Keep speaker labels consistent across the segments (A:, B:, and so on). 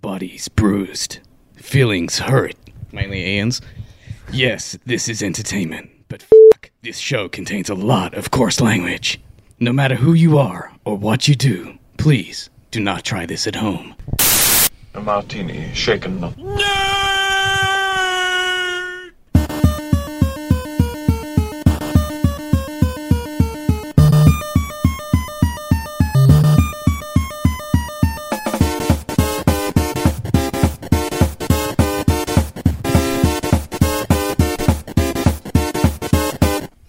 A: Body's bruised, feelings hurt.
B: Mainly Ian's.
A: Yes, this is entertainment, but fuck, this show contains a lot of coarse language. No matter who you are or what you do, please do not try this at home.
C: A martini, shaken, not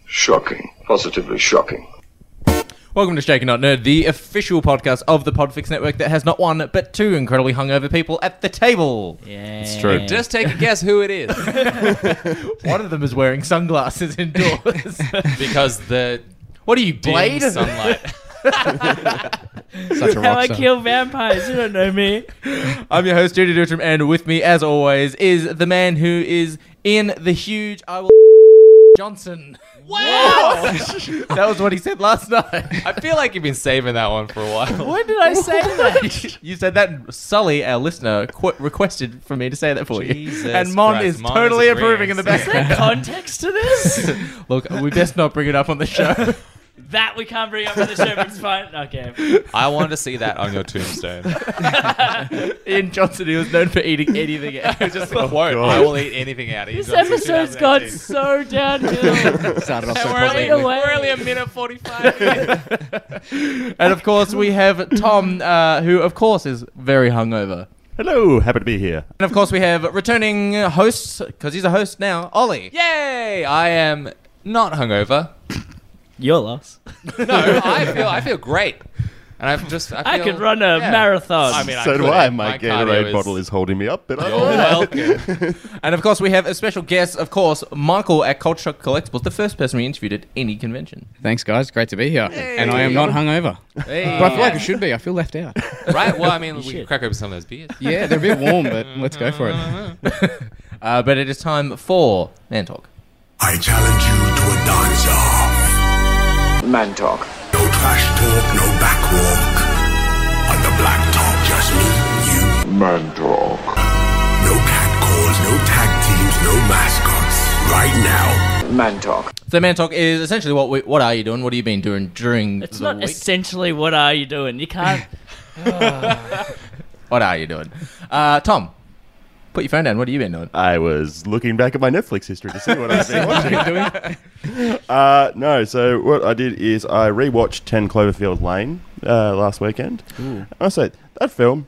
C: shocking, positively shocking.
D: Welcome to Shaken Not Nerd, the official podcast of the Podfix Network that has not one but two incredibly hungover people at the table.
E: Yeah. It's
F: true.
B: Just take a guess who it is,
D: One of them is wearing sunglasses indoors.
F: because the
D: what are you, Blade?
F: dim sunlight.
B: such a
E: How I
B: rock star.
E: kill vampires. You don't know me.
D: I'm your host, Judy Dutram, and with me, as always, is the man who is in the huge I will Johnson. Wow! that was what he said last night.
F: I feel like you've been saving that one for a while.
E: When did I say that?
D: You said that and Sully, our listener, qu- requested for me to say that for you.
F: Jesus
D: and Mon
F: Christ,
D: is
F: Mon is
D: totally
F: agreeing.
D: approving in the background.
E: Context to this?
D: Look, we best not bring it up on the show.
E: that we can't bring up on the show, but it's fine. Okay.
F: I wanted to see that on your tombstone.
D: Ian Johnson, he was known for eating anything. Oh, It was just a quote.
F: I will eat anything out of you.
E: This episode's gone so downhill.
B: Started off so
F: We're only,
E: Straight
B: positively.
E: away.
F: we're only a minute 45 in.
D: and of course, we have Tom, uh, who of course is very hungover.
G: Hello, happy to be here.
D: And of course, we have returning hosts, because he's a host now, Ollie.
F: Yay! I am not hungover.
E: Your loss.
F: No, I feel I feel great. And I've just I,
E: I
F: feel,
E: could run a
F: yeah.
E: marathon.
F: I mean, I
G: so do
F: could.
G: I. My,
F: cardio
G: Gatorade bottle is holding me up, but I'm
F: You're
G: alright.
F: welcome.
D: And of course, we have a special guest, of course, Michael at Culture Shock Collectibles, the first person we interviewed at any convention.
A: Thanks, guys. Great to be here. And I am not hungover. But I feel like I should be. I feel left out.
F: right? Well, I mean, we can
E: should.
F: crack open some of those beers.
A: Yeah, they're a bit warm, but let's go for it.
D: Uh, but it is time for Man Talk.
H: I challenge you to a dance off.
C: Man talk.
H: No trash talk, no backwalk. On the black top, just me and you.
C: Man talk.
H: No cat calls, no tag teams, no mascots. Right now,
C: Man talk.
D: So, Man Talk is essentially what we, what are you doing? What have you been doing during
E: it's
D: the
E: not
D: week?
E: essentially what are you doing? You can't.
D: what are you doing? Uh, Tom, put your phone down. What have you been doing?
G: I was looking back at my Netflix history to see what I've been watching. Uh, no, so what I did is I rewatched 10 Cloverfield Lane uh, last weekend. And I say, that film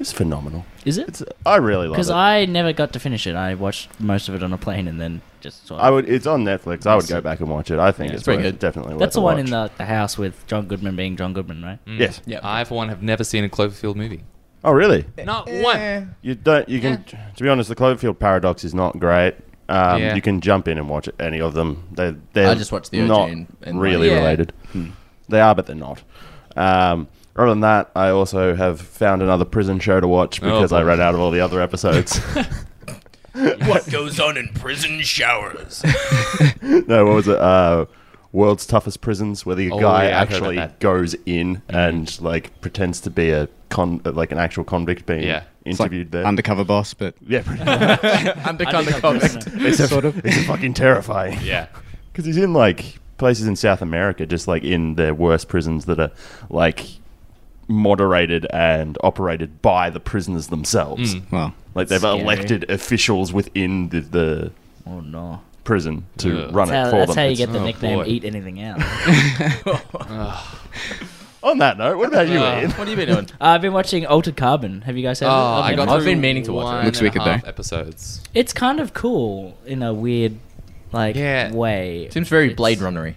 G: is phenomenal.
E: Is it?
G: It's, I really love
E: Because
G: it.
E: I never got to finish it. I watched most of it on a plane and then just saw it.
G: I would. It's on Netflix. I would go back and watch it. I think
D: Yeah,
G: it's,
D: it's pretty
G: worth-
D: good.
G: Definitely. worth
E: That's the
G: a
E: one in
G: watch. Mm.
E: the, the house with John Goodman being John Goodman, right?
G: Yes.
D: Yeah.
F: I, for one, have never seen a Cloverfield movie.
G: Oh, really?
F: Not one.
G: You don't. You can. To be honest, the Cloverfield paradox is not great. Um,
F: Yeah.
G: You can jump in and watch any of them. They they're
D: I just watched the OG
G: not
D: and- and
G: really
F: like- Hmm. Yeah.
G: related. They are, but they're not. Um, other than that, I also have found another prison show to watch because I
F: Oh, boy.
G: ran out of all the other episodes.
D: What goes on in prison showers?
G: no, what was it? Uh, World's toughest prisons, where the
F: Oh,
G: guy
F: yeah, I've heard
G: actually
F: about that. Mm-hmm.
G: goes in and like pretends to be a con, uh, like an actual convict being
F: Yeah.
A: It's like
G: interviewed there.
A: undercover boss, but
G: yeah, pretty much.
D: I'm the kind of convict.
G: it's, a,
A: Sort of.
G: it's a fucking terrifying.
F: Yeah.
G: Because he's in like places in South America, just like in their worst prisons that are like moderated and operated by the prisoners themselves.
F: Mm.
A: well,
G: Like they've
E: Scary.
G: elected officials within the, the
E: Oh, no.
G: prison to
F: Ugh.
G: run
E: That's how,
G: it for
E: that's
G: them.
E: how you
G: It's-
E: get the
F: Oh,
E: nickname
F: boy.
E: Eat Anything Out. uh,
G: On that note, what about you,
F: Uh,
G: Ian?
D: What have you been doing?
E: I've been watching Altered Carbon. Have you guys had
F: Oh,
E: it?
F: I got.
E: never-
D: I've been meaning to watch it.
F: one
A: Looks
F: and a
A: wicked, though.
F: half Episodes.
E: It's kind of cool in a weird like
F: Yeah.
E: way.
D: Seems very
E: It's-
D: Blade Runnery.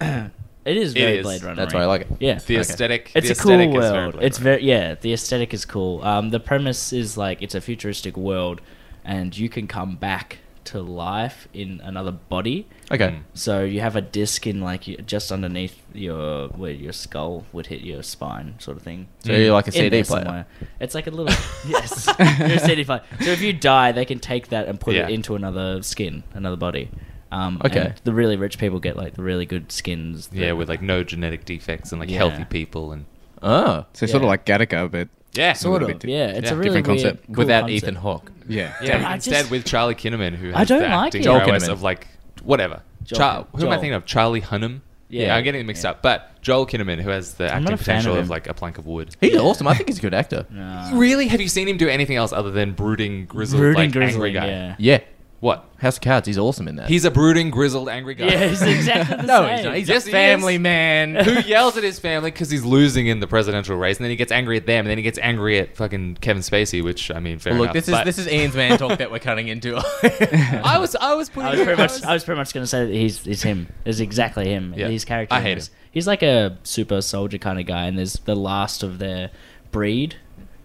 E: It is
F: It
E: very
F: is.
E: Blade Runner.
D: That's why I like it.
E: Yeah.
F: The aesthetic.
E: It's
F: the
E: a cool
F: aesthetic is very
E: world.
F: Blade
E: It's very yeah. The aesthetic is cool. Um, the premise is like it's a futuristic world, and you can come back to life in another body.
A: Mm.
D: Okay.
E: So you have a disc in like you, just underneath your where your skull would hit your spine, sort of thing.
D: So you're like a
E: In there
D: CD player.
E: somewhere. It's like a little yes, you're a CD player. So if you die, they can take that and put
F: Yeah.
E: it into another skin, another body. Um,
D: Okay.
E: and the really rich people get like the really good skins.
F: Yeah,
E: that-
F: with like no genetic defects and like
E: Yeah.
F: healthy people and
D: Oh.
A: so sort of
E: Yeah.
A: like Gattaca, but
F: Yeah,
E: Sort of. Yeah, it's a
F: yeah,
E: really
B: different
E: weird,
B: concept.
E: cool
F: without
E: concept.
F: Ethan Hawke.
B: Yeah.
F: Yeah,
E: I
F: instead
E: just-
F: with Charlie Kinnaman, who
E: I
F: has
E: don't
F: the
E: like
F: acting
E: it. Joel
F: prowess
B: Kinnaman.
F: of like whatever.
E: Joel
F: Char-
E: Kin-
F: who am I
E: Joel.
F: thinking of? Charlie Hunnam.
E: Yeah.
F: I'm getting it mixed
E: Yeah.
F: up. But Joel Kinnaman, who has the
E: not
F: acting
E: a fan of
F: potential of,
E: him.
F: like a plank of wood.
D: He's awesome. I think he's a good actor.
F: Really? Have you seen him do anything else other than brooding, grizzled,
E: Brooding
F: like angry
E: grizzling,
F: guy?
E: Yeah.
D: Yeah.
F: What?
D: House of Cards. He's awesome in that.
F: He's a brooding, grizzled, angry guy.
E: Yeah, he's exactly the
D: no,
E: same.
D: he's not. He's
F: Yes,
D: a
F: he
D: family
F: is.
D: man.
F: who yells at his family because he's losing in the presidential race, and then he gets angry at them, and then he gets angry at fucking Kevin Spacey, which I mean, fair
D: Well, look,
F: enough.
D: this is
F: but
D: this is Ian's man talk that we're cutting into.
F: I was I was putting
E: I was pretty much. I was pretty much going to say that he's it's him. It's exactly him.
F: Yeah.
E: His character.
F: I hate
E: is-
F: him.
E: He's like a super soldier kind of guy, and there's the last of their breed,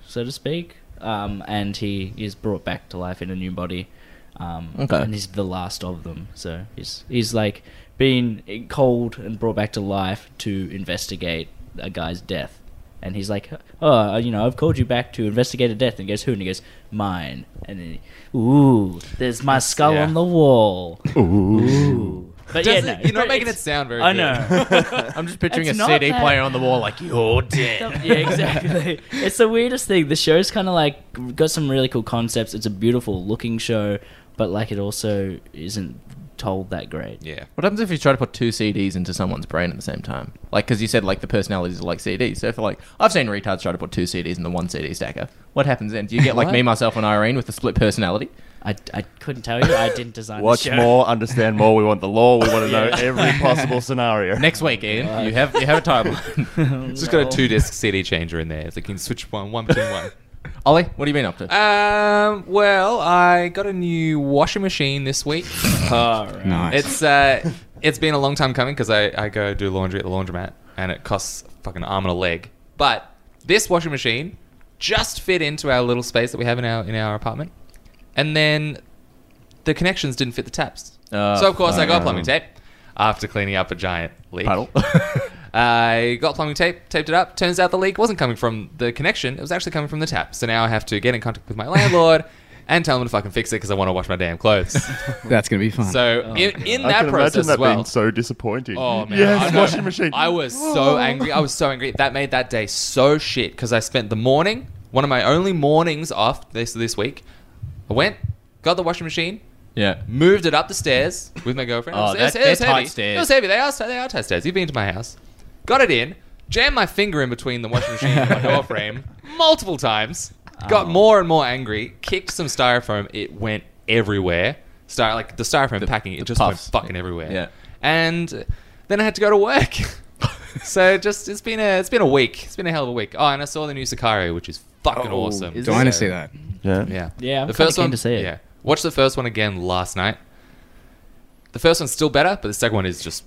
E: so to speak. Um, and he is brought back to life in a new body. Um,
D: Okay.
E: And he's the last of them, so he's he's like being cold and brought back to life to investigate a guy's death. And he's like, oh, you know, I've called you back to investigate a death. And he goes, who? And he goes, mine. And then, ooh, there's my skull
F: yeah.
E: on the wall. Ooh. But yeah,
F: Doesn't-
E: no,
F: you're
E: but
F: not making it
E: it's-
F: sound very.
E: I
F: good.
E: know.
D: I'm just picturing a
E: It's not
D: CD
E: that-
D: player on the wall, like you're dead.
E: yeah, exactly. It's the weirdest thing. The show's kind of like got some really cool concepts. It's a beautiful looking show, but like it also isn't told that great.
F: Yeah.
D: What happens if you try to put two CDs into someone's brain at the same time? Like, because you said like the personalities are like CDs. So if like I've seen retards try to put two CDs into one CD stacker, what happens then? Do you get like me, myself, and Irene with the split personality?
E: I, I couldn't tell you. I didn't design
G: Watch
E: the show.
G: more, understand more. We want the law. We want to know every possible scenario.
D: Next week, Ian, you have you have a timeline.
F: It's just got a two disc CD changer in there. It's like you can switch one, one between one.
D: Ollie, what have you been up to?
F: Um. Well, I got a new washing machine this week. Ah.
A: Nice.
F: It's uh, it's been a long time coming because I, I go do laundry at the laundromat and it costs a fucking arm and a leg. But this washing machine just fit into our little space that we have in our in our apartment, and then the connections didn't fit the taps.
D: Oh,
F: so of course I got
G: oh.
F: plumbing tape after cleaning up a giant leak.
D: Puddle.
F: I got plumbing tape, taped it up. Turns out the leak wasn't coming from the connection; it was actually coming from the tap. So now I have to get in contact with my landlord and tell him to fucking fix it because I want to wash my damn clothes.
A: That's gonna be fun.
F: So in, in
G: I
F: that
G: can imagine
F: process
G: that
F: as well.
G: being so disappointing.
F: Oh man! I
G: yes,
F: know.
G: washing machine. Oh.
F: I was so angry. I was so angry. That made that day so shit because I spent the morning, one of my only mornings off this this week. I went, got the washing machine,
D: yeah.
F: moved it up the stairs with my girlfriend.
D: Oh,
F: it was, it was-
D: that-
F: it was
D: they're tight
F: heavy.
D: stairs.
F: It was heavy. They are they are tight stairs. You've been to my house. Got it in. Jammed my finger in between the washing machine and my door frame multiple times. Got
D: Oh.
F: more and more angry. Kicked some styrofoam. It went everywhere. Star like the styrofoam packing. It
D: the
F: just
D: puffs.
F: went fucking everywhere.
D: Yeah.
F: And then I had to go to work. so just it's been a it's been a week. It's been a hell of a week. Oh, and I saw the new Sicario, which is fucking
D: Oh,
F: awesome.
A: Don't want to see that.
G: yeah.
F: Yeah.
E: Yeah, I'm kinda keen to see it.
F: Yeah. Watch the first one again last night. The first one's still better, but the second one is just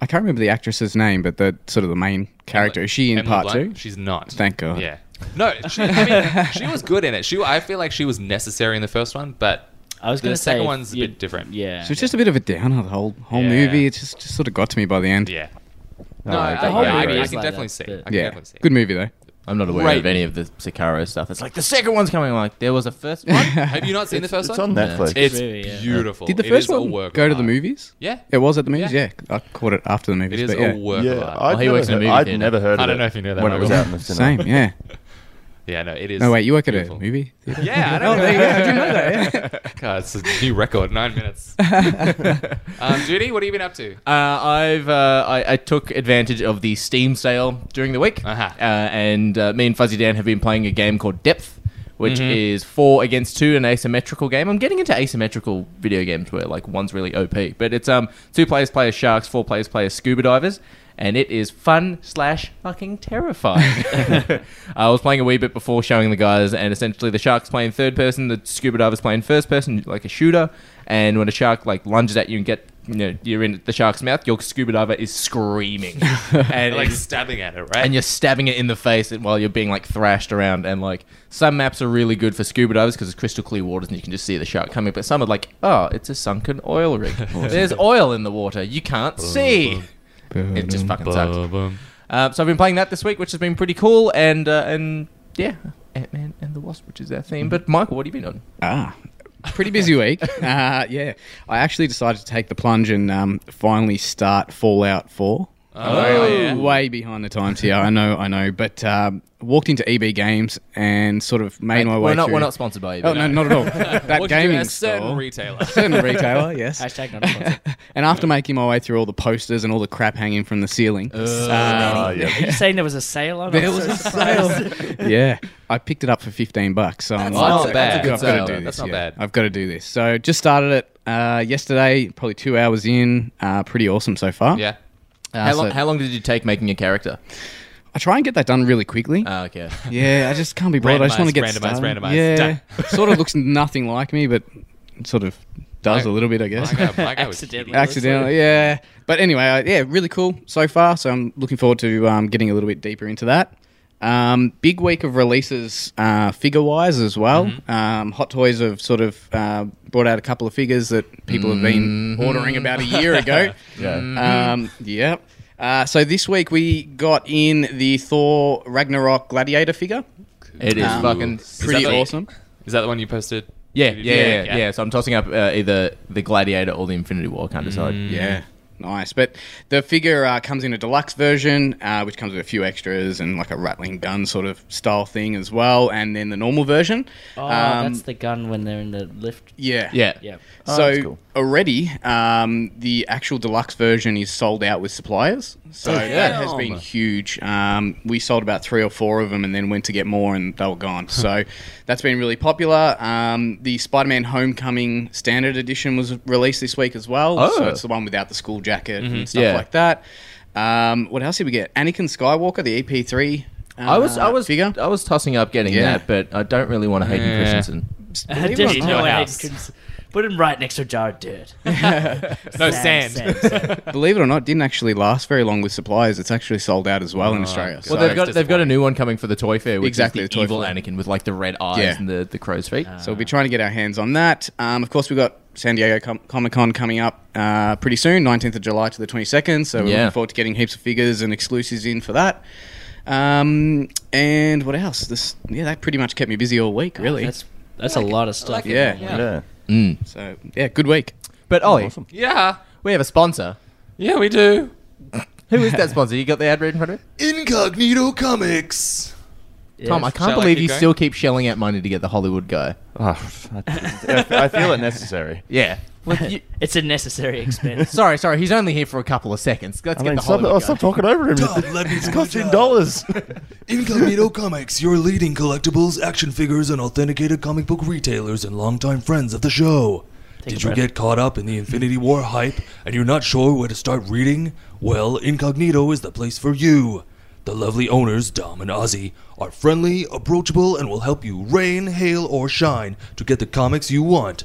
A: I can't remember the actress's name, but the sort of the main character. Is she in
F: Emily
A: part
F: Blunt.
A: two?
F: She's not.
A: Thank God.
F: Yeah. No, she, I mean, she was good in it. She, I feel like she was necessary in the first one, but
E: I was
F: the
E: going to say
F: second
E: if
F: one's a
E: you-
F: bit different.
E: Yeah.
A: So it's just a bit of a downer. The whole whole
F: Yeah.
A: movie. It just, just sort of got to me by the end.
F: yeah.
G: Oh,
F: No, I,
G: okay.
F: I,
E: whole
F: yeah, I,
E: movie
F: I
E: is
F: can
E: like
F: definitely
E: that,
F: see. it.
E: but-
F: I can
A: Yeah.
F: definitely see. it.
A: Good movie though.
D: I'm not aware
F: Right.
D: of any of the Sicario stuff. It's like the second one's coming. I'm like there was a first one.
F: Have you not seen the first
G: It's
F: one?
G: on Netflix.
F: It's
E: Really, yeah.
F: beautiful.
A: Did the
F: It
A: first
F: is a
A: one
F: work
A: go
F: of
A: to the
F: art.
A: movies?
F: Yeah.
A: It was at the movies.
F: Yeah.
A: Yeah, I caught it after the movies.
F: It is
A: but yeah.
F: a work of
G: Yeah,
F: art.
G: I'd
D: Oh, he
G: never-
D: works in a movie
G: I'd
D: theater.
G: never heard
F: I
G: of
F: don't
G: it
F: know if you know that,
G: when it was
F: Michael.
G: out in the cinema.
A: Same. Yeah.
F: Yeah, no, it is.
A: No wait, you work at
F: beautiful.
A: a movie. theater?
F: Yeah, I
E: Oh,
F: don't know. God, it's a new record. Nine minutes. um, Judy, what have you been up to?
D: Uh, I've uh, I, I took advantage of the Steam sale during the week,
F: Uh-huh.
D: uh, and uh, me and Fuzzy Dan have been playing a game called Depth, which is four against two, an asymmetrical game. I'm getting into asymmetrical video games where like one's really OP, but it's um two players play as sharks, four players play as scuba divers, and it is fun slash fucking terrifying. I was playing a wee bit before showing the guys, and essentially the shark's playing third person, the scuba diver's playing first person, like a shooter. And when a shark like lunges at you and get you know you're in the shark's mouth, your scuba diver is screaming, and
F: Like
D: it's-
F: stabbing at it, right?
D: and you're stabbing it in the face while you're being like thrashed around. And like some maps are really good for scuba divers because it's crystal clear waters and you can just see the shark coming. But some are like, oh, it's a sunken oil rig. There's oil in the water. You can't see. It just fucking sucks. Uh, so I've been playing that this week, which has been pretty cool, and uh, and yeah, Ant Man and the Wasp, which is our theme. But Michael, what have you been on?
A: Ah, pretty busy week. Uh, yeah, I actually decided to take the plunge and um, finally start Fallout Four.
F: Oh, yeah.
A: way behind the times here. I know, I know. But um, walked into EB Games and sort of made my
D: we're
A: way
D: not
A: through.
D: we're not sponsored by you.
A: Oh no, not at all. That
F: Walked into
A: gaming
F: a certain
A: store.
F: retailer.
A: certain retailer, yes.
E: Hashtag not sponsored.
A: and after making my way through all the posters and all the crap hanging from the ceiling,
D: Uh,
G: Ah, yeah.
E: Are you saying there was a sale on it?
A: There was a sale. yeah, I picked it up for fifteen bucks. So I'm
D: That's not
A: like,
D: bad.
A: I've
D: That's a
A: got
D: good
A: to
D: sale.
A: do this.
F: That's not
A: yeah.
F: bad.
A: I've got to do this. So just started it uh, yesterday. Probably two hours in. Uh, pretty awesome so far.
F: Yeah.
A: Uh,
D: How long,
A: so
D: how long did you take making your character?
A: I try and get that done really quickly.
D: Ah, okay.
A: yeah, I just can't be bothered. I just want to get
F: Randomise, randomise,
A: started.
F: randomise.
A: Yeah,
F: Done.
A: sort of looks nothing like me, but it sort of does a little bit, I guess.
F: My guy, my guy was
E: Accidentally.
A: Accidentally, yeah. But anyway, uh, yeah, really cool so far. So I'm looking forward to um, getting a little bit deeper into that. Um, big week of releases, uh, figure wise as well. Um, Hot Toys have sort of uh, brought out a couple of figures that people have been ordering about a year ago. yeah. Um, yeah. Uh, so this week we got in the Thor Ragnarok Gladiator figure.
D: It is
A: Um,
D: fucking
A: Pretty
F: the-
A: awesome.
F: Is that the one you posted?
D: Yeah, yeah, yeah, yeah. So I'm tossing up uh, either the Gladiator or the Infinity War. I can't decide.
A: Yeah. Nice. But the figure uh, comes in a deluxe version, uh, which comes with a few extras and like a rattling gun sort of style thing as well. And then the normal version. Um,
E: Oh, that's the gun when they're in the lift.
A: yeah.
D: Yeah.
E: Yeah.
D: Oh,
A: so
D: that's cool.
A: already, um, the actual deluxe version is sold out with suppliers. So
D: Oh,
A: that has been huge. Um, we sold about three or four of them, and then went to get more, and they were gone. so that's been really popular. Um, the Spider-Man Homecoming Standard Edition was released this week as well. So
D: Oh. Mm-hmm.
A: it's the one without the school jacket and stuff
D: Yeah.
A: like that. Um, what else did we get? Anakin Skywalker, the EP3. Uh,
D: I was, I was,
A: figure.
D: I was tossing up getting
A: Yeah.
D: that, but I don't really want to Hayden
F: Yeah.
D: Christensen.
E: I
A: it or
E: didn't
A: not.
E: know
F: Your
E: I
F: house.
E: cons- Put him right next to a jar of dirt.
F: No,
E: Sand,
F: sand.
E: sand,
A: Believe it or not, didn't actually last very long with suppliers. It's actually sold out as well
D: Oh,
A: in Australia. So-
D: Well, they've got they've got a new one coming for the Toy Fair, which
A: Exactly,
D: is
A: the
D: the,
A: Toy
D: evil
A: Fair.
D: Anakin with like the red eyes
A: Yeah. Uh,
D: and the the crow's feet.
A: So we'll be trying to get our hands on that. Um, of course, we've got San Diego Com- Comic Con coming up uh, pretty soon, 19th of July to the 22nd. So we're
D: Yeah.
A: looking forward to getting heaps of figures and exclusives in for that. Um, and what else? This yeah, that pretty much kept me busy all week, really.
E: That's that's a lot of stuff.
A: yeah.
G: yeah.
A: So yeah, good week.
D: but Ollie,
F: Yeah.
D: we have a sponsor.
F: Yeah, we do.
D: Who is that sponsor? You got the ad read in front of it?
F: Incognito Comics.
D: Tom, I can't
F: Shall I
D: believe
F: keep
D: you
F: going?
D: still keep shelling out money to get the Hollywood guy.
G: Oh, I I feel it necessary.
D: Yeah. Well, you-
E: It's a necessary expense.
D: sorry, sorry. He's only here for a couple of seconds. Let's
G: I
D: get
G: mean,
D: the
G: stop,
D: Hollywood
G: oh,
D: guy.
G: stop talking over him.
H: Tom, let me
G: It's
H: do
G: cost
H: my
G: ten
H: job.
G: dollars.
H: Incognito Comics, your leading collectibles, action figures, and authenticated comic book retailers and longtime friends of the show. Did you
E: breath.
H: get caught up in the Infinity War hype and you're not sure where to start reading? Well, Incognito is the place for you. The lovely owners, Dom and Ozzy, are friendly, approachable, and will help you rain, hail, or shine to get the comics you want.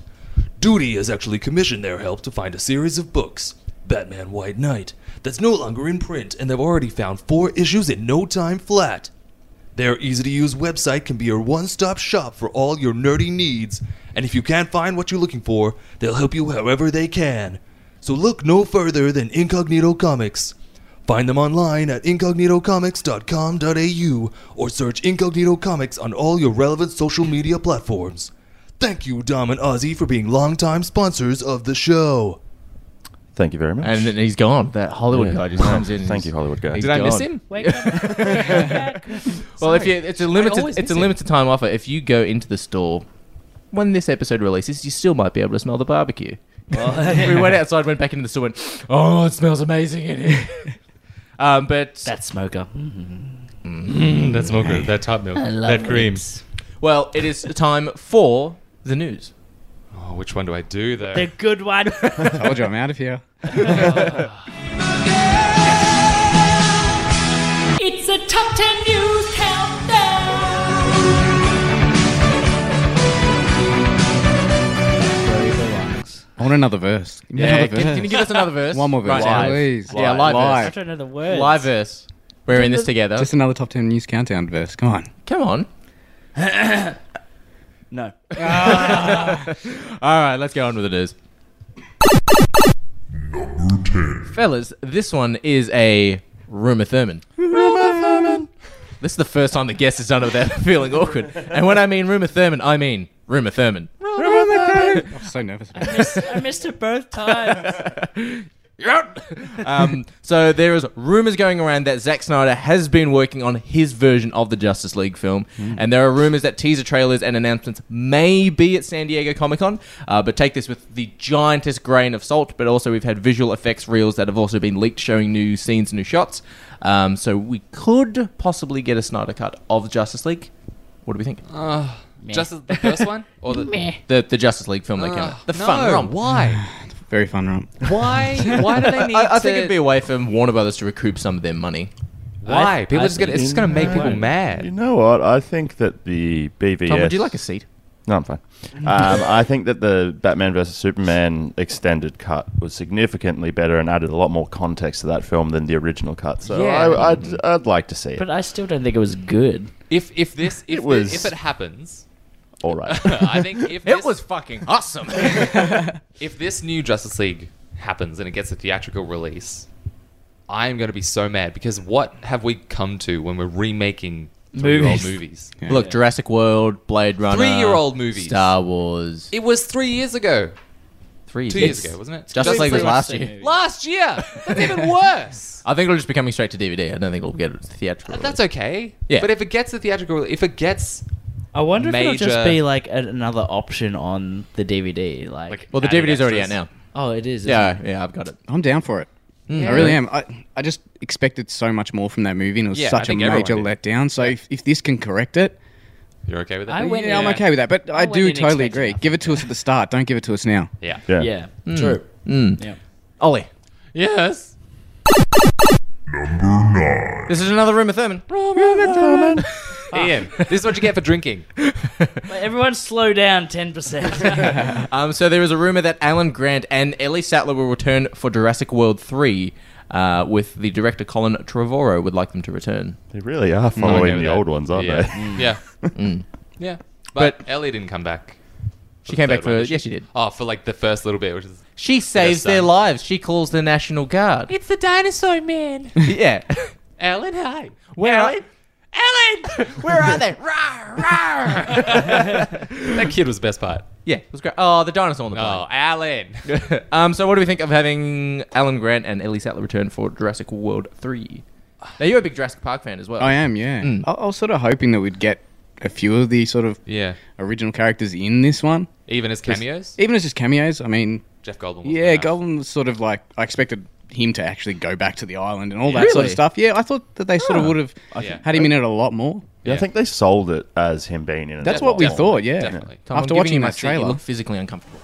H: Duty has actually commissioned their help to find a series of books, Batman White Knight, that's no longer in print, and they've already found four issues in no time flat. Their easy to use website can be your one stop shop for all your nerdy needs, and if you can't find what you're looking for, they'll help you however they can. So look no further than Incognito Comics. Find them online at incognitocomics.com.au or search Incognito Comics on all your relevant social media platforms. Thank you, Dom and Ozzy, for being longtime sponsors of the show.
G: Thank you very much.
D: And then he's gone. That Hollywood
G: Yeah.
D: guy just comes in. and
G: Thank you,
D: he's-
G: Hollywood guy.
D: he's
F: Did I miss
D: gone.
F: him?
E: Wake up.
D: Well, if you, it's a limited,
F: always
D: it's a
F: miss him.
D: limited time offer. If you go into the store when this episode releases, you still might be able to smell the barbecue. we went outside, went back into the store, went, "Oh, it smells amazing in here." um, but
E: that smoker.
F: Mm, That's milk. That top milk. That cream.
D: well, it is time for the news.
F: Oh, which one do I do though?
E: The good one.
A: Told you I'm out of here.
I: It's a top 10 news countdown.
A: I want another verse. Give me
D: Yeah,
A: another
D: can,
A: verse.
D: can you give us another verse?
A: One more verse,
D: Right now.
A: please.
D: Yeah, live,
E: I
A: Live.
E: don't know the
D: verse.
E: words.
D: Live verse. We're in this together.
A: Just another top ten news countdown verse. Come on.
D: Come on.
E: No.
D: All right, let's get on with the news. Fellas, this one is a rumor Thurman. This is the first time the guest has done it without feeling awkward. And when I mean rumor Thurman, I mean rumor Thurman.
A: I'm so nervous. About
E: I missed it both times.
D: You're out. um, so there is rumors going around that Zack Snyder has been working on his version of the Justice League film,
F: Hmm.
D: and there are rumors that teaser trailers and announcements may be at San Diego Comic Con. Uh, but take this with the giantest grain of salt. But also, we've had visual effects reels that have also been leaked showing new scenes, new shots. Um, so we could possibly get a Snyder cut of Justice League. What do we think?
F: Just the first one or the
D: The, the Justice League film that came
F: Uh,
D: out. The fun romp.
F: Why?
A: Very fun romp.
F: Why? Why do they need
D: I, I
F: to?
D: think it'd be a way for Warner Brothers to recoup some of their money.
F: why?
E: I-
F: people
E: I
F: just gonna, it's
E: think-
F: just gonna make people
E: Right.
F: mad.
G: You know what? I think that the BVS.
D: Tom, would you like a seat?
G: No, I'm fine. Um, I think that the Batman vs Superman extended cut was significantly better and added a lot more context to that film than the original cut. So
F: Yeah.
G: I, I'd, I'd like to see it.
E: But I still don't think it was good.
F: If if this if
G: It
F: the-
G: was-
F: if it happens,
G: All right.
F: I think if this,
D: fucking awesome.
F: if this new Justice League happens and it gets a theatrical release, I am going to be so mad because what have we come to when we're remaking three-year-old
E: Movies.
F: movies?
D: Look, Jurassic World, Blade Runner,
F: Three-year-old movies.
D: Star Wars.
F: It was three years ago,
D: three
F: two years ago, wasn't it?
D: Justice
E: Pretty
D: League was
E: much
D: last
E: the same
D: year.
E: movie.
F: Last year. That's even worse.
D: I think it'll just be coming straight to DVD. I don't think it'll get it theatrical.
F: That's okay.
D: Yeah.
F: But if it gets the theatrical, if it gets
E: I wonder if it'll just
F: Major-
E: be like a, another option on the DVD. Like,
D: well, the
F: added
D: DVD's already out
F: extras.
D: now.
E: oh, it is. isn't
D: Yeah,
E: it?
D: yeah, I've got it.
A: I'm down for it. I really am. I, I just expected so much more from that movie, and it was
F: Yeah, I
A: such a
F: think everyone
A: major
F: did.
A: letdown. So if, if this can correct it,
F: you're okay with it.
E: I went
A: yeah, I'm
E: in-
A: okay with that. But I,
E: I
A: do
E: went in
A: totally
E: expecting
A: agree.
E: nothing.
A: Give it to us at the start. Don't give it to us now.
F: Yeah.
G: yeah.
E: Yeah. Mm.
F: Mm.
E: True. Yeah.
D: Mm. Ollie,
F: Yes.
D: this is another rumor, Thurman.
F: Ian, this is what you get for drinking.
E: But Ah. everyone slow down 10%.
D: Um, so there is a rumor that Alan Grant and Ellie Sattler will return for Jurassic World three, uh, with the director Colin Trevorrow would like them to return.
G: They really
D: Mm.
G: are
F: I'm okay
G: following
F: with
G: the
F: that.
G: old ones, aren't
F: yeah.
G: they?
F: Yeah. yeah. But, Ellie didn't come back.
D: She came
F: third
D: back
F: one,
D: for
F: did she?
D: yes, she did.
F: Oh, for like the first little bit, which is
D: She saves
F: son.
D: their lives. She calls the National Guard.
F: it's the dinosaur man,
D: yeah.
F: Ellen. Hi,
D: Where are,
F: Ellen.
D: where are they?
F: that kid was the best part.
D: yeah, it was great. Oh, the dinosaur on the plane.
F: Oh, Alan.
D: um, so what do we think of having Alan Grant and Ellie Sattler return for Jurassic World 3? Now, you're a big Jurassic Park fan as well.
A: I am, yeah. I, I was sort of hoping that we'd get a few of the sort of
F: yeah.
A: original characters in this one,
F: Even as cameos,
A: even as just cameos. I mean,
F: Jeff Goldblum. wasn't
A: yeah,
F: enough.
A: Goblin was sort of like I expected him to actually go back to the island and all that sort of stuff. Yeah, I thought that they sort of would have
F: Yeah.
A: had him in it a lot more.
G: Yeah, I think they sold it as him being in it.
A: That's what we
F: Definitely.
A: thought. Yeah,
F: Definitely.
D: Tom, I'm
A: after
D: giving you
A: watching
D: my
A: that
D: seat. You
A: trailer.
D: look physically uncomfortable.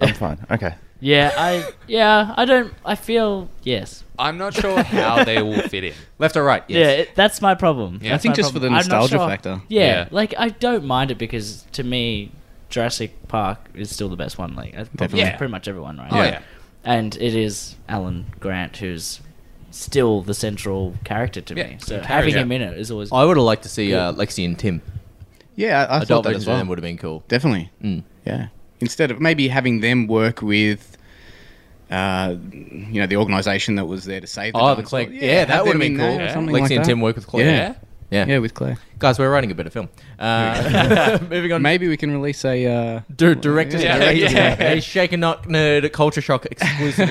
G: I'm fine. Okay.
E: yeah, I yeah, I don't I feel yes.
F: I'm not sure how they will fit in.
D: Left or right?
E: Yeah,
D: Yes.
E: it, that's my problem.
F: Yeah. I
E: That's
F: think
E: my
A: just for the
E: problem. I'm not
A: nostalgia
E: sure-
A: factor.
E: Yeah,
F: Yeah.
E: like I don't mind it because to me, Jurassic Park is still the best one. Like I- probably
F: Yeah.
E: pretty much everyone, right?
F: Oh, yeah.
E: and it is Alan Grant who's still the central character to
F: Yeah,
E: me. So
F: character.
E: having
F: Yeah.
E: him in it is always
D: I would have liked to see uh, Lexi and Tim.
A: yeah, I, I thought
D: Adult
A: that
D: versions
A: as
D: of
A: well.
D: them would have been cool. Mm.
A: Definitely. Yeah. Instead of maybe having them work with, uh, you know, the organisation that was there to save.
D: oh, the
A: dinosaurs.
D: Claire. Yeah,
A: have
D: that would have
A: them
D: been
A: in
D: cool.
A: there or
D: Lexi
A: something like
D: and
A: that.
D: Tim work with Claire.
A: Yeah.
D: Yeah.
A: Yeah, with Claire.
D: Guys, we're writing a better film. Uh, moving on.
A: Maybe we can release a. Uh,
D: Dir- director's
A: Yeah.
D: cut.
F: Yeah.
D: A shake and knock nerd culture shock exclusive.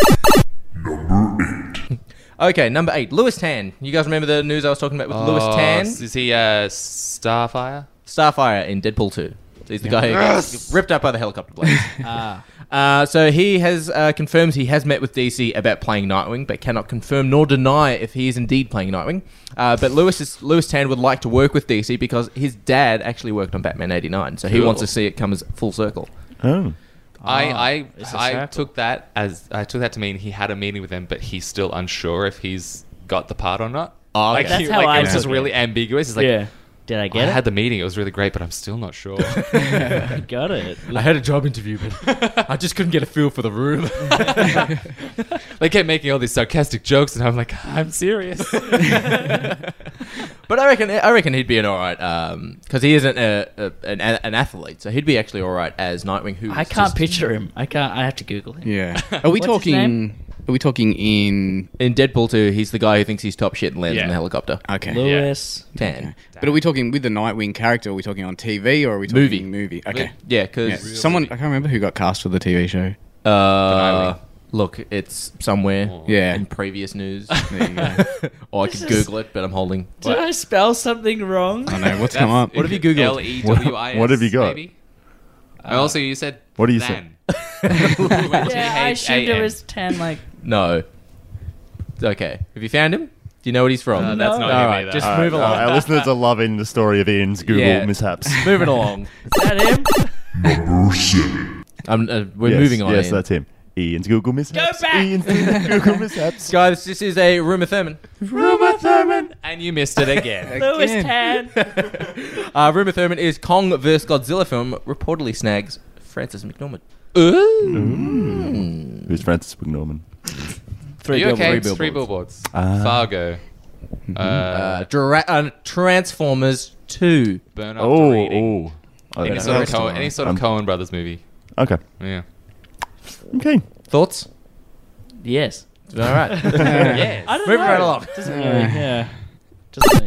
D: edition. Okay, number eight, Lewis Tan. You guys remember the news I was talking about with Lewis
F: Oh,
D: Tan?
F: Is he uh, Starfire?
D: Starfire in Deadpool 2. So he's the guy who gets ripped up by the helicopter blades. Uh, so he has uh, confirmed he has met with DC about playing Nightwing, but cannot confirm nor deny if he is indeed playing Nightwing. Uh, but Lewis is, Lewis Tan would like to work with DC because his dad actually worked on Batman '89, so he
F: Cool.
D: wants to see it come as full circle.
G: Oh.
F: I
E: it's a
F: I, I
E: circle.
F: took that as I took that to mean he had a meeting with them, but he's still unsure if he's got the part or not.
D: Oh,
F: like,
D: okay.
E: That's
F: he-
E: how
F: like,
E: I
F: it was just
E: took it.
F: really ambiguous. He's like,
E: yeah. Did I
F: I
E: get
F: had
E: it?
F: the meeting. It was really great, but I'm still not sure.
E: I got it.
D: I had a job interview, but I just couldn't get a feel for the room.
F: they kept making all these sarcastic jokes, and I'm like, I'm serious.
D: But I reckon I reckon he'd be an all right because he isn't a, a, an, an athlete, so he'd be actually all right as Nightwing. Who
E: I
D: is
E: can't
D: just
E: picture him. I can't I have to Google him.
A: yeah. Are we
E: What's his
A: talking?
E: name?
A: Are we talking in?
D: in Deadpool two. He's the guy who thinks he's top shit and lands
F: Yeah.
D: in the helicopter.
A: Okay.
E: Lewis.
D: Tan.
A: But are we talking with the Nightwing character? Are we talking on TV or are we talking
D: Movie.
A: movie? Okay.
D: Yeah,
A: Yeah.
D: because
A: Someone I can't remember who got cast for the TV show.
D: Uh, look, it's somewhere
A: Yeah.
D: in previous news.
A: There you go.
D: or I could
E: This is-
D: Google it, but I'm holding.
E: Did I spell something wrong?
A: I know what's come up.
D: What have you Googled?
F: L E W I S.
G: What have you got?
F: Maybe? And also, you said.
G: What do you say?
F: than. say?
E: Yeah, I assumed it was ten. Like
D: No. Okay. Have you found him? Do you know what he's from?
F: Uh, that's
E: No.
F: not
D: All
F: him
D: right,
F: either.
D: just
G: All right,
D: move
G: uh,
D: along.
G: Our listeners are loving the story of Ian's Google
D: Yeah.
G: mishaps.
D: moving along.
E: is that him?
D: I'm, uh, we're
G: Yes,
D: moving on.
G: Yes,
D: Ian.
G: that's him. Ian's Google mishaps.
E: back!
G: Ian's Google mishaps.
D: Guys, this is a rumor Thurman.
G: Ruma Thurman.
F: And you missed it again.
E: Lewis
A: Again.
E: Tan.
D: Uh, rumor Thurman is Kong vs. Godzilla film reportedly snags Francis McDormand.
G: Mm-hmm. Who's Francis McNorman?
F: Are
D: Three
F: you okay?
D: billboards.
F: It's Three billboards.
G: Ah.
F: Fargo.
G: Mm-hmm.
F: Uh,
D: Uh, dra- uh, Transformers 2.
F: Burn After
G: Oh,
F: Reading.
G: oh. I
F: Any
G: don't
F: sort,
G: know.
F: of Coen, any sort of
G: Um,
F: Coen Brothers movie.
G: Okay.
F: Yeah.
G: Okay.
D: Thoughts?
E: Yes.
D: All right.
E: I don't
D: Moving
E: know.
D: right along.
E: Doesn't really. Yeah. Doesn't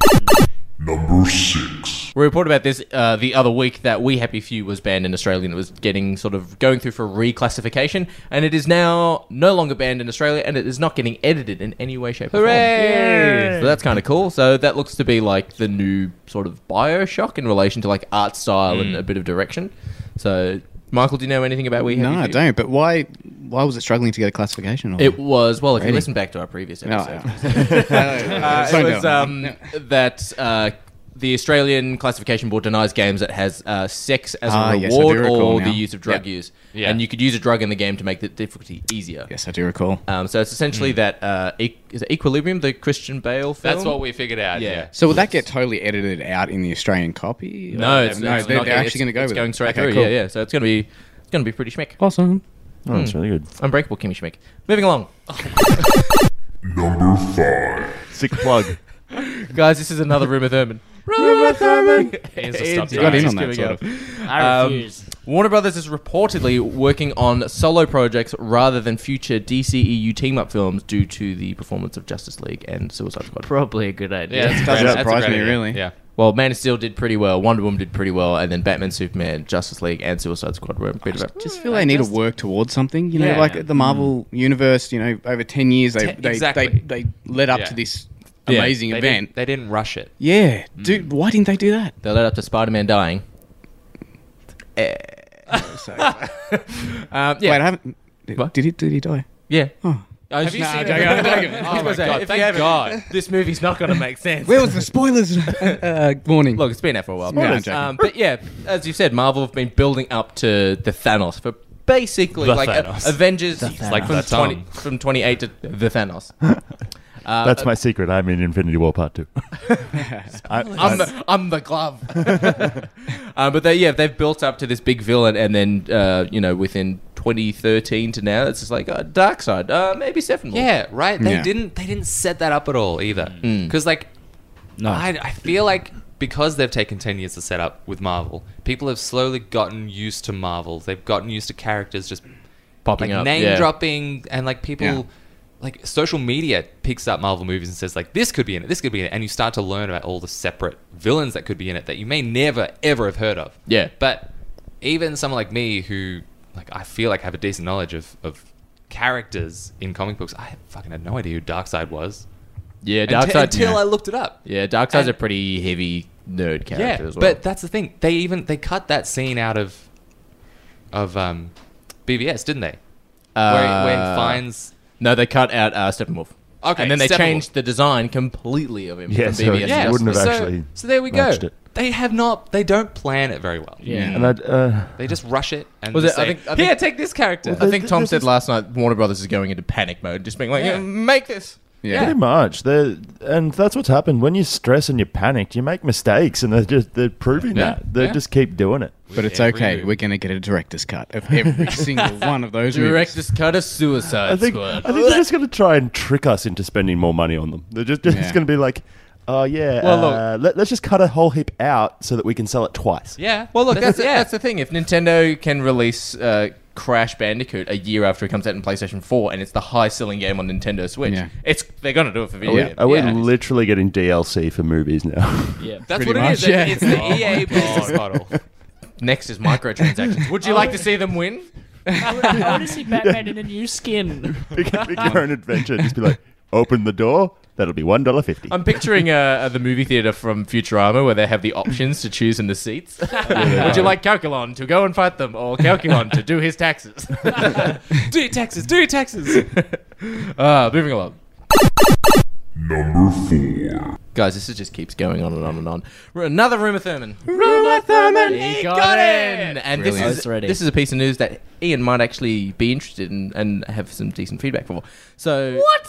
E: really-
D: We reported about this uh, the other week that We Happy Few was banned in Australia and it was getting sort of going through for reclassification, and it is now no longer banned in Australia and it is not getting edited in any way, shape, or form. So that's kind of cool. So that looks to be like the new sort of Bioshock in relation to like art style and a bit of direction. So, Michael, do you know anything about We Happy
A: No, I
D: Few?
A: don't. But why? Why was it struggling to get a classification? Or
D: It was well. If you
A: Rating.
D: listen back to our previous
A: no,
D: episode,
A: uh,
D: Uh, it was um, that uh, the Australian Classification Board denies games that has uh, sex as
A: Ah,
D: a
A: yes, I do
D: reward
A: recall
D: or
A: now.
D: the use of drug
A: Yeah.
D: use.
F: Yeah.
D: And you could use a drug in the game to make the difficulty easier.
A: yes, I do recall.
D: Um, so it's essentially that uh, e- is it Equilibrium, the Christian Bale film.
F: That's what we figured out.
D: Yeah.
F: Yeah.
A: So will that get totally edited out in the Australian copy? Uh,
D: No, it's,
A: no,
D: it's
A: they're,
D: not
A: they're actually
D: gonna- it's-
A: going to go
D: it's
A: with
D: going
A: it.
D: straight
A: Okay,
D: through.
A: cool.
D: Yeah, yeah. So it's going to be it's going to be pretty schmick.
A: Awesome.
G: Oh, that's really good.
D: Unbreakable Kimmy Schmick. Moving along,
G: Sick plug.
D: guys. This is another rumor, Thurman.
F: Ian's just stopped
A: Got in
F: driving.
A: on that sort of.
E: I refuse.
D: Warner Brothers is reportedly working on solo projects rather than future DCEU team up films due to the performance of Justice League and Suicide Squad.
E: Probably a good idea.
F: Yeah, that's,
A: Doesn't
F: that's a
A: surprise
F: great
A: me,
F: idea.
A: really.
F: Yeah.
D: Well, Man of Steel did pretty well, Wonder Woman did pretty well, and then Batman, Superman, Justice League, and Suicide Squad were a bit of a.
A: Just Mm. feel they need to work towards something. You know,
D: Yeah.
A: like the Marvel universe. You know, over ten years they
F: Ten-
A: they,
F: exactly.
A: they they led up
F: Yeah.
A: to this
D: Yeah,
A: amazing
F: They
A: event.
F: didn't, they didn't rush it.
A: Yeah,
D: Mm.
A: dude, why didn't they do that?
D: They led up to Spider Man dying. Eh,
A: So,
D: um, yeah.
A: Wait, I haven't. Did,
D: What?
A: did he? Did he die?
D: yeah.
A: Oh.
D: I was
F: Have you
D: just-
F: seen
D: Nah,
F: it?
D: don't- don't- don't-
F: Oh
D: I was
F: my
D: gonna say,
F: God,
D: if
F: thank
D: you haven't-
F: God.
D: This movie's not going to make sense.
A: Where was the spoilers uh, warning?
D: Look, it's been out for a while.
A: No, I'm joking.
D: um, but yeah, as you said, Marvel have been building up to the Thanos for basically
F: The
D: like a-
F: Thanos.
D: Avengers
F: like
D: from,
F: the
D: 20,
F: tongue.
D: from 28 to the Thanos. Uh,
G: That's my secret. I'm in Infinity War Part 2. I,
D: I'm
G: I,
D: the, I'm the glove. um, but they, yeah, they've built up to this big villain, and then uh, you know, within 2013 to now, it's just like uh, Dark Side, uh, maybe Stephen.
F: Yeah, right. They
A: Yeah.
F: didn't. They didn't set that up at all either.
D: Mm.
F: Because like,
E: No.
F: I, I feel like because they've taken ten years to set up with Marvel, people have slowly gotten used to Marvel. They've gotten used to characters just
D: popping
F: like
D: up,
F: name
D: yeah.
F: dropping and like people
A: Yeah.
F: like social media picks up Marvel movies and says like this could be in it, this could be in it, and you start to learn about all the separate villains that could be in it that you may never ever have heard of.
D: Yeah.
F: But even someone like me who like I feel like have a decent knowledge of, of characters in comic books, I fucking had no idea who Darkseid was.
D: Yeah,
F: Until-
D: Dark Side.
F: until
D: yeah.
F: I looked it up.
D: yeah, Dark Side's a
F: and-
D: pretty heavy nerd character
F: Yeah,
D: as well.
F: but that's the thing. They even they cut that scene out of of um, BBS, didn't they? Where, he- where he
D: Uh,
F: finds
D: No, they cut out uh, Steppenwolf.
F: Okay,
D: and then they
F: Steppenwolf.
D: changed the design completely of him
G: Yeah,
D: from
G: so
D: BBS.
G: Yeah,
D: to
G: wouldn't have
D: Justice
F: so,
D: League.
G: actually
F: So there we go.
G: matched it.
F: They have not. They don't plan it very well.
E: Yeah.
G: and I, uh,
F: They just rush it and
D: Was
F: just
D: it- I
F: say,
D: think- uh, I think-
F: "Here, take this character."
D: I think Tom said last night Warner Brothers is going into panic mode, just being like,
F: Yeah.
D: "Yeah, "Make this."
A: yeah.
G: Pretty much. They're, and that's what's happened. When you stress and you panic, you make mistakes, and they're just they're proving
F: Yeah.
G: that. They
F: Yeah.
G: just keep doing it.
A: but it's
F: every
A: okay.
F: movie.
A: We're going to get a director's cut of every single one of those movies.
D: Director's cut a Suicide
G: I think
D: Squad.
G: I think they're just going to try and trick us into spending more money on them. They're just, just
A: Yeah.
G: going to be like, oh yeah,
D: Well, look-
G: uh, let, us just cut a whole heap out so that we can sell it twice.
F: yeah.
D: well, look, that's,
F: yeah.
D: that's the thing. If Nintendo can release uh, Crash Bandicoot a year after it comes out in PlayStation 4, and it's the highest-selling game on Nintendo Switch,
A: Yeah.
D: it's they're gonna do it for
G: Are
D: video.
G: we,
D: games.
G: are we
F: Yeah.
G: literally getting DLC for movies now?
E: Yeah.
F: that's
A: pretty
F: what it is.
A: much, yeah.
F: It's the EA business model.
D: Next is microtransactions. Would you like to see them win?
E: I, would, I want to see Batman in a new skin.
G: pick, pick your own adventure. Just be like, open the door. That'll be one dollar fifty.
D: I'm picturing uh, uh, the movie theater from Futurama where they have the options to choose in the seats. Would you like Calculon to go and fight them, or Calculon to do his taxes?
F: do your taxes, do your taxes.
D: uh, moving along. Number four. Guys, this is just keeps going on and on and on. R- Another rumor Thurman. Rumor Thurman, he, got, in. And this
E: Brilliant.
D: is
E: Oh, it's ready.
D: this is a piece of news that Ian might actually be interested in and have some decent feedback for. So what?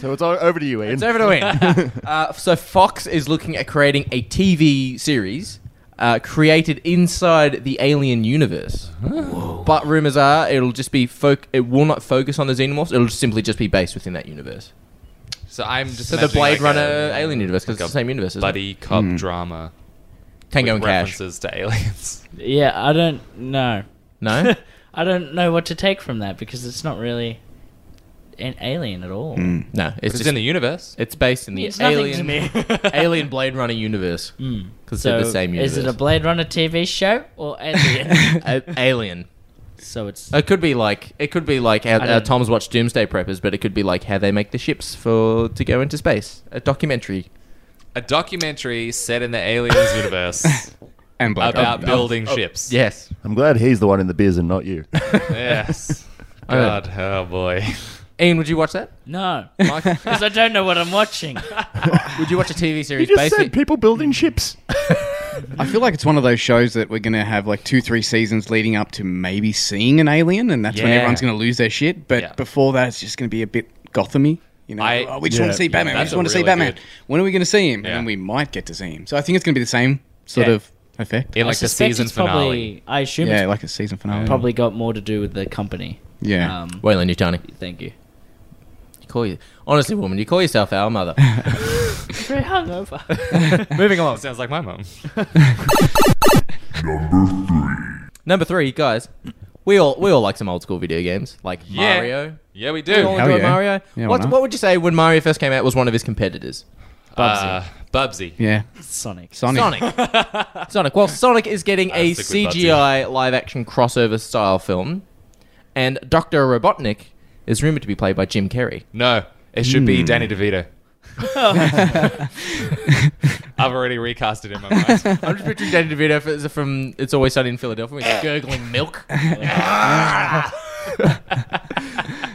G: so it's all over to you, Ian.
D: It's over to Ian. uh, so Fox is looking at creating a TV series uh, created inside the Alien universe. But rumors are it'll just be foc- it will not focus on the xenomorphs. It'll simply just be based within that universe.
F: So I'm just
D: So the
F: imagining
D: Blade
F: like
D: Runner
F: a-
D: Alien universe because
F: like
D: it's
F: a
D: the same universe. isn't it?
F: buddy cop
G: Hmm.
F: drama
D: Tango
F: with
D: and Cash.
F: references to aliens.
E: Yeah, I don't know.
D: No.
E: I don't know what to take from that because it's not really an alien at all.
A: Hmm.
G: Mm.
D: No, it's,
F: It's
D: just,
F: in the universe.
D: it's based in the
E: It's nothing to
D: alien
E: me.
D: alien Blade Runner universe because
E: Hmm. So
D: they're the same universe.
E: is it a Blade Runner TV show or alien? Uh,
D: A- alien?
E: so it's
D: It could be like it could be like how
E: I
D: uh,
E: don't-
D: Tom's watched Doomsday Preppers, but it could be like how they make the ships for to go into space. A documentary.
F: A documentary set in the aliens universe
A: And Um, Black
F: about
D: Oh,
A: Ops.
F: building ships.
D: Yes.
G: I'm glad he's the one in the beers and not you.
F: Yes.
D: Oh, yeah.
F: God, oh boy.
D: Ian, would you watch that?
E: no
D: Mike,
E: because I don't know what I'm watching.
D: would you watch a TV
G: He
D: series
G: just
D: based?
G: said people building ships.
A: I feel like it's one of those shows that we're going to have like two, three seasons leading up to maybe seeing an alien, and that's when
F: Yeah.
A: everyone's going to lose their shit. But
F: Yeah.
A: before that, it's just going to be a bit Gothamy. You know,
F: I-
A: oh, we just
G: Yeah.
A: want to see Batman. we
F: that's
A: just
F: a
A: want to see
F: really
A: Batman.
F: good-
A: When are we going to see him?
F: Yeah.
A: And then we might get to see him. So I think it's going to be the same sort
F: Yeah.
A: of effect.
F: In
E: I
F: like the
E: suspect
F: season
E: it's
F: finale.
E: Probably, I assume
A: yeah,
E: it's
A: like a season finale.
E: probably got more to do with the company.
A: Yeah.
E: Um,
D: Wayland Yutani.
E: thank you.
D: You call you honestly, woman. You call yourself our mother.
E: Very hungover.
D: Moving along.
F: Sounds like my mum.
D: Number three, guys. We all we all like some old school video games like
F: Yeah.
D: Mario.
F: Yeah,
D: We
F: we
D: all
F: do.
A: Hell
D: enjoy
A: yeah.
D: Mario.
A: Yeah, why
D: what,
A: not?
D: what would you say when Mario first came out was one of his competitors?
F: Uh, Bubsy.
A: yeah.
E: Sonic.
A: Sonic.
D: Sonic. Sonic. Well, Sonic is getting a
F: stick with
D: CGI live action crossover style film, and Dr. Robotnik is rumored to be played by Jim Carrey.
F: No, it should be Danny DeVito. I've already recast it in my mind.
D: I'm just picturing Danny DeVito f- from It's Always Sunny in Philadelphia with gurgling milk.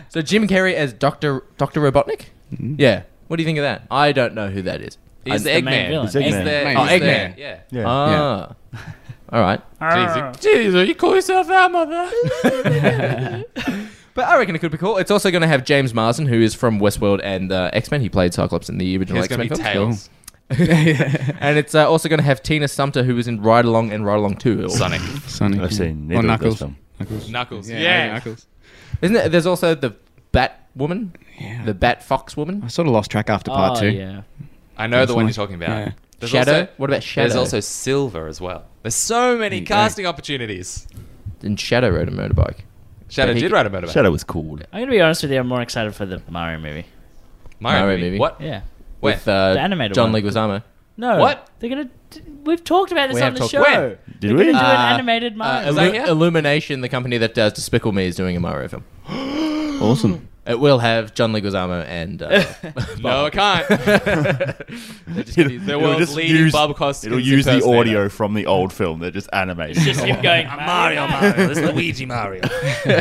D: so Jim Carrey as Dr. Dr. Robotnik? Yeah. What do you think of that? I don't know who that is.
F: He's the
E: the main
F: Eggman.
E: villain.
F: He's
G: He's
F: the
G: Eggman.
A: Oh,
F: he's the-
D: Eggman.
F: Yeah.
G: Yeah.
D: Ah. All right.
A: Ah.
F: Jeez, you-
D: Jesus, you call yourself our mother. but I reckon it could be cool. It's also going to have James Marsden, who is from Westworld and uh, X Men. He played Cyclops in the original
F: He's
D: X
F: gonna
D: Men
F: be
D: films.
F: Tails.
D: And it's uh, also going to have Tina Sumter, who was in Ride Along and Ride Along Two.
F: Sonic.
A: Sonic.
G: I've
A: yeah.
G: seen
A: Mm. Or
G: neither of those
A: Knuckles.
G: film.
A: Knuckles.
F: Knuckles. Yeah.
A: Yeah. Knuckles.
D: Isn't it? There's also the Bat Woman,
A: Yeah.
D: the Bat Fox
A: I
D: Woman,
A: sort of lost track after part
E: oh,
A: two.
E: Yeah.
F: I know the one you're
A: That's
F: talking
A: nice.
F: about.
A: Yeah.
F: There's
D: Shadow.
F: also-
D: what about Shadow?
F: There's also Silver as well. There's so many
A: you go.
F: casting opportunities.
D: and Shadow rode a motorbike.
F: Shadow
D: But he-
F: did write a motorbike.
G: Shadow was cool.
E: I'm gonna be honest with you. I'm more excited for the Mario movie.
F: Mario,
D: Mario
F: movie.
D: movie.
F: What?
E: Yeah.
F: When?
D: with uh,
E: The animated
D: John
E: one.
D: Leguizamo.
E: No.
F: What?
E: They're gonna. d- We've talked about this
D: We
E: on
D: have
E: the
D: talked-
E: show.
F: When?
G: Did
E: They're
G: we?
E: gonna do
D: Uh,
E: an animated
D: Uh,
E: Mario.
F: Is that
D: Illu-
F: here?
D: Illumination, the company that does Despicable Me, is doing a Mario film.
A: Ah, Awesome.
D: It will have John Leguizamo and uh,
F: No, I can't. The
G: Mm. It'll
F: world's
G: just
F: leading
G: use-
F: Bob Hoskins
G: It'll use the
F: impersonator.
G: audio from the old film. They're just animated.
E: just him going "Ah, Mario, Mario.
H: It's Luigi Mario.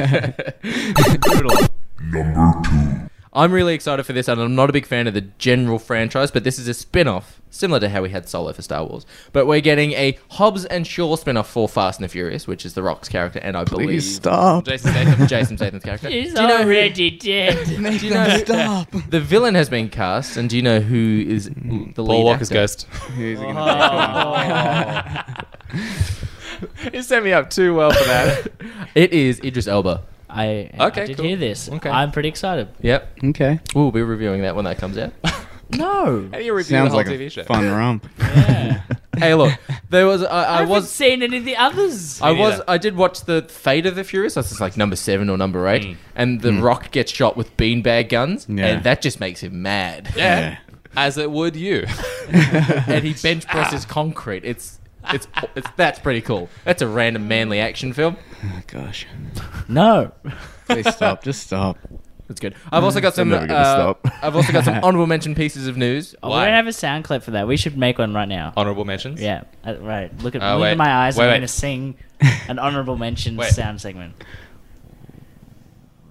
D: I'm really excited for this, and I'm not a big fan of the general franchise, but this is a spin off, similar to how we had Solo for Star Wars. But we're getting a Hobbs and Shaw spin off for Fast and the Furious, which is The Rock's character, and I believe
A: Please stop.
F: Jason Statham.
D: Jason Statham's character.
E: He's
D: Do you know who-
E: already dead.
A: Nathan, stop.
D: the villain has been cast, and do you know who is the
F: Mm. Paul
D: lead
F: Walker's
D: actor?
F: ghost.
A: Who's he gonna
D: Oh.
F: You Oh. set me up too well for that.
D: It is Idris Elba.
E: I,
F: Okay,
E: I did
F: cool.
E: hear this.
F: Okay.
E: I'm pretty excited.
D: Yep,
A: be? Okay.
D: we'll be reviewing that when that comes out.
E: No.
F: How do you review the
A: Sounds
F: whole
A: like
F: TV
A: a
F: show?
A: fun romp.
D: hey, look, there was I, I
E: I haven't
D: was
E: seen any of the others.
D: I
F: Me
D: was.
F: neither.
D: I did watch the Fate of the Furious. That's just like number seven or number eight,
F: Mm.
D: and the Rock gets shot with beanbag guns,
A: Yeah.
D: and that just makes him mad.
F: Yeah. As it would you.
E: Ah.
D: and he bench presses concrete. It's It's, it's that's pretty cool. That's a random manly action film.
A: Oh, gosh.
E: No.
A: Please stop. Just stop.
D: That's good. I've also got some.
G: never gonna
D: uh,
G: stop.
D: I've also got some honorable mention pieces of news.
E: Oh,
F: Why?
E: We don't have a sound clip for that. We should make one right now.
F: Honorable mentions.
E: Yeah, uh, right. Look at
F: Oh,
E: look
F: wait.
E: at my eyes.
F: Wait,
E: I'm
F: wait.
E: going to sing an honorable mention
F: Wait.
E: sound segment.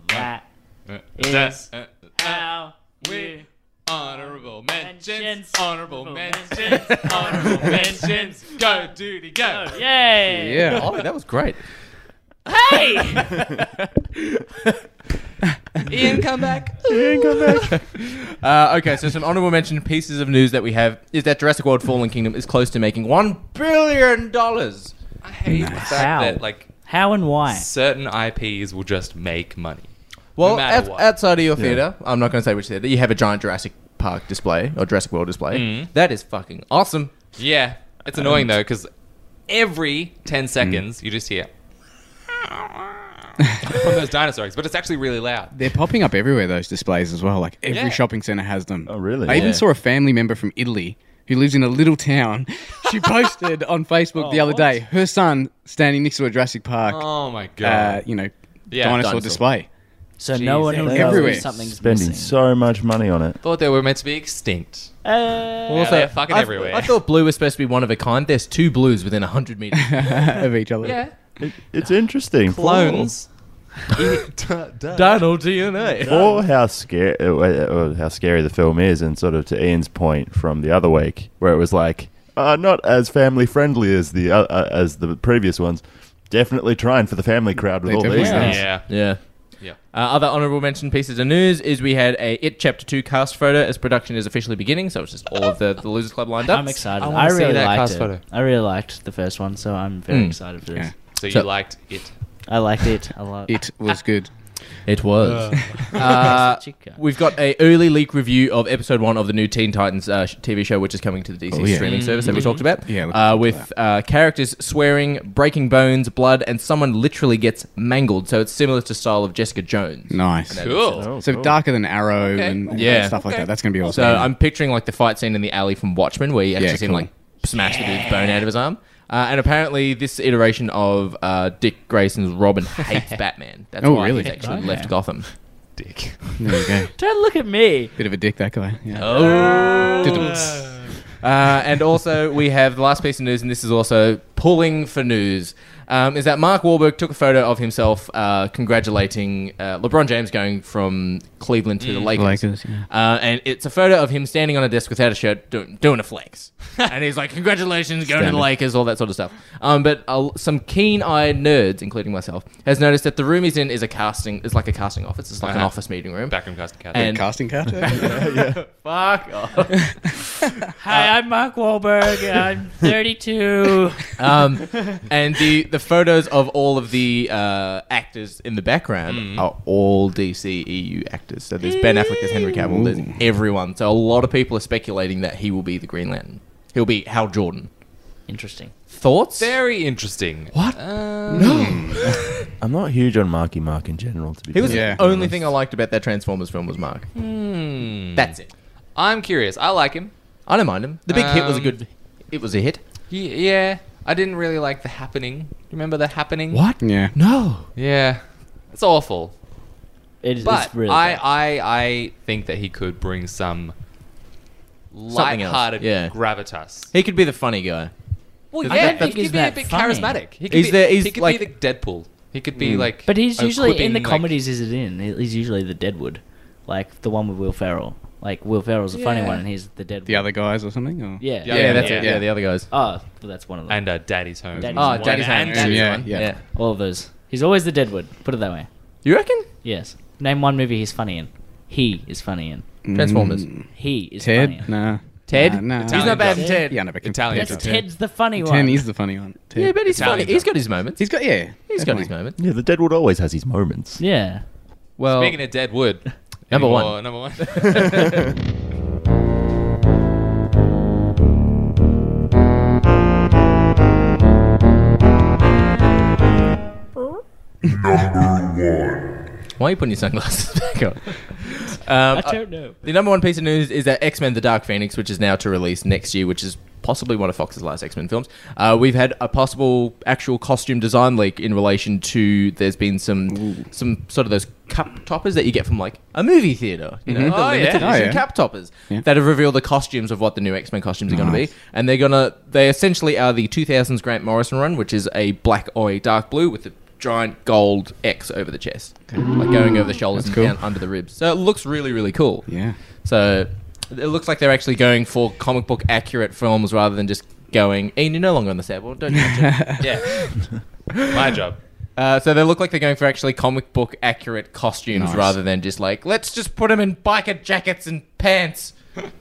E: That
F: Uh,
E: Yes.
F: uh,
E: how we
F: we honorable mentions.
E: Mentions.
F: Honorable
E: Mentions.
F: mentions. Honorable mentions. Go duty go.
E: go. Yay!
A: Yeah.
D: Ollie, that was great.
E: Hey!
F: Ian, come back.
D: Uh, okay, so some honorable mention pieces of news that we have is that Jurassic World: Fallen Kingdom is close to making one billion dollars.
F: I hate the fact
E: How?
F: that like
E: How and why?
F: certain IPs will just make money.
D: Well,
F: matter
D: out-
F: what.
D: outside of your theater, I'm not going to say which theater. You have a giant Jurassic Park display or Jurassic World display.
F: Mm.
D: That is fucking awesome.
F: Yeah, it's annoying though because every ten seconds you just hear from those dinosaur eggs, but it's actually really loud.
A: They're popping up everywhere, those displays as well. Like every
F: Yeah.
A: shopping center has them.
G: Oh, really?
A: I
D: Yeah.
A: even saw a family member from Italy who lives in a little town. She posted on Facebook the other day her son standing next to a Jurassic Park,
F: Oh my god!
A: uh, you know,
F: Yeah,
A: dinosaur,
D: dinosaur.
A: display.
E: So no one
F: Jesus.
E: who
A: Everywhere.
E: knows something's
G: Spending
E: missing.
G: so much money on it.
F: Thought they were meant to be extinct.
E: Uh,
F: Also, they're fucking
D: I,
F: everywhere.
D: I thought blue was supposed to be one of a kind. There's two blues within hundred meters.
A: of each other.
F: yeah,
G: It, it's interesting.
F: clones.
D: Dino DNA.
G: Or how scary, or uh, how scary the film is, and sort of to Ian's point from the other week, where it was like, uh, not as family friendly as the uh, uh, as the previous ones. Definitely trying for the family crowd with
A: They
G: all these
A: definitely
G: things.
F: Yeah,
D: Yeah.
F: yeah.
D: Uh, other honourable mention pieces of news is we had a It Chapter Two cast photo as production is officially beginning, so it's just all of the, the Losers Club lined up.
E: I'm excited.
F: I
E: I,
F: wanna see
E: really
F: that
E: liked
F: class
E: it.
F: photo.
E: I really liked the first one, so I'm very
F: Hmm.
D: Mm.
E: excited for this.
A: Yeah.
F: So you
D: So-
F: liked it.
E: I liked it a lot.
A: It was good.
D: It was. Uh,
E: Chica.
D: we've got a early leak review of episode one of the new Teen Titans uh, sh- TV show, which is coming to the DC
A: Oh, yeah.
D: streaming service
F: Mm-hmm.
D: that we talked about.
A: Yeah, looking
D: uh,
A: forward to
D: with uh, characters swearing, breaking bones, blood, and someone literally gets mangled. So it's similar to style of Jessica Jones.
A: Nice.
F: Cool.
G: Oh,
A: So
G: cool.
A: darker than Arrow
F: Okay.
A: and all that
D: Yeah.
A: stuff like that. That's going to be awesome.
D: So I'm picturing like the fight scene in the alley from Watchmen, where you actually
A: Yeah,
D: see him
A: cool.
D: like smash the dude's bone out of his arm. Uh, and apparently, this iteration of uh, Dick Grayson's Robin hates Batman. That's
A: Oh,
D: why
A: really?
D: he's actually
E: Okay.
D: left Gotham.
F: Dick.
A: there you go.
E: Don't look at me.
A: Bit of a dick, that guy. Yeah.
D: Oh.
A: Diddles.
D: Uh, and also, we have the last piece of news, and this is also pulling for news. Um, is that Mark Wahlberg took a photo of himself uh, congratulating uh, LeBron James going from Cleveland to the Lakers.
A: Lakers, yeah.
D: uh, and it's a photo of him standing on a desk without a shirt doing, doing a flex. and he's like, Congratulations, going to the
A: Standard.
D: Lakers, all that sort of stuff. Um, but uh, some keen eyed nerds, including myself, has noticed that the room he's in is a casting, is like a casting office. It's like an
F: Uh-huh.
D: office meeting room.
F: Back from Cast Cat.
D: And-
A: Casting couch. Yeah.
D: Fuck off.
F: Uh,
E: Hi, I'm Mark Wahlberg. I'm 32.
D: um, and the, the photos of all of the uh, actors in the background
F: Mm-hmm.
D: are all DCEU actors. So there's Ben Affleck, there's Henry Cavill, there's everyone. So a lot of people are speculating that he will be the Green Lantern. He'll be Hal Jordan.
E: Interesting.
D: Thoughts?
F: Very interesting.
D: What?
F: Uh,
G: I'm not huge on Marky Mark in general. To be
D: He was
A: Yeah.
D: the only thing I liked about that Transformers film was Mark.
F: Hmm.
D: That's it.
F: I'm curious. I like him.
D: I don't mind him. The big hit was a
F: Um,
D: good. It was a hit.
F: Ye- yeah. I didn't really like the happening. Remember the happening?
A: yeah.
D: No.
F: Yeah. It's awful.
E: It is
F: But
E: it's really
F: I,
E: bad.
F: I, I think that he could bring some
D: Something else,
F: light-hearted
D: yeah.
F: gravitas.
D: He could be the funny guy.
F: Well,
D: I
F: yeah,
D: don't
F: he
E: think
F: could
E: he's
F: be a
E: that
F: bit
E: funny.
F: charismatic. He could,
D: He's
F: be,
D: there- he's
F: he could
D: like-
F: be the Deadpool. He could be like.
E: But he's
F: a
E: usually in the
F: quipping, like-
E: comedies. Is it in? He's usually the Deadwood, like the one with Will Ferrell. Like Will Ferrell's a funny
F: Yeah.
E: one, and he's the Deadwood.
A: The other guys or something? Or?
E: Yeah.
D: Yeah, that's it. Yeah, the other guys.
E: Oh, well, that's one of them.
F: And uh, Daddy's Home.
E: Daddy's
D: Oh,
E: Oh,
F: One
D: Daddy's
E: Daddy's
D: Hand.
F: and uh,
A: Home.
F: Two.
A: Yeah, yeah.
E: All of those. He's always the Deadwood. Put it that way.
D: You reckon?
A: Mm,
E: Yes. Name one movie he's funny in. He is funny in.
D: Transformers.
E: He is
A: Ted?
E: funny. In.
A: Nah.
D: Ted?
A: Nah, nah.
D: He's not bad in
E: Ted.
D: Ted.
A: Yeah, no, but
F: Italian
A: compared
E: That's
A: to
F: Ted.
E: Ted's the funny one.
A: Ten is the funny one. Ted.
D: Yeah, but he's
F: Italian
D: funny. He's
F: guy.
D: got his moments.
A: he's got yeah.
D: He's got his
A: definitely.
D: moments.
G: yeah, the Deadwood always has his moments.
E: yeah.
D: Well,
F: Speaking of Deadwood.
D: Number
F: Or
D: one.
F: Number one.
D: why are you putting your sunglasses back on? Um,
E: I don't know.
F: Uh,
D: the number one piece of news is that X Men: The Dark Phoenix, which is now to release next year, which is possibly one of Fox's last X Men films. Uh, we've had a possible actual costume design leak in relation to there's been some some sort of those cup toppers that you get from like a movie theater, you know, the
F: Oh,
D: limited
F: yeah.
A: Oh,
D: edition
A: yeah.
D: cap toppers that have revealed the costumes of what the new X Men costumes are going to be, and they're gonna they essentially are the 2000s Grant Morrison run, which is a black or a dark blue with a giant gold X over the chest, like going over the shoulders and
A: cool.
D: down under the ribs. So it looks really really cool.
A: Yeah.
D: So it looks like they're actually going for comic book accurate films rather than just going. Ian, you're no longer on the set. Well, don't touch it.
F: Yeah. My job.
D: Uh, so they look like they're going for actually comic book accurate costumes
A: Nice.
D: rather than just like let's just put them in biker jackets and pants.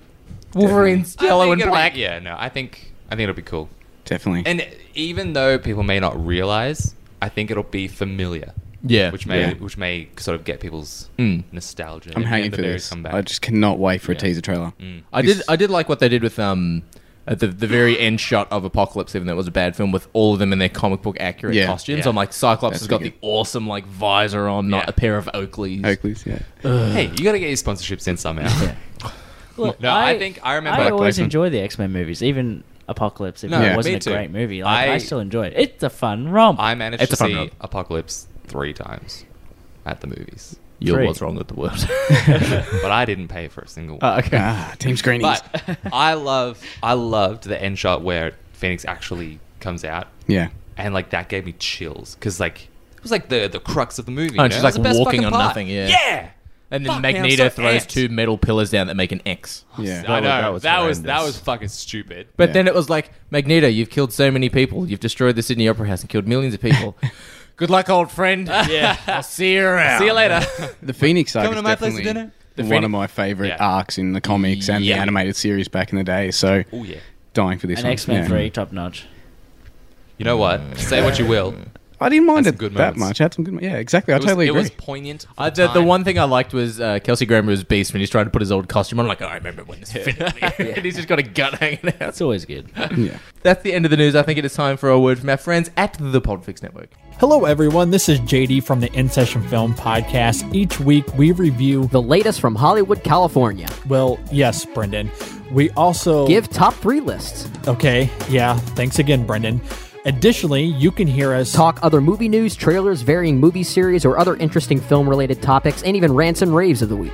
D: Wolverine's
F: I
D: yellow
F: think
D: and
F: it'll be-
D: black.
F: yeah, no, I think I think it'll be cool.
A: Definitely.
F: And even though people may not realize, I think it'll be familiar.
D: Yeah.
F: Which may
A: Yeah.
F: which may sort of get people's
D: Mm.
F: nostalgia.
A: I'm
F: If
A: hanging
F: the
A: for
F: berries
A: this.
F: Come back.
A: I just cannot wait for a
F: Yeah.
A: teaser trailer.
F: Mm.
D: I did. I did like what they did with um, at the the very end shot of Apocalypse, even though it was a bad film, with all of them in their comic book accurate
A: Yeah.
D: costumes.
F: Yeah.
D: I'm like, Cyclops
A: That's
D: has got
A: pretty
D: the awesome like visor on, not
F: Yeah.
D: a pair of Oakleys.
A: Oakley's, yeah.
F: Hey, you got to get your sponsorships in somehow.
E: Look,
F: No, I think- I remember-
A: Product
E: always
A: placement.
E: enjoy the X Men movies, even Apocalypse. If
F: No,
A: me
E: it wasn't a
F: too.
E: great movie, like, I,
F: I-
E: still enjoy it. It's a fun romp.
F: I managed
D: It's a
F: to
D: fun
F: see
D: road.
F: Apocalypse three times at the movies,
D: You're
E: Three.
D: what's wrong with the world.
F: but I didn't pay for a single one.
D: Oh, okay.
A: Ah, team screenings.
F: but I love, I loved the end shot where Phoenix actually comes out,
A: yeah.
F: and like that gave me chills because like it was like the the crux of the movie.
D: Oh,
F: you
D: and
F: know?
D: she's,
F: It was
D: like,
F: the best
D: walking
F: fucking
D: on
F: part.
D: nothing, yeah.
F: yeah.
D: and then
F: Fuck, man, I'm
D: Magneto
F: so
D: throws
F: amped.
D: two metal pillars down that make an X.
A: Yeah.
F: I know that
G: that
F: was
G: was
F: that was,
G: horrendous.
F: fucking stupid.
D: But
A: Yeah.
D: then it was like, Magneto, you've killed so many people. You've destroyed the Sydney Opera House and killed millions of people. Good luck, old friend. Yeah. I'll see you around.
F: See you later.
A: The Phoenix arc
F: Coming
A: is
F: to my place for
A: definitely one
F: dinner?
D: Phoenix-
A: of my favorite
F: Yeah.
A: arcs in the comics and the
D: Yeah.
A: animated series back in the day. So
F: oh yeah.
A: dying for this
E: and
A: one.
E: X Men
A: Yeah.
E: Three, top notch.
F: You know what?
D: Mm.
F: Say what you will.
A: I didn't mind
F: Had some
A: it
F: good
A: that
F: moments.
A: much. I had some good. mo- Yeah, exactly. I
F: It was,
A: totally
F: it
A: agree.
F: was poignant. for
D: I, the, the
F: time.
D: one thing I liked was uh, Kelsey Grammer's Beast when he's trying to put his old costume on. Like, "Oh, I remember when this finished. and he's just got a gut hanging out.
E: That's always good.
A: yeah.
D: That's the end of the news. I think it is time for a word from our friends at the Podfix Network.
J: Hello, everyone. This is JD from the In Session Film Podcast. Each week, we review the.
K: The latest from Hollywood, California.
J: Well, yes, Brendan. We also
K: Give top three lists.
J: Okay, yeah. Thanks again, Brendan. Additionally, you can hear us
K: Talk other movie news, trailers, varying movie series, or other interesting film related topics, and even rants and raves of the week.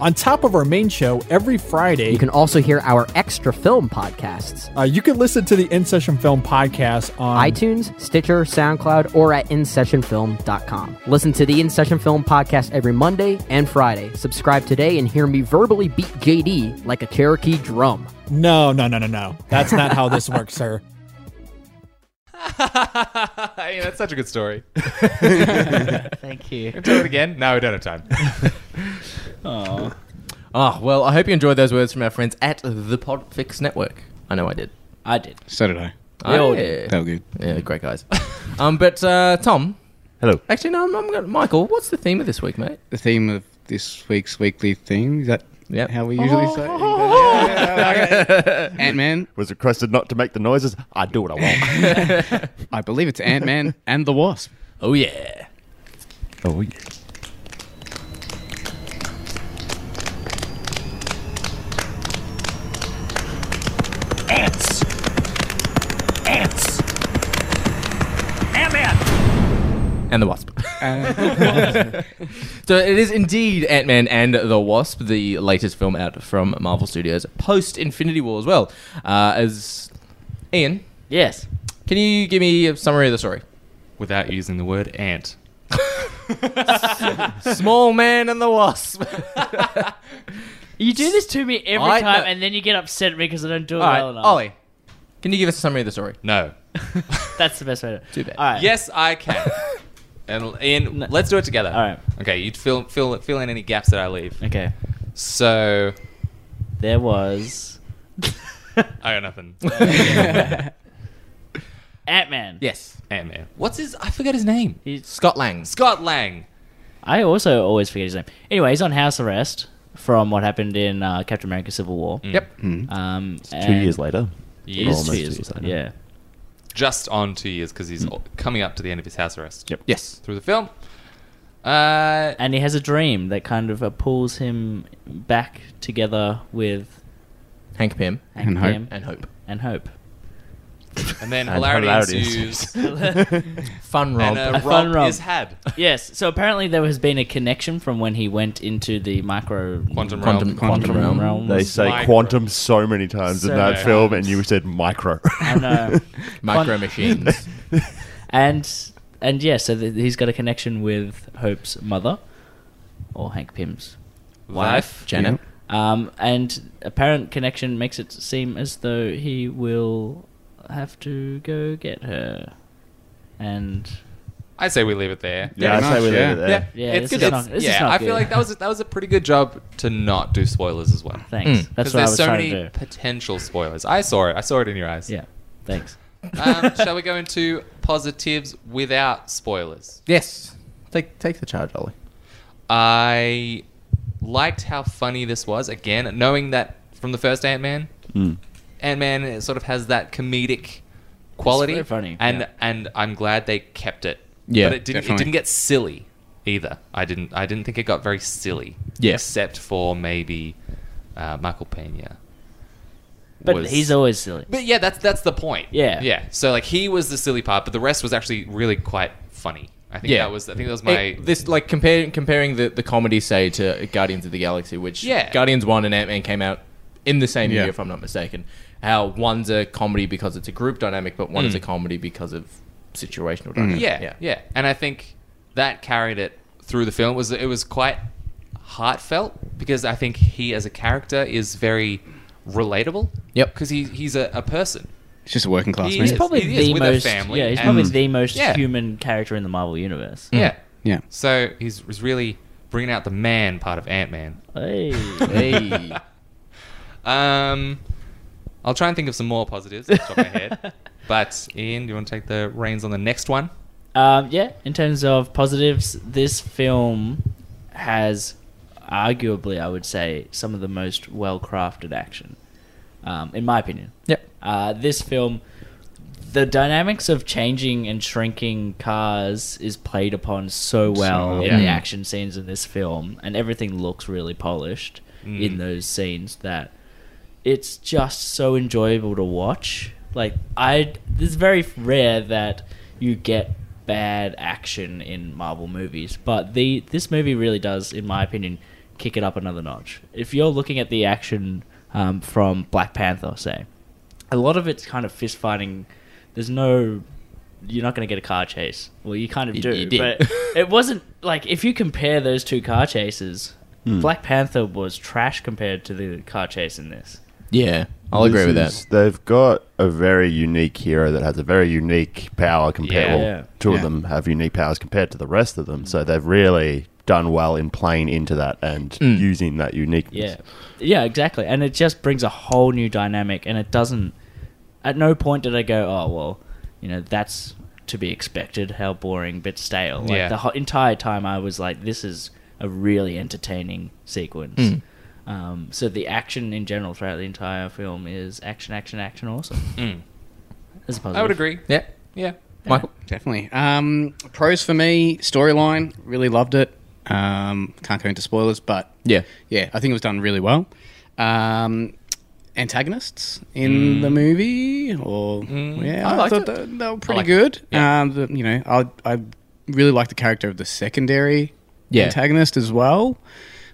J: on top of our main show every Friday.
K: You can also hear our extra film podcasts
J: uh, you can listen to the In Session Film Podcast on
K: iTunes, Stitcher, SoundCloud, or at InSessionFilm.com. Listen to the In Session Film podcast every Monday and Friday. Subscribe today and hear me verbally beat JD like a Cherokee drum.
J: No, no, no, no, no. That's not how this works, sir.
F: Hey, that's such a good story.
E: Thank you.
F: Do it again? No, we don't have time.
D: Ah, well, I hope you enjoyed those words from our friends at the Podfix Network. I know I did.
E: I did.
A: So did I.
D: I
E: all
D: did.
A: That was good.
D: Yeah, great guys. um, but uh, Tom,
G: Hello.
D: actually, no, I'm, I'm gonna, Michael. What's the theme of this week, mate?
A: The theme of this week's weekly theme is that
D: Yep.
A: how we usually
F: Oh.
A: say. Ant Man.
G: Was requested not to make the noises. I do what I want.
A: I believe it's Ant Man and the Wasp.
D: Oh yeah.
G: oh yeah.
L: Ants. Ants. Ant-Man.
D: And the Wasp. so it is indeed Ant Man and the Wasp, the latest film out from Marvel Studios post Infinity War as well. Uh, as Ian,
E: Yes.
D: can you give me a summary of the story?
F: Without using the word ant.
D: Small Man and the Wasp.
E: You do this to me every
D: I
E: time,
D: know-
E: and then you get upset at me because I don't do it
D: All right,
E: well enough.
D: Ollie, can you give us a summary of the story?
F: No.
E: That's the best way to.
D: Too bad.
E: All right.
F: Yes, I can. and Ian,
E: No.
F: let's do it together.
E: All right.
F: Okay, you'd fill fill fill in any gaps that I leave.
E: Okay.
F: So
E: There was
F: I got nothing.
E: Ant Man.
D: Yes.
F: Ant Man. What's his? I forget his name.
D: Scott Lang.
F: Scott Lang.
E: I also always forget his name. Anyway, he's on house arrest from what happened in uh, Captain America: Civil War.
D: Yep.
E: Um,
G: Two years later.
E: It is
G: Almost
E: two years. later. Yeah.
F: Just on two years because he's coming up to the end of his house arrest.
G: Yep.
D: Yes.
F: Through the film. Uh,
E: And he has a dream that kind of uh, pulls him back together with
D: Hank Pym,
E: Hank And Hope. Pym.
D: and Hope,
E: and Hope.
F: And then
D: And
F: hilarity,
D: hilarity
F: ensues.
D: ensues. Fun romp.
F: And
D: A
F: a, romp
D: fun romp.
F: is had.
E: yes. So apparently there has been a connection from when he went into the micro
F: Quantum
G: Quantum-
F: realm. Quantum realm.
E: realms.
G: They say
E: Micro.
G: quantum so many times
E: So
G: in that
E: many
G: film,
E: times.
G: and you said micro.
E: I know.
D: Micro
E: Quant-
D: machines.
E: and and yeah, so th- he's got a connection with Hope's mother, or Hank Pym's wife,
D: Wife, Janet.
E: Um, and apparent connection makes it seem as though he will have to go get her, and
F: I say we leave it there.
G: Yeah, I'd say we leave it there.
F: Yeah,
E: Yeah,
F: it's,
E: this is
F: it's-
E: not- this is
F: yeah,
E: not
F: I
E: good.
F: feel like that was that was a pretty good job to not do spoilers as well.
E: Thanks. Mm. That's
F: 'Cause Hmm.
E: what I
F: there's
E: was
F: so
E: trying
F: many
E: to do.
F: potential spoilers. I saw it. I saw it in your eyes.
E: yeah, thanks.
F: um, shall we go into positives without spoilers?
D: Yes, take take the charge, Ollie.
F: I liked how funny this was. Again, knowing that from the first Ant Man,
G: Mm.
F: Ant Man sort of has that comedic quality.
E: very funny,
F: And
E: yeah.
F: and I'm glad they kept it.
D: Yeah,
F: But it didn't
D: definitely.
F: it didn't get silly either. I didn't I didn't think it got very silly.
D: Yeah.
F: Except for maybe uh, Michael Pena.
E: But
F: was-
E: he's always silly.
F: But yeah, that's that's the point.
E: Yeah.
F: Yeah. So like he was the silly part, but the rest was actually really quite funny. I think that was I think that was my
D: It- this like comparing comparing the the comedy say to Guardians of the Galaxy, which
F: Yeah.
D: Guardians One and Ant Man came out in the same
A: Yeah.
D: year, if I'm not mistaken. How one's a comedy because it's a group dynamic, but one is
F: Mm.
D: a comedy because of situational
F: Yeah,
D: dynamic.
F: yeah, And I think that carried it through the film. It was it was quite heartfelt because I think he as a character is very relatable.
D: Yep.
F: Because he he's a, a person.
A: It's just a working class
F: He
A: man.
F: is-
E: He's probably
F: he is
E: the
F: with a
E: most
F: family
E: yeah, he's
F: and-
E: probably the most
F: Yeah.
E: human character in the Marvel universe.
F: Yeah.
A: Yeah.
F: So he's, he's really bringing out the man part of Ant Man.
E: Hey.
D: Hey.
F: Um, I'll try and think of some more positives off the top of my head. But Ian, do you want to take the reins on the next one?
E: Um, yeah, in terms of positives, this film has arguably, I would say, some of the most well crafted action, um, in my opinion.
D: Yep.
E: Uh, this film, the dynamics of changing and shrinking cars is played upon so well
A: So,
E: in the
A: yeah.
E: action scenes in this film, and everything looks really polished
F: Mm.
E: in those scenes that it's just so enjoyable to watch. Like I, it's very rare that you get bad action in Marvel movies, but the this movie really does, in my opinion, kick it up another notch. If you're looking at the action um, from Black Panther, say, a lot of it's kind of fist fighting. There's no, you're not going to get a car chase. Well, you kind of
D: You-
E: do,
D: you did.
E: but it wasn't like if you compare those two car chases,
G: Hmm.
E: Black Panther was trash compared to the car chase in this.
D: Yeah, I'll agree with that.
G: They've got a very unique hero that has a very unique power compared.
F: Yeah.
G: well,
E: Yeah.
G: two of
A: Yeah.
G: them have unique powers compared to the rest of them. So they've really done well in playing into that and
D: Mm.
G: using that uniqueness.
E: Yeah, yeah, exactly. And it just brings a whole new dynamic, and it doesn't. At no point did I go, oh well, you know that's to be expected. How boring, but stale. Like
F: Yeah.
E: the ho- entire time, I was like, this is a really entertaining sequence.
D: Mm.
E: Um, so the action in general throughout the entire film is action, action, action, awesome. As a
F: I would
E: positive.
F: agree.
D: Yeah,
F: Yeah.
D: Michael.
A: Definitely. Um, pros for me, storyline, really loved it. Um, can't go into spoilers, but
D: Yeah.
A: yeah, I think it was done really well. Um, antagonists in the movie, or yeah,
D: Mm. I
A: I,
D: liked
A: thought
D: it.
A: that, they were pretty
D: liked it.
A: good. Um, the- you know, I I really like the character of the secondary
D: Yeah.
A: antagonist as well,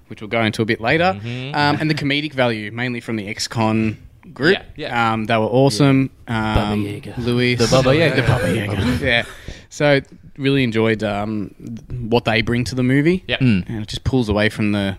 A: which we'll go into a bit later,
D: Mm-hmm.
A: um, and the comedic value mainly from the ex-con group.
F: Yeah, yeah.
A: Um, they were awesome. Um,
E: Yaga.
A: Louis,
D: The Baba Yaga.
A: the Baba Yaga. yeah. So really enjoyed um, what they bring to the movie.
F: Yep.
A: And it just pulls away from the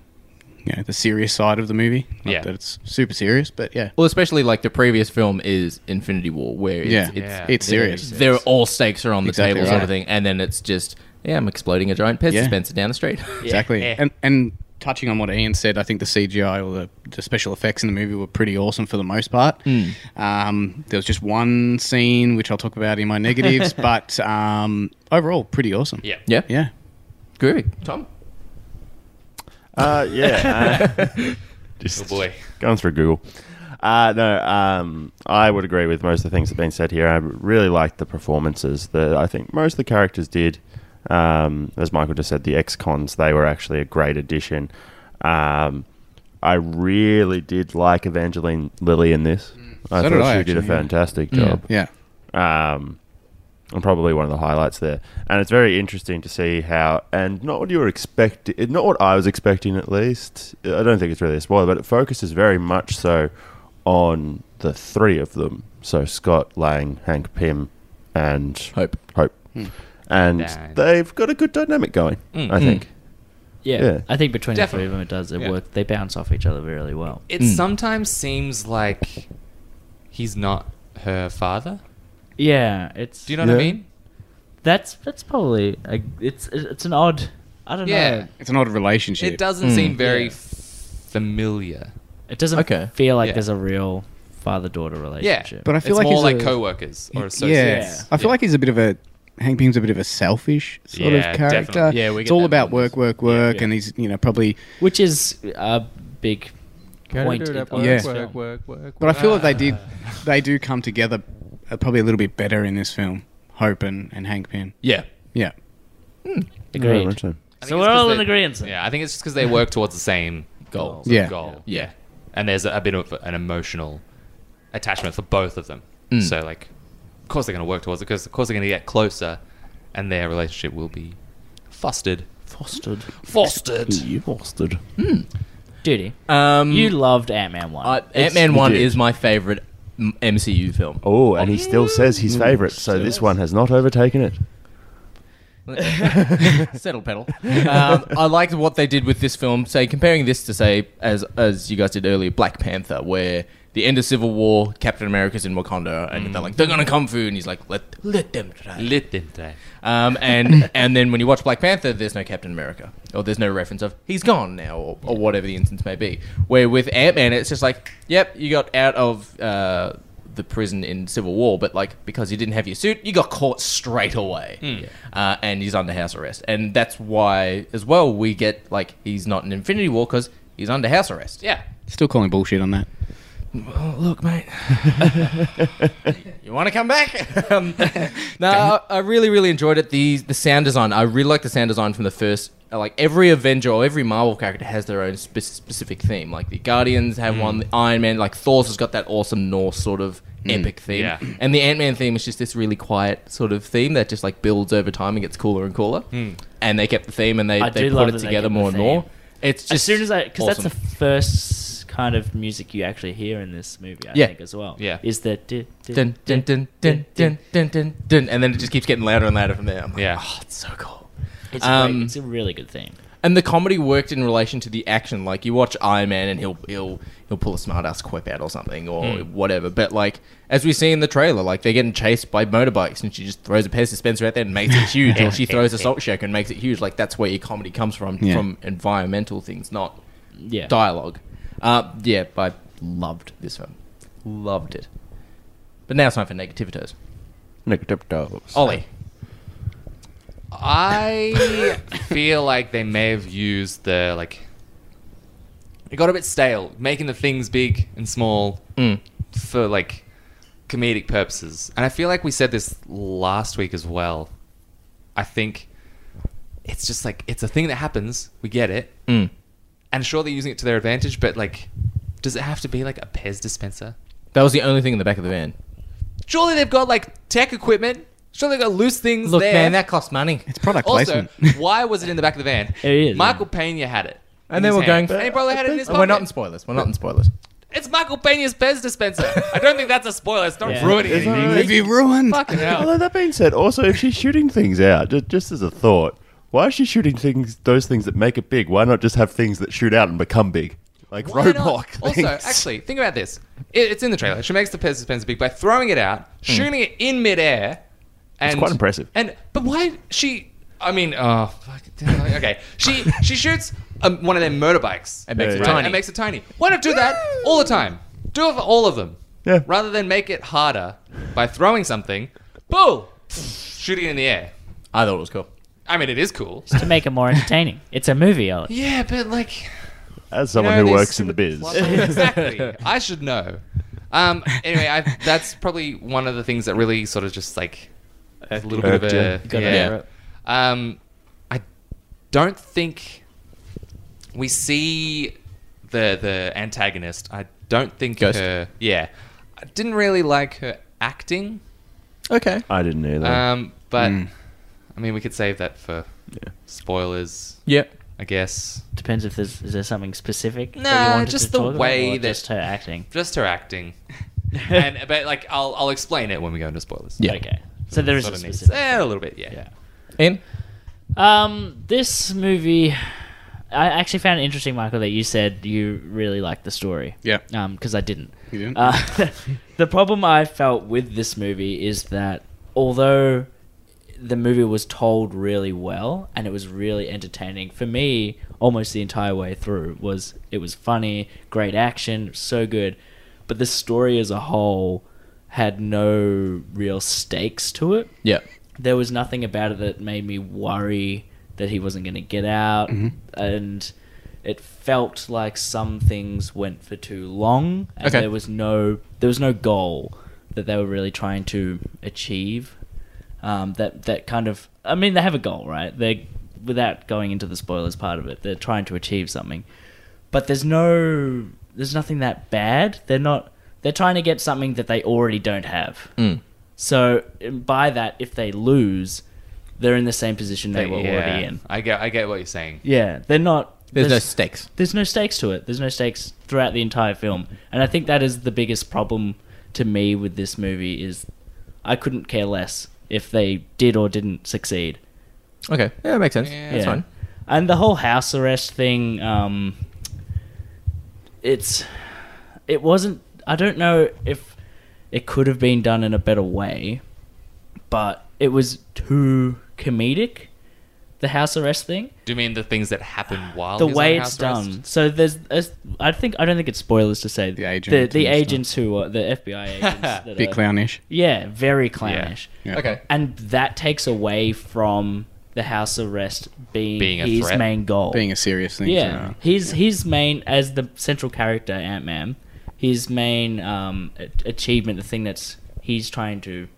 A: you know, the serious side of the movie. Not
F: Yeah.
A: that it's super serious, but yeah.
D: Well, especially like the previous film is Infinity War, where it's,
A: yeah. It's,
D: it's
A: it's serious.
D: they're all stakes are on the
A: Exactly
D: table, sort
A: right.
D: of thing, and then it's just yeah, I'm exploding a giant pest
A: Yeah.
D: dispenser down the street.
A: Exactly.
F: Yeah.
A: And and touching on what Ian said, I think the CGI or the, the special effects in the movie were pretty awesome for the most part.
F: Hmm.
A: Um, there was just one scene which I'll talk about in my negatives, but um, overall pretty awesome.
F: Yeah.
D: yeah,
A: Yeah.
D: groovy. Tom,
G: Uh, yeah. uh, just
F: Oh boy.
G: going through Google. Uh, no, um, I would agree with most of the things that have been said here. I really liked the performances that I think most of the characters did. Um, as Michael just said, the ex cons, they were actually a great addition. Um, I really did like Evangeline Lilly in this. I
A: Mm. So
G: thought
A: did
G: she
A: I,
G: did a
A: actually, yeah.
G: fantastic
A: Yeah.
G: job.
A: Yeah.
G: Um, and probably one of the highlights there. And it's very interesting to see how, and not what you were expecting, not what I was expecting at least. I don't think it's really a spoiler, but it focuses very much so on the three of them. So Scott, Lang, Hank Pym, and Hope. Hope.
E: Hmm.
G: And
E: Dan.
G: they've got a good dynamic going,
E: Mm.
G: I
E: Mm.
G: think.
E: Yeah,
G: Yeah.
E: I think between
F: Definitely.
E: the three of them, it does. It
F: Yeah.
E: work. They bounce off each other really well.
F: It sometimes seems like he's not her father.
E: Yeah, it's.
F: Do you know what I Yeah. mean?
E: That's that's probably a, it's it's an odd. I don't
F: Yeah.
E: know.
A: It's an odd relationship.
F: It doesn't
E: Mm.
F: seem very
E: Yeah.
F: familiar.
E: It doesn't
A: Okay.
E: feel like
F: Yeah.
E: there's a real father daughter
F: Yeah,
E: relationship.
A: But I feel
F: it's
A: like
F: more
A: he's
F: like
A: a-
F: co-workers or
A: Yeah.
F: associates.
A: I feel like he's a bit of a Hank Pym's a bit of a selfish sort
F: Yeah,
A: of character.
F: definitely. Yeah, we
A: it's
F: get
A: all
F: that
A: about work, work, work, and he's you know probably
E: which is a big point. in- on
A: yeah.
E: this film.
A: But I feel that they did,
E: Ah.
A: they do come together uh, probably a little bit better in this film. Hope and, and Hank Pym.
F: Yeah.
A: yeah.
E: Agreed.
G: much so.
F: I think
E: So
F: it's
E: we're
F: 'cause
E: all in
F: they-
E: agreement.
F: Yeah, I think it's just because they work towards the same goal.
A: Yeah.
F: Goal. Yeah. And there's a, bit of an emotional attachment for both of them.
A: Mm.
F: So, like, of course they're going to work towards it because, of course, they're going to get closer and their relationship will be fostered.
E: Fostered.
F: Fostered.
G: You fostered.
E: Duty.
D: Um,
E: you loved Ant Man one.
D: Ant
G: You
D: Man One
G: did.
D: is my favorite m- MCU film.
G: Oh, and he still says his favourite, so this one has not overtaken it.
D: Settle pedal. Um, I liked what they did with this film. Say comparing this to say as as you guys did earlier, Black Panther, where the end of Civil War, Captain America's in Wakanda, and
A: Mm.
D: they're like they're gonna kung fu, and he's like let let them try.
F: Let them die.
D: Um, and and then when you watch Black Panther, there's no Captain America, or there's no reference of he's gone now, or, or whatever the instance may be. Where with Ant Man, it's just like, yep, you got out of uh, the prison in Civil War, but like because you didn't have your suit, you got caught straight away,
F: Mm.
D: uh, and he's under house arrest, and that's why as well we get like he's not in Infinity War because he's under house arrest.
F: Yeah.
A: Still calling bullshit on that.
D: Well, Oh, look, mate. you want to come back? um, no, I, I really, really enjoyed it. The the sound design. I really like the sound design from the first. Like every Avenger or every Marvel character has their own spe- specific theme. Like the Guardians have
F: Mm.
D: one. The Iron Man, like Thor's, has got that awesome Norse sort of
F: Mm.
D: epic theme.
F: Yeah.
D: And the Ant Man theme is just this really quiet sort of theme that just like builds over time and gets cooler and cooler.
F: Mm.
D: And they kept the theme and they,
E: I
D: they
E: do
D: put
E: love
D: it
E: that they
D: together
E: kept
D: more
E: the
D: and more.
E: theme.
D: It's just
E: as soon as I because
D: awesome.
E: that's the first kind of music you actually hear in this movie. I
D: Yeah.
E: think as well.
D: Yeah.
E: is the di- di-
D: dun, dun, dun, dun, dun, dun, dun, dun, and then it just keeps getting louder and louder from there. I'm like,
F: Yeah.
D: oh, it's so cool.
E: It's,
D: Um,
E: great. it's a really good thing.
D: And the comedy worked in relation to the action. Like you watch Iron Man, and he'll he'll he'll pull a smart ass quip out or something or
F: Mm.
D: whatever. But like as we see in the trailer, like they're getting chased by motorbikes, and she just throws a pair of suspensor out there and makes it huge, or she throws a salt shaker and makes it huge. Like that's where your comedy comes from,
A: Yeah.
D: from environmental things, not
E: Yeah.
D: dialogue. Uh, yeah, I loved this film, loved it. But now it's time for negativitos.
G: Negative dogs.
D: Ollie.
F: I feel like they may have used the, like, it got a bit stale, making the things big and small
D: Mm.
F: for, like, comedic purposes. And I feel like we said this last week as well. I think it's just like, it's a thing that happens. We get it.
D: Mm.
F: And sure, they're using it to their advantage, but, like, does it have to be, like, a Pez dispenser?
D: That was the only thing in the back of the van.
F: Surely they've got, like, tech equipment. Surely they've got loose things
D: Look,
F: there.
D: man, that costs money. It's
A: product
F: also, why was it in the back of the van?
D: It is,
F: Michael Pena had it.
D: And then we're going.
F: For, and he probably had it in his
D: We're not in
F: pocket.
D: spoilers. We're not in spoilers.
F: It's Michael Pena's Pez dispenser. I don't think that's a spoiler. It's not
D: Yeah.
F: ruining
D: It's not
F: anything.
D: really-
A: Movie ruined.
F: Fucking hell.
G: Although that being said, also if she's shooting things out, just, just as a thought, why is she shooting things? Those things that make it big. Why not just have things that shoot out and become big, like
F: Why not?
G: Roblox?
F: Also, actually, think about this. It, it's in the trailer. She makes the Pez dispenser big by throwing it out, shooting it in midair. And,
G: Hmm. quite impressive.
F: And but why she? I mean, oh fuck. Okay, she she shoots um, one of their motorbikes
D: And makes it
F: right?
D: tiny.
F: And makes it tiny. Why not do that all the time? Do it for all of them.
G: Yeah.
F: Rather than make it harder by throwing something, boom, shooting it in the air.
D: I thought it was cool.
F: I mean, it is cool.
E: to make it more entertaining. It's a movie, Alex.
F: Yeah, but like.
G: as someone
F: know,
G: who
F: these
G: works in the biz,
F: Well, exactly. I should know. Um, anyway, I, that's probably one of the things that really sort of just like a little bit of
G: Irked
F: a
G: you. Got
F: yeah.
G: over
F: Um, I don't think we see the the antagonist. I don't think
D: Ghost.
F: her. Yeah, I didn't really like her acting.
D: Okay.
G: I didn't either.
F: Um, but
G: Mm.
F: I mean, we could save that for spoilers.
D: Yep.
F: I guess
E: depends if there's is there something specific. that you
F: No,
E: wanted
F: just
E: to
F: the
E: talk about,
F: way
E: or
F: that
E: just her acting.
F: Just her acting. and but like I'll I'll explain it when we go into spoilers.
D: Yeah.
E: Okay. So there is
F: Sort
E: a
F: of needs-
E: specific.
F: Eh, a little bit, yeah.
D: In
E: Um, this movie, I actually found it interesting, Michael, that you said you really liked the story.
A: Yeah.
E: Um, because I didn't.
A: You didn't?
E: Uh, the problem I felt with this movie is that although the movie was told really well and it was really entertaining for me almost the entire way through was it was funny great action so good but the story as a whole had no real stakes to it
D: Yeah.
E: there was nothing about it that made me worry that he wasn't going to get out
D: Mhm.
E: and it felt like some things went for too long and
D: Okay.
E: there was no there was no goal that they were really trying to achieve um, that that kind of I mean they have a goal right they without going into the spoilers part of it they're trying to achieve something but there's no there's nothing that bad they're not they're trying to get something that they already don't have
D: Mm.
E: so by that, if they lose, they're in the same position they, were
F: yeah.
E: already in.
F: I get I get what you're saying.
E: Yeah, they're not.
D: There's no stakes.
E: There's no stakes to it. There's no stakes throughout the entire film, and I think that is the biggest problem to me with this movie is I couldn't care less if they did or didn't succeed.
D: Okay. Yeah, that makes sense. That's fine.
E: And the whole house arrest thing, um, it's it wasn't. I don't know if it could have been done in a better way, but it was too comedic. The house arrest thing,
F: Do you mean the things that happen while
E: the
F: he's
E: way
F: on
E: it's
F: house arrest?
E: done. So there's, there's, I think I don't think it's spoilers to say the
A: agent
E: the,
A: and stuff.
E: agents who are the FBI agents, that
A: Bit
E: are-
A: clownish.
E: Yeah, very clownish.
A: Yeah. Okay.
E: and that takes away from the house arrest being,
A: Being a
E: his
A: threat.
E: main goal,
A: Being a serious thing, uh,
E: Yeah,
A: so-
E: his his main as the central character Ant Man, his main um, a- achievement, the thing that's he's trying to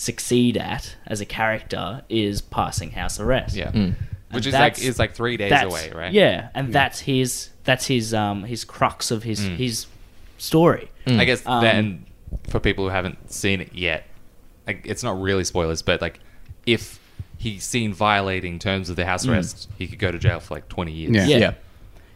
E: succeed at as a character is passing house arrest.
F: Yeah.
D: Mm.
F: Which is
E: that's-
F: like- is like three days
E: that's-
F: away, right?
E: Yeah, and
F: Yeah.
E: that's his that's his um his crux of his
F: Mm.
E: his story.
F: I guess
E: Um,
F: then for people who haven't seen it yet, like, it's not really spoilers, but like if he's seen violating terms of the house
E: Mm.
F: arrest, he could go to jail for like twenty years.
E: Yeah. Yeah.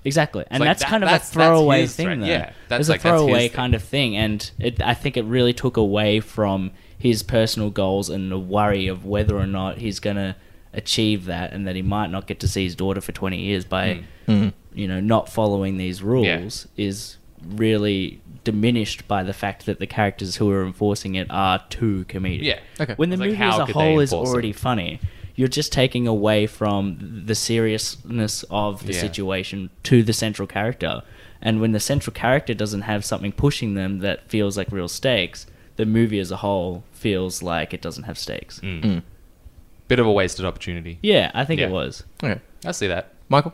E: Exactly, and
F: like,
E: that's
F: that-
E: kind of
F: that's-
E: a
F: that's
E: throwaway
F: his
E: thing,
F: threat.
E: though.
F: Yeah, that's
E: it's
F: like-
E: a
F: that's his
E: throwaway
F: thing.
E: kind of thing, and it, I think it really took away from his personal goals and the worry of whether or not he's going to achieve that, and that he might not get to see his daughter for twenty years by,
D: Mm. Mhm.
E: you know, not following these rules is really diminished by the fact that the characters who are enforcing it are too comedic.
F: Yeah. Okay.
E: When the
F: It's like,
E: movie
F: how
E: as a
F: could they
E: whole is
F: enforce it?
E: already funny, you're just taking away from the seriousness of the
F: Yeah.
E: situation to the central character. And when the central character doesn't have something pushing them that feels like real stakes, the movie as a whole feels like it doesn't have stakes.
F: Mm. Bit of a wasted opportunity.
E: Yeah, I think
F: Yeah.
E: it was.
D: Okay.
F: I see that.
D: Michael?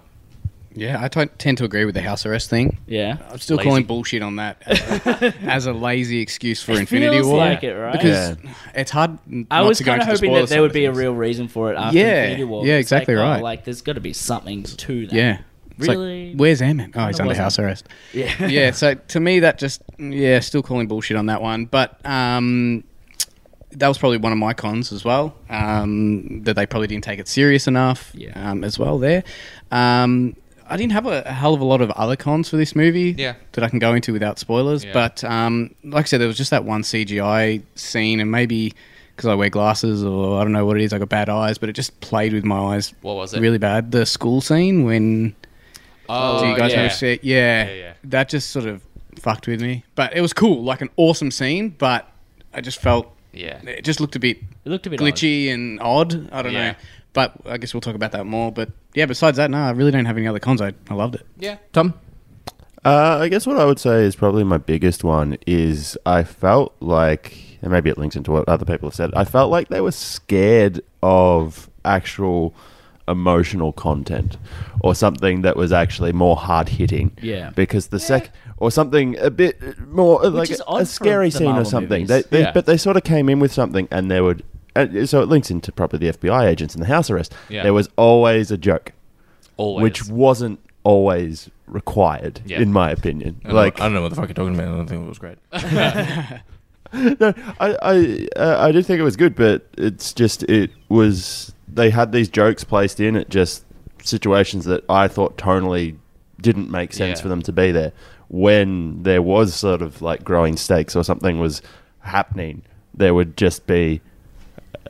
A: Yeah, I t- tend to agree with the house arrest thing.
E: Yeah.
A: I'm still
E: Lazy.
A: calling bullshit on that as a lazy excuse for
E: It
A: Infinity
E: feels
A: War.
E: like it, right?
A: Because it's hard. n-
E: I
A: not
E: was
A: to go
E: kind of
A: into the
E: hoping
A: spoiler
E: that
A: side
E: there would
A: of
E: be a
A: things.
E: real reason for it after
A: Yeah,
E: Infinity War.
A: yeah,
E: It's
A: exactly
E: like, oh,
A: right.
E: like, there's got to be something to that.
A: Yeah. It's like,
E: Really?
A: where's Ant-Man? Oh,
E: Kinda
A: he's under
E: wasn't.
A: house arrest.
E: Yeah.
A: yeah. So to me, that just yeah, still calling bullshit on that one. But um, that was probably one of my cons as well. Um, that they probably didn't take it serious enough. Um, as well there. Um, I didn't have a, a hell of a lot of other cons for this movie.
F: Yeah.
A: That I can go into without spoilers.
F: Yeah.
A: But um, like I said, there was just that one CGI scene, and maybe. Because I wear glasses, or I don't know what it is. I got bad eyes, but it just played with my eyes.
F: What was it?
A: Really bad. The school scene when
F: Oh,
A: do you guys
F: yeah.
A: know? shit? Yeah.
F: Yeah, yeah.
A: That just sort of fucked with me. But it was cool, like an awesome scene, but I just felt
F: Yeah.
A: it just looked a bit
E: it looked a bit
A: glitchy and odd. I don't
F: Yeah.
A: know. But I guess we'll talk about that more. But yeah, besides that, no, I really don't have any other cons. I, I loved it.
F: Yeah.
D: Tom?
G: Uh, I guess what I would say is probably my biggest one is I felt like, and maybe it links into what other people have said, I felt like they were scared of actual emotional content or something that was actually more hard hitting.
E: Yeah.
G: Because the sec, or something a bit more uh, like
E: is
G: a,
E: odd
G: a
E: for
G: scary
E: the
G: scene or
E: Marvel
G: something.
E: movies.
G: They, they,
E: Yeah.
G: But they sort of came in with something and there would, and so it links into probably the FBI agents and the house arrest.
F: Yeah.
G: There was always a joke
F: Always.
G: which wasn't always required,
D: Yeah.
G: in my opinion.
D: I don't know-
G: like
D: I don't know what the fuck you're talking about. I don't think it was great.
G: no, I I uh, I did think it was good, but it's just it was they had these jokes placed in at just situations that I thought tonally didn't make sense
F: Yeah.
G: for them to be there when there was sort of like growing stakes or something was happening. There would just be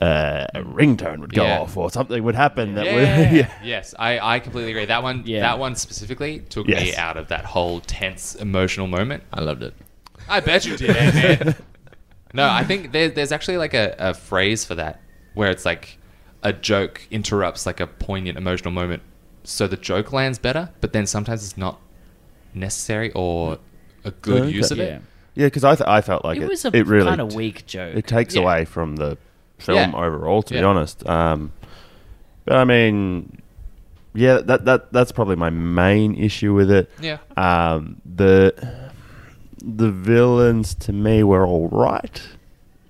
G: uh, a ringtone would go
F: Yeah.
G: off or something would happen that
F: Yeah.
G: would yeah.
F: Yes, I, I completely agree. That one that one specifically took me
G: Yes.
F: out of that whole tense emotional moment. I loved it.
B: I
F: bet you did, man. No, I think there, there's actually like a, a phrase for that where it's like a joke interrupts like a poignant emotional moment so the joke lands better, but then sometimes it's not necessary or a good
G: Okay.
F: use of it.
G: Yeah, because I, th- I felt like
F: It
G: it,
F: was a
G: it really
F: kinda weak joke.
G: It takes
F: Yeah.
G: away from the film
F: Yeah.
G: overall, to be
F: Yeah.
G: honest. Um, but I mean, yeah, that that that's probably my main issue with it.
F: Yeah.
G: Um, the the villains to me were all right.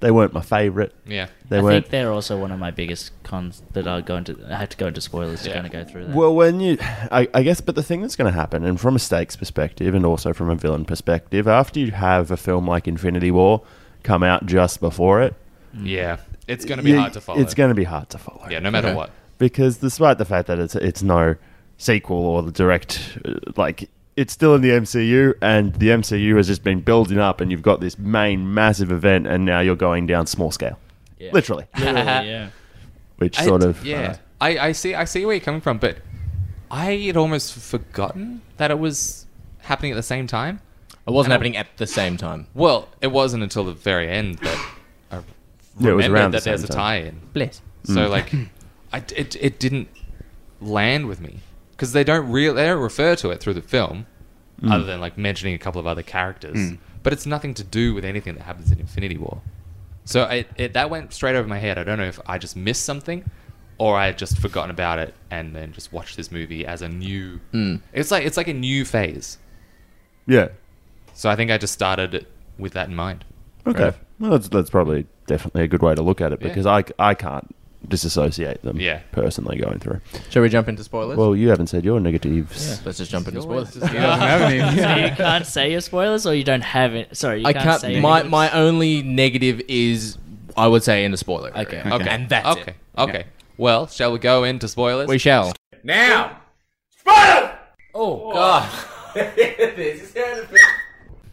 G: They weren't my favorite. They
E: I
G: weren't.
E: think they're also one of my biggest cons that are going to. I had to go into spoilers to kind of go through that. uh,
G: Well, when you, I, I guess, but the thing that's going to happen, and from a stakes perspective, and also from a villain perspective, after you have a film like Infinity War come out just before it,
F: Yeah. It's going to be
G: Mm. Yeah,
F: hard to follow.
G: It's going to be hard to follow.
F: Yeah, no matter
G: Okay.
F: what.
G: Because despite the fact that it's it's no sequel or the direct uh, like it's still in the MCU and the MCU has just been building up and you've got this main massive event and now you're going down small scale. Literally.
E: yeah.
G: Which sort
F: I-
G: of
F: yeah.
G: uh,
F: I, I see I see where you're coming from, but I had almost forgotten that it was happening at the same time.
D: It wasn't
F: And I-
D: happening at the same time.
F: Well, it wasn't until the very end that I
G: Yeah, it was
F: remembered
G: around
F: that
G: the
F: there's
G: same
F: a
G: time.
F: tie-in.
D: Bless.
F: So
G: Mm.
F: like, I, it it didn't land with me because they don't real they don't refer to it through the film,
D: Mm.
F: other than like mentioning a couple of other characters.
D: Mm.
F: But it's nothing to do with anything that happens in Infinity War. So it, it that went straight over my head. I don't know if I just missed something. Or I had just forgotten about it and then just watched this movie as a new.
D: Mm.
F: It's like it's like a new phase.
G: Yeah.
F: So I think I just started it with that in mind.
G: Okay. Well that's that's probably definitely a good way to look at it
F: Yeah.
G: because I I can't disassociate them
F: Yeah.
G: personally going through.
D: Shall we jump into spoilers?
G: Well, you haven't said your negatives.
D: Let's just jump into spoilers.
E: so you can't say your spoilers, or you don't have it. Sorry, you
D: I
E: can't,
D: can't.
E: say
D: my
E: it.
D: my only negative is I would say in the spoiler. Okay.
F: Okay.
D: And that's
F: okay.
D: it.
F: Okay. Well, shall we go into spoilers?
D: We shall.
B: Now!
D: Oh,
B: God. this is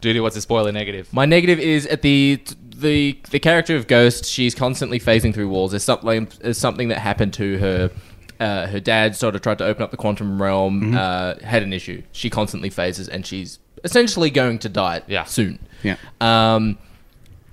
F: Duty, what's a spoiler negative?
D: My negative is at the the the character of Ghost. She's constantly phasing through walls. There's something there's something that happened to her. Uh, her dad sort of tried to open up the quantum realm.
A: Mhm.
D: Uh, had an issue. She constantly phases, and she's essentially going to die soon.
A: Yeah.
D: Um,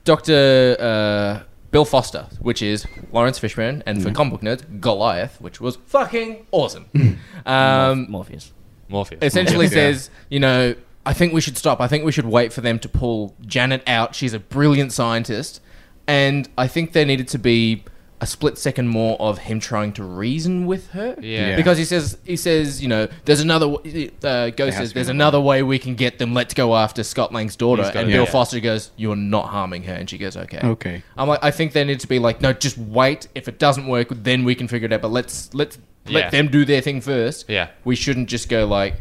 D: Doctor uh, Bill Foster, which is Lawrence Fishburne, and
A: Mm-hmm.
D: for
F: Yeah.
D: comic book nerds, Goliath, which was fucking awesome. um,
E: Morpheus.
F: Morpheus.
D: essentially
F: Yeah.
D: says, you know, I think we should stop. I think we should wait for them to pull Janet out. She's a brilliant scientist. And I think there needed to be a split second more of him trying to reason with her.
F: Yeah. Yeah.
D: Because he says, he says, you know, there's another, w- uh, Ghost
F: has
D: says,
F: to be
D: there's
F: another
D: another way we can get them. Let's go after Scott Lang's daughter.
F: He's got
D: And
F: it.
D: Bill
F: Yeah.
D: Foster goes, you're not harming her. And she goes, okay.
A: Okay.
D: I'm like, I think there needs to be like, no, just wait. If it doesn't work, then we can figure it out. But let's, let's,
F: Yeah.
D: let them do their thing first.
F: Yeah.
D: We shouldn't just go like,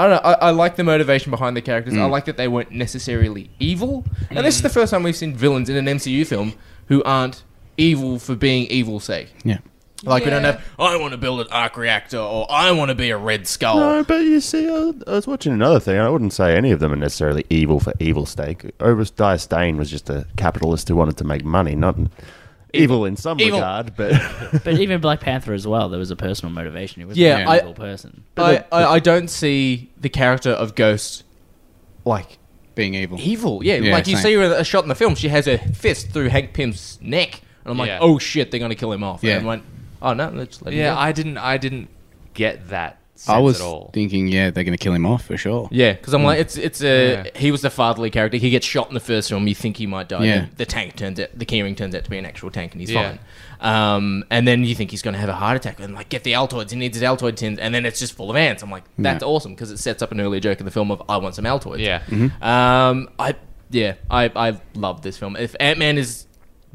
D: I don't know. I, I like the motivation behind the characters. I
F: Mm.
D: like that they weren't necessarily evil. And this is the first time we've seen villains in an MCU film who aren't evil for being evil's sake.
A: Yeah.
D: Like we don't
A: Yeah.
D: have. I want to build an arc reactor, or I want to be a Red Skull.
G: No, but you see, I, I was watching another thing. and I wouldn't say any of them are necessarily evil for evil's sake. Obadiah Stane was just a capitalist who wanted to make money, not an evil, in some
E: Evil.
G: regard. But
E: but even Black Panther as well, there was a personal motivation. He was
D: yeah,
E: an
D: I,
E: evil person.
D: I, I, I don't see the character of Ghost like
A: being evil.
D: Evil, yeah. like you
A: same.
D: see her in a shot in the film, she has her fist through Hank Pym's neck, and I'm like,
F: Yeah.
D: oh shit, they're gonna kill him off.
A: Yeah.
D: And I went, oh no, let's let him
F: Yeah,
D: go.
F: I didn't. I didn't get that sense
A: I was
F: at all.
A: thinking, yeah, they're going to kill him off for sure.
D: Yeah, because I'm like, it's it's a
F: Mm. Yeah.
D: he was the fatherly character. He gets shot in the first film. You think he might die.
A: Yeah.
D: The tank turns out the Keyring turns out to be an actual tank, and he's
F: Yeah.
D: fine. Um, and then you think he's going to have a heart attack, and like get the Altoids. He needs his Altoid tins, and then it's just full of ants. I'm like, that's
F: Yeah.
D: awesome because it sets up an earlier joke in the film of I want some Altoids.
F: Yeah.
D: Um, I yeah, I I love this film. If Ant Man is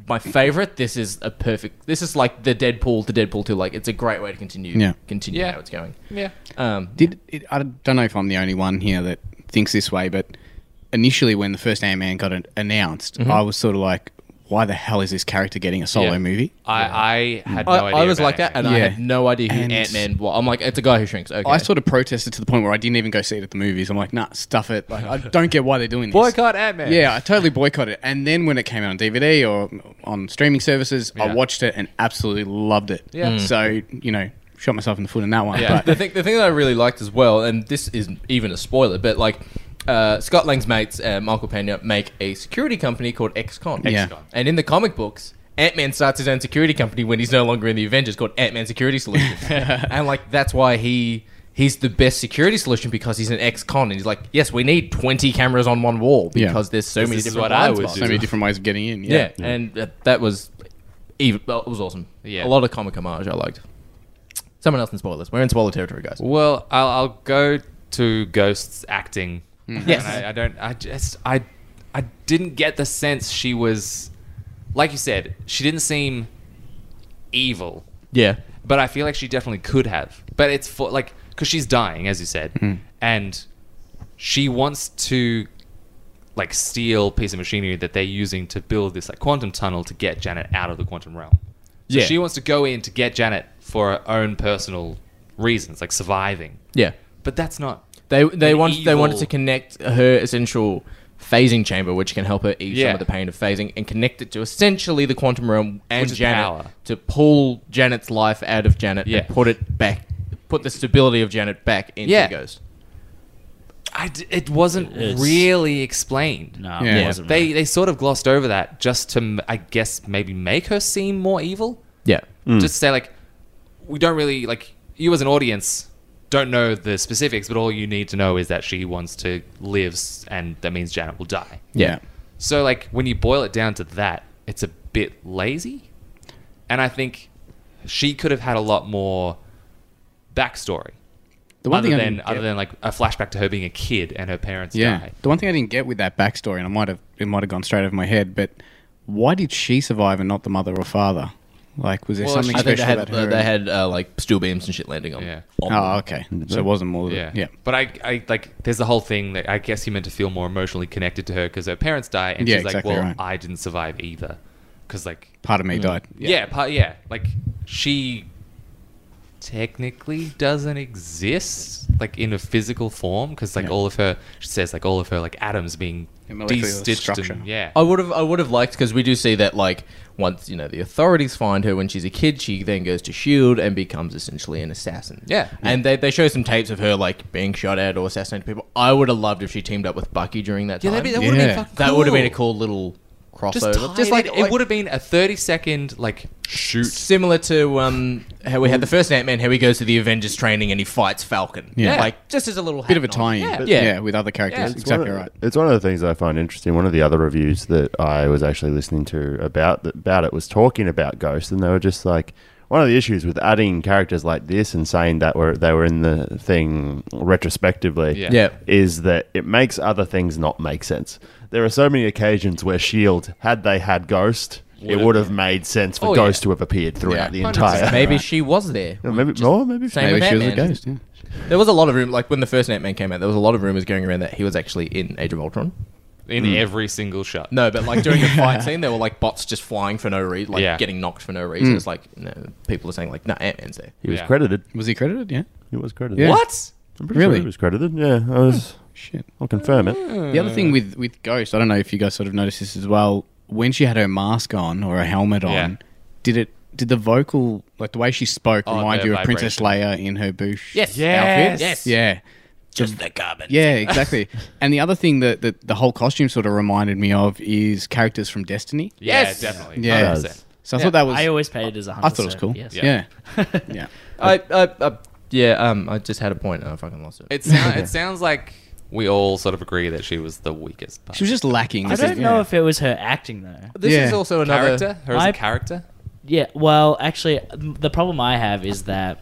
D: my favorite. This is a perfect. This is like the Deadpool to Deadpool two. Like it's a great way to continue.
A: Yeah.
D: continue
F: Yeah.
D: how it's going.
F: Yeah.
D: Um,
A: Did it, I don't know if I'm the only one here that thinks this way, but initially when the first Ant Man got an- announced,
D: Mhm.
A: I was sort of like, "Why the hell is this character getting a solo
D: Yeah.
A: movie?"
F: I, I had no
D: I,
F: idea.
D: I was
F: about
D: like that, and I
A: Yeah.
D: had no idea who
A: And-
D: Ant Man was. I'm like, it's a guy who shrinks. Okay.
A: I sort of protested to the point where I didn't even go see it at the movies. I'm like, nah, stuff it. Like, I don't get why they're doing this.
F: Boycott Ant-Man.
A: Yeah, I totally boycotted it. And then when it came out on DVD or on streaming services,
F: Yeah.
A: I watched it and absolutely loved it.
F: Yeah. Mm.
A: So you know, shot myself in the foot in that one.
D: Yeah.
A: But
D: the thing, the thing that I really liked as well, and this isn't even a spoiler, but like uh, Scott Lang's mates, uh, Michael Pena, make a security company called XCon.
A: Yeah.
D: XCon. And in the comic books, Ant Man starts his own security company when he's no longer in the Avengers, called Ant Man Security Solution. and like that's why he. He's the best security solution because he's an ex-con, and he's like, "Yes, we need twenty cameras on one wall
A: Yeah.
D: because there's so
F: This
D: many
F: is
D: different
F: what I
D: blind
F: would
D: spots."
A: so many different ways of getting in.
D: Yeah,
A: Yeah.
D: and uh, that was even well, it was awesome. a
F: Yeah.
D: lot of comic homage I liked. Someone else in spoilers. We're in spoiler territory, guys.
F: Well, I'll, I'll go to Ghost's acting.
D: Mhm.
F: And
D: Yes.
F: I, I don't. I just. I. I didn't get the sense she was, like you said, she didn't seem evil,
D: Yeah,
F: but I feel like she definitely could have. But it's for like because she's dying, as you said,
A: Mhm.
F: and she wants to like steal a piece of machinery that they're using to build this like quantum tunnel to get Janet out of the quantum realm. So
D: Yeah.
F: she wants to go in to get Janet for her own personal reasons, like surviving.
D: yeah.
F: But that's not.
D: They they
F: an
D: want they wanted
F: evil-
D: to connect her essential phasing chamber, which can help her ease some
F: Yeah.
D: of the pain of phasing, and connect it to essentially the quantum realm and
F: Which is
D: Janet
F: power.
D: to pull Janet's life out of Janet
F: Yeah.
D: and put it back, put the stability of Janet back into
F: Yeah.
D: Ghost.
F: I d- it wasn't
E: It's-
F: really explained.
E: No, it
A: Yeah.
E: wasn't.
F: They they sort of glossed over that just to m- I guess maybe make her seem more evil.
D: Yeah,
A: Mm.
F: Just say like we don't really like you as an audience don't know the specifics, but all you need to know is that she wants to live, s- and that means Janet will die.
D: yeah,
F: So like when you boil it down to that, it's a bit lazy. And I think she could have had a lot more backstory.
A: The one
F: other
A: thing I
F: than
A: didn't
F: other
A: get-
F: than like a flashback to her being a kid and her parents
A: yeah.
F: die.
A: The one thing I didn't get with that backstory, and I might have it might have gone straight over my head, but why did she survive and not the mother or father? Like, was there
F: Well,
A: something
D: I think
A: special
D: they had
A: about her?
D: they had uh, like steel beams and shit landing on.
F: Yeah.
D: on
A: oh, okay. So it wasn't more.
F: Yeah.
A: Yeah. yeah.
F: But I, I like there's the whole thing that I guess you meant to feel more emotionally connected to her because her parents die and
A: Yeah,
F: she's
A: exactly
F: like, well,
A: right.
F: I didn't survive either. Because like
A: Part of me died.
F: Mm. yeah, part, yeah, like she technically doesn't exist like in a physical form because like
A: Yeah.
F: all of her she says like all of her like atoms being
A: Yeah, molecular
F: de-stitched
A: structure.
F: and, yeah
D: I would have I would have liked because we do see that like once you know the authorities find her when she's a kid, she then goes to Shield E and becomes essentially an assassin.
F: Yeah.
D: and they, they show some tapes of her like being shot at or assassinating people. I would have loved if she teamed up with Bucky during that
F: yeah
D: time.
F: that'd be, that
A: Yeah.
F: would have been fucking
D: that would have been a
F: cool.
D: cool little
F: just,
D: crossover. Just,
F: tie
D: like,
F: it in.
D: like
F: it would have been a 30 second like shoot
D: similar to um how we had the first Ant Man, how he goes to the Avengers training and he fights Falcon.
A: Yeah.
D: like just as a little
A: Bit of a
D: hat-on.
A: tie-in.
D: Yeah,
A: Yeah.
D: yeah.
A: with other characters.
F: Yeah.
G: It's one
A: exactly
G: of-
A: right.
G: It's one of the things that I find interesting. One of the other reviews that I was actually listening to about th- about it was talking about Ghost, and they were just like, one of the issues with adding characters like this and saying that were they were in the thing retrospectively,
F: Yeah.
D: Yeah.
G: is that it makes other things not make sense. There are so many occasions where Shield, E had they had Ghost, it would have made sense for
F: Oh,
G: Ghost
F: yeah.
G: to have appeared
D: Yeah.
G: throughout the
F: 100%.
G: entire.
D: Maybe she was there.
G: Yeah, maybe, oh, maybe she-
A: Maybe
D: Same with
A: she was a
D: Ant-Man.
A: ghost. Yeah.
D: There was a lot of room, like when the first Ant Man came out, there was a lot of rumors going around that he was actually in Age of Ultron.
F: in
A: Hmm.
F: every single shot
D: No, but like during the fight scene, there were like bots just flying for no reason, like
F: Yeah.
D: getting knocked for no reason. It's like no, people are saying like, no, Ant Man's there.
G: He was
F: Yeah.
G: credited.
A: Was he credited? Yeah.
G: He was credited.
A: Yeah.
F: what
G: I'm pretty sure
A: Really?
G: he was credited. Yeah, I was.
A: Shit.
G: I'll confirm it.
A: The other thing with with Ghost, I don't know if you guys sort of noticed this as well. When she had her mask on or her helmet on,
F: Yeah.
A: did it? Did the vocal, like the way she spoke,
F: Oh,
A: remind
F: the
A: you of Princess Leia in her bush?
D: Yes.
F: Yes.
A: outfit?
F: Yes.
A: Yeah.
D: Just the carbon.
A: Yeah, exactly. and the other thing that, that the whole costume sort of reminded me of is characters from Destiny.
D: Yes.
F: yeah definitely
A: Yeah.
F: 100%.
A: So I thought that was.
E: I
A: I,
E: always paid it as a hundred.
A: thought it was
E: so
A: cool.
E: Yes.
A: Yeah. Yeah.
D: I, I, I, yeah, um, I just had a point and I fucking lost it.
F: it, sound, it sounds like we all sort of agree that she was the weakest part.
A: She was just lacking.
E: I don't know if it was her acting though.
D: this
A: Yeah.
D: is also another.
F: character her as
E: I-
F: a character
E: Yeah, well, actually, m- the problem I have is that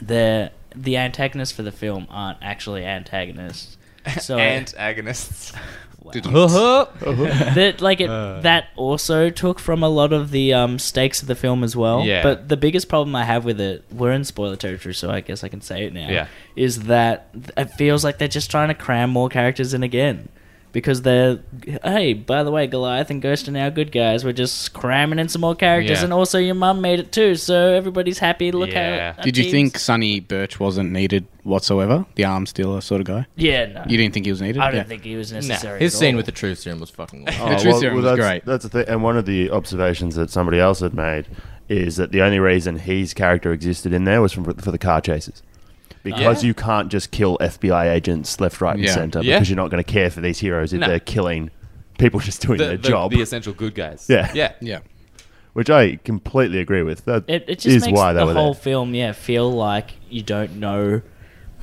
E: the the antagonists for the film aren't actually antagonists. So
F: and agonists
E: that like it
F: Uh.
E: that also took from a lot of the um, stakes of the film as well.
F: Yeah.
E: But the biggest problem I have with it, we're in spoiler territory, so I guess I can say it now.
F: Yeah.
E: Is that it feels like they're just trying to cram more characters in again. Because they're hey, by the way, Goliath and Ghost are now good guys. We're just cramming in some more characters,
A: Yeah.
E: and also your mum made it too, so everybody's happy. Look
A: Yeah.
E: how
A: Did you
E: team's-
A: think Sonny Birch wasn't needed whatsoever? The arm stealer sort of guy.
E: Yeah, no.
A: You didn't think he was needed.
E: I don't
A: Yeah.
E: think he was necessary.
D: His
E: at
D: scene
E: all.
D: with the truth serum was fucking awesome.
G: Oh.
A: The truth serum was
G: Uh, that's,
A: great.
G: That's the thing. And one of the observations that somebody else had made is that the only reason his character existed in there was from, for the car chases. Because
F: Yeah.
G: you can't just kill FBI agents left, right, and
F: Yeah.
G: center
F: Yeah.
G: because you're not going to care for these heroes if
F: No.
G: they're killing people just doing
F: the,
G: their
F: the-
G: job.
F: The essential good guys.
G: Yeah.
F: Yeah.
A: Yeah.
G: Which I completely agree with. That is
E: It, it just makes
G: why they
E: the
G: were
E: whole
G: there.
E: film, yeah, feel like you don't know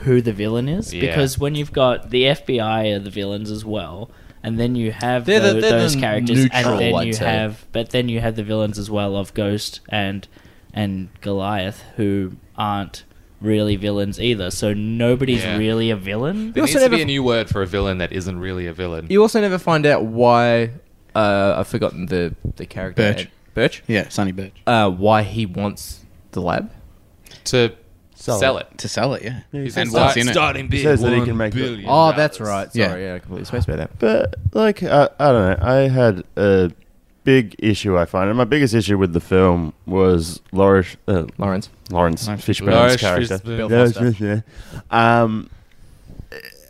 E: who the villain is
G: Yeah.
E: because when you've got the FBI are the villains as well, and then you have
D: They're the-
E: tho-
D: they're the
E: those characters,
D: neutral,
E: and then
D: I'd
E: you
D: say.
E: have, but then you have the villains as well of Ghost and and Goliath who aren't really villains either. So nobody's
F: Yeah.
E: really a villain.
F: There needs to be a new word for a villain that isn't really a villain.
D: You also never find out why. Uh, I've forgotten the the character.
A: Birch.
D: Birch.
A: Yeah, Sonny Birch.
D: Uh, why he wants the lab
F: to
A: Sell
F: sell
A: it.
F: it.
A: To sell it, yeah. Yeah, he
F: He's
A: says
F: and what's
A: start-
F: in it?
A: starting
G: bid, Says that he can $1 make the- billion
D: Oh, that's right.
G: Yeah.
D: Sorry, yeah, I completely spaced about that.
G: But like I, I don't know, I had a big issue. I find, and my biggest issue with the film was Lawrence uh,
D: Lawrence
G: Lawrence
D: Lawrence
G: Fishburne's
D: Fishburne.
G: character,
D: Bill
G: Yeah,
D: Foster.
G: yeah. Um,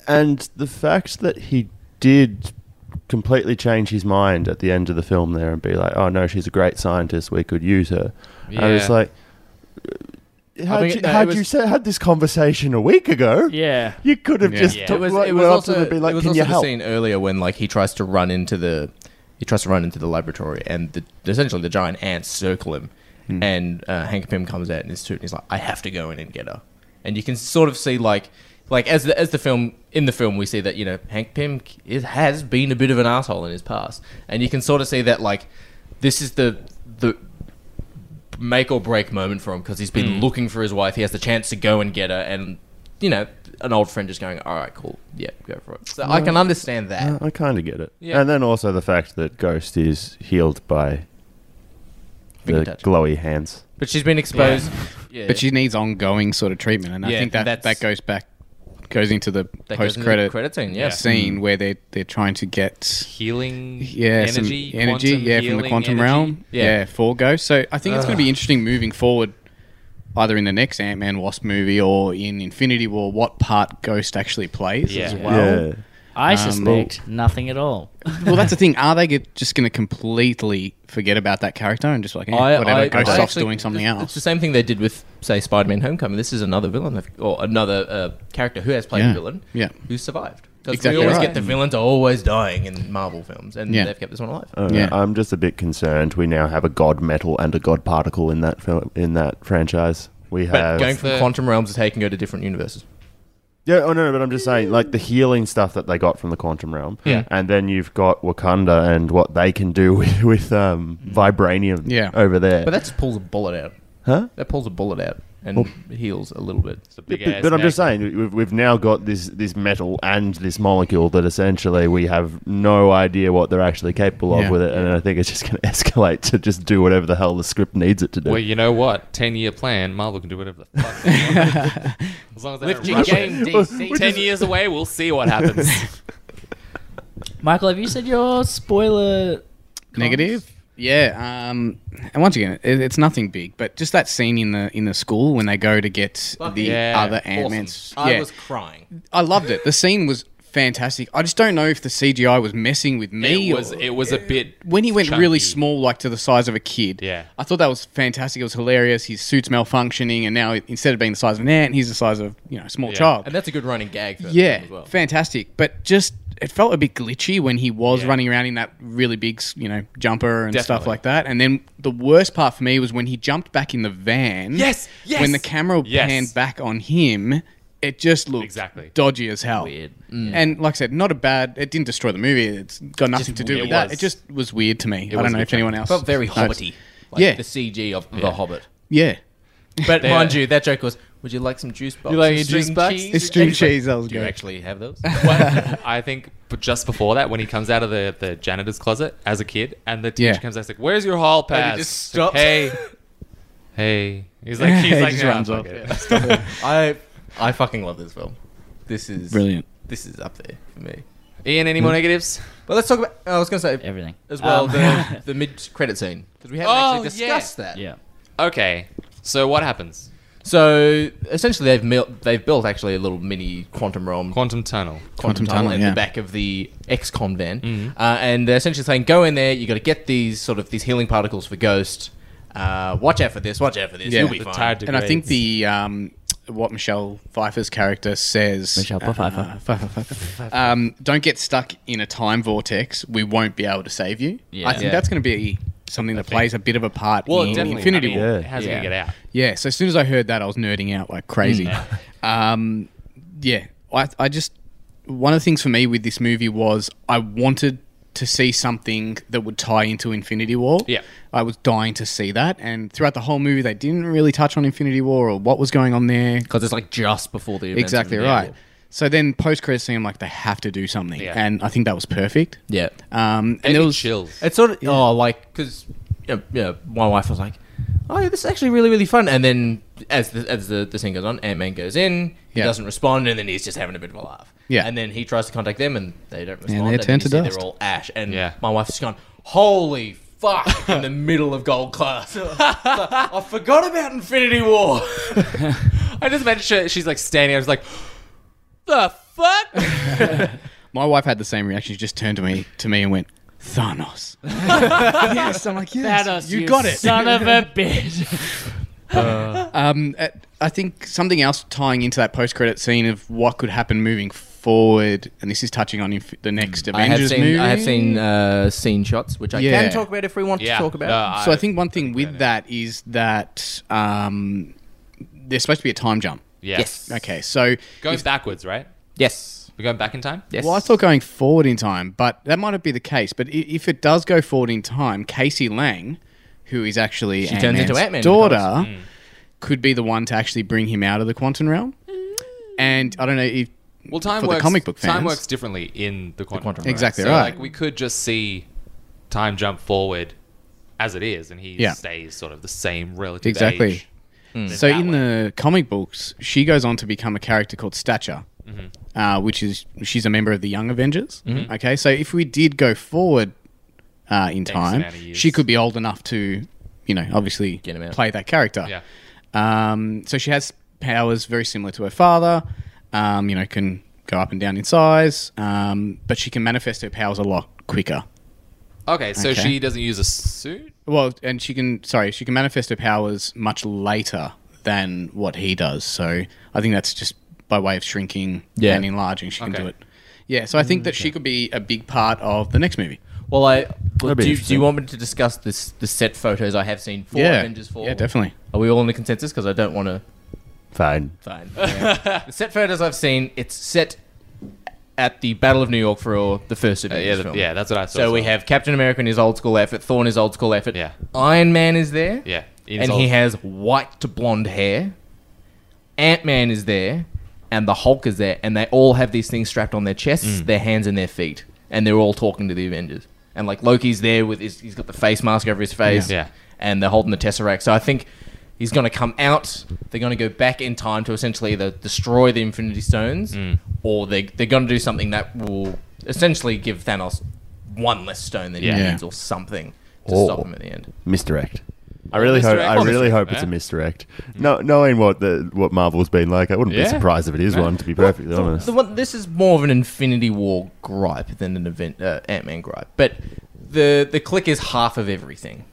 G: and the fact that he did completely change his mind at the end of the film there and be like, "Oh no, she's a great scientist. We could use her." And it's
D: Yeah.
G: like.
D: I
G: Had,
D: think
G: you,
D: it- no, it
G: had
D: was-
G: you said, had this conversation a week ago?
E: Yeah.
G: you could have just
D: It
G: took,
D: was,
G: like,
D: it was
G: went up to
D: also,
G: them and been like,
D: it was
G: "Can
D: also
G: you
D: the
G: help?"
D: scene earlier when like he tries to run into the he tries to run into the laboratory and the essentially the giant ants circle him
G: Hmm.
D: and uh, Hank Pym comes out in his suit and he's like, I have to go in and get her. And you can sort of see like like as the, as the film in the film we see that you know Hank Pym is, has been a bit of an asshole in his past and you can sort of see that like this is the the make or break moment for him because he's been
F: Mm.
D: looking for his wife. He has the chance to go and get her, and you know, an old friend just going, "All right, cool, yeah, go for it." So I can understand that.
G: Uh,
A: Uh,
G: I kind of get it.
D: Yeah.
G: And then also the fact that Ghost is healed by
D: Finger
G: the
D: touch.
G: glowy hands.
D: But she's been exposed. Yeah.
A: But she needs ongoing sort of treatment, and
D: Yeah,
A: I think that
D: that's-
A: that goes back goes into the
D: That goes
A: post
D: into the
A: credit
D: credit scene, yeah.
A: scene where they are they're trying to get
F: Healing
A: yeah some
F: energy,
A: energy
F: quantum
A: yeah from the
F: healing
A: quantum
F: energy.
A: realm
F: Yeah.
A: yeah. for ghost. So I think it's going
F: Ugh.
A: to be interesting moving forward, either in the next Ant Man Wasp movie or in Infinity War, what part Ghost actually plays as
E: Yeah.
A: well.
E: Yeah. I
A: Um,
E: suspect nothing at all.
A: well, that's the thing. Are they get, just going to completely forget about that character and just like eh,
D: I,
A: whatever?
D: I,
A: Ghost
D: I
A: Soft's
D: actually-
A: doing something
D: it's-
A: else.
D: It's the same thing they did with, say, Spider-Man: Homecoming. This is another villain they've- or another uh, character who has played
A: Yeah.
D: a villain,
A: Yeah.
D: who survived. Because
A: Exactly
D: we always
A: right.
D: get the villains are always dying in Marvel films, and
A: Yeah. Uh,
D: they've kept this one alive.
G: I don't know, Uh, I'm just a bit concerned. We now have a god metal and a god particle in that fil- in that franchise. We
D: But
G: have
D: going from quantum realms to taking her to different universes.
G: Yeah, oh no, no, but I'm just saying, like the healing stuff that they got from the quantum realm,
D: Yeah.
G: and then you've got Wakanda and what they can do with, with um, vibranium,
D: Yeah.
G: over there.
D: But that just pulls a bullet out.
G: Huh?
D: That pulls a bullet out and
G: Well-
D: heals a little bit. It's a
G: Yeah, but, but I'm just saying, we've, we've now got this this metal and this molecule that essentially we have no idea what they're actually capable of
F: Yeah.
G: with it, and I think it's just going to escalate to just do whatever the hell the script needs it to do.
F: Well, you know what? Ten year plan. Marvel can do whatever the fuck. they want. as long as they
D: Lift
F: don't
D: your
F: rush
D: game,
F: it.
D: DC.
F: Ten years away, we'll see what happens.
E: Michael, have you said your spoiler
A: Negative. Yeah, um, and once again, it, it's nothing big, but just that scene in the in the school when they go to get the
D: yeah,
A: other
D: awesome.
A: Ant Man.
D: I
A: yeah,
D: was crying.
A: I loved it. The scene was fantastic. I just don't know if the CGI was messing with me.
F: it was.
A: or,
F: It was a bit.
A: when he went
F: chunky.
A: really small, like to the size of a kid.
F: Yeah.
A: I thought that was fantastic. It was hilarious. His suit's malfunctioning, and now instead of being the size of an ant, he's the size of you know a small
D: Yeah.
A: child.
D: And that's a good running gag for that
A: Yeah,
D: film as well.
A: fantastic. But just it felt a bit glitchy when he was running around in that really big, you know, jumper and stuff
F: Definitely.
A: like that. And then the worst part for me was when he jumped back in the van.
F: Yes, yes.
A: When the camera
F: Yes.
A: panned back on him, it just looked
F: Exactly.
A: dodgy as hell. Weird.
D: Mm.
A: And like I said, not a bad. It didn't destroy the movie. It's got nothing to do
D: weird.
A: with
D: It
A: that.
D: was-
A: It just was weird to me.
D: It
A: I
D: was
A: don't know
D: a
A: if
D: bit
A: anyone
D: chunky.
A: else
D: Felt very
A: noticed.
D: hobbity. Like
A: yeah,
D: the CG of
A: Yeah.
D: the Hobbit.
A: yeah.
D: But mind you, that joke was Would you like some juice boxes?
F: You like your juice
D: string
F: box?
D: cheese?
A: It's string
D: Anything.
A: cheese, I was
D: Do
A: going.
D: you actually have those?
F: Well, I think but just before that, when he comes out of the, the janitor's closet as a kid, and the teacher
A: Yeah.
F: comes out, he's like, "Where's your hall
D: And he
F: pass?"
D: just
F: It's
D: stops.
F: Like, hey, hey. He's like, he's
A: He
F: like,
A: just
F: "Nah,
A: runs
F: fuck
A: off,
F: it."
A: yeah. Stop it.
D: I I fucking love this film. This is
A: Brilliant.
D: This is up there for me.
F: Ian, any more negatives?
D: Well, let's talk about. I was going to say
E: Everything.
D: as well.
E: Um,
D: the the mid credit scene because we haven't
F: Oh,
D: actually discussed that.
E: Yeah.
F: Okay, so what happens?
D: So essentially, they've mil- they've built actually a little mini quantum realm,
F: Quantum tunnel.
D: quantum,
A: Quantum
D: tunnel
A: tunnel,
D: in
A: yeah. Mm-hmm.
D: the back of the ex-con van, uh, and they're essentially saying, "Go in there. You got to get these sort of these healing particles for Ghost. Uh, watch out for this. Watch out for this.
A: Yeah.
D: You'll be
A: The
D: fine."
F: tide
A: And I think
F: degrades.
A: the um, what Michelle Pfeiffer's character says. uh,
E: Michelle Pfeiffer.
A: Pfeiffer, Pfeiffer. Um, don't get stuck in a time vortex. We won't be able to save you.
E: Yeah.
A: I think
E: Yeah.
A: that's going to be something that plays a bit of a part
F: Well,
A: in
F: definitely.
A: Infinity
F: I mean,
A: War.
G: War.
F: it How's
E: Yeah.
F: he gonna get out?
A: Yeah. So as soon as I heard that, I was nerding out like crazy. um, yeah. I, I just one of the things for me with this movie was I wanted to see something that would tie into Infinity War.
F: Yeah.
A: I was dying to see that, and throughout the whole movie, they didn't really touch on Infinity War or what was going on there.
D: because it's like just before the events of
A: Exactly
D: the
A: right.
D: war.
A: So then post credit scene, I'm like, they have to do something,
F: Yeah.
A: and I think that was perfect.
D: Yeah.
A: Um, and
F: And
A: it
F: it
A: was
F: chills.
D: It's sort of oh, like because you know, yeah, my wife was like, "Oh, yeah, this is actually really really fun." And then as the, as the, the scene goes on, Ant Man goes in, he
A: Yeah.
D: doesn't respond, and then he's just having a bit of a laugh.
A: Yeah.
D: and then he tries to contact them, and they don't respond.
A: they're
D: and then
A: turned
D: you
A: to
D: see
A: dust.
D: They're all ash, and
F: Yeah.
D: my wife's just gone, "Holy fuck!" in the middle of gold class, I forgot about Infinity War.
F: I just imagine she- she's like standing. I was like, the fuck.
A: My wife had the same reaction. She just turned to me to me and went, Thanos. yes, I'm like, yes,
E: Thanos,
A: you, got it.
E: Son of a bitch.
A: Um, uh, I think something else tying into that post-credit scene of what could happen moving forward, and this is touching on inf- the next
D: I have
A: Avengers
D: seen
A: movie.
D: I have seen uh, scene shots, which I
A: Yeah.
D: can talk about if we want
F: Yeah,
D: to talk about.
F: no,
D: it.
A: So I think one thing with that is that um, there's supposed to be a time jump.
F: Yeah.
D: Yes.
A: Okay, so
F: Going backwards, right?
D: Yes.
F: We're going back in time.
D: Yes.
A: Well, I thought going forward in time, but that might not be the case. But i- if it does go forward in time, Casey Lang, who is actually
D: She turns into
A: Ant-Man's
D: Ant-Man, of
A: daughter,
D: course.
A: could be the one to actually bring him out of the quantum realm. And I don't know if
F: Well, time
A: for
F: works.
A: the comic book fans,
F: Time works differently in the quantum.
D: quantum
F: realm.
A: Exactly
F: So,
A: right.
F: Like we could just see time jump forward as it is, and he
A: Yeah.
F: stays sort of the same relative
A: Exactly.
F: age. Then
A: So
F: that
A: in
F: way.
A: the comic books, she goes on to become a character called Stature, uh, which is she's a member of the Young Avengers. Okay, so if we did go forward uh, in time,
F: amount of years.
A: she could be old enough to, you know, obviously
D: Get him out.
A: play that character.
F: yeah,
A: Um, so she has powers very similar to her father. Um, you know, can go up and down in size, um, but she can manifest her powers a lot quicker.
F: okay. So
A: Okay.
F: she doesn't use a suit.
A: Well, and she can sorry, she can manifest her powers much later than what he does. So I think that's just by way of shrinking
D: Yeah.
A: and enlarging. She can
F: Okay.
A: do it. Yeah, so I think that she could be a big part of the next movie.
D: Well, I well,
G: That'd be
D: do, you- do
G: interesting.
D: you want me to discuss this the set photos I have seen for
A: yeah,
D: Avengers Four?
A: yeah, definitely.
D: Are we all in the consensus? Because I don't want to.
G: Fine.
D: Fine. the set photos I've seen, it's set at the Battle of New York for the first
F: Uh,
D: Avengers
F: yeah, th-
D: film.
F: yeah. That's what I saw.
D: So
F: as
D: we
F: well.
D: have Captain America in his old school outfit, Thor in his old school outfit.
F: Yeah.
D: Iron Man is there.
F: Yeah, in his
D: And he
F: old-
D: has white to blonde hair. Ant Man is there, and the Hulk is there, and they all have these things strapped on their chests, their hands, and their feet, and they're all talking to the Avengers. And like Loki's there with his, he's got the face mask over his face.
F: Yeah. Yeah.
D: And they're holding the Tesseract. So I think he's going to come out. They're going to go back in time to essentially either destroy the Infinity Stones, or they, they're going to do something that will essentially give Thanos one less stone than
F: Yeah.
D: he
A: Yeah.
D: needs or something to
G: Or-
D: stop him at the end.
G: misdirect. I really hope.
F: misdirect.
G: I
F: Well,
G: really hope it's a misdirect.
D: Mm-hmm.
G: No, knowing what the what Marvel's been like, I wouldn't
F: Yeah.
G: be surprised if it is one. To be perfectly honest,
D: The one, this is more of an Infinity War gripe than an event uh, Ant Man gripe, but the the click is half of everything,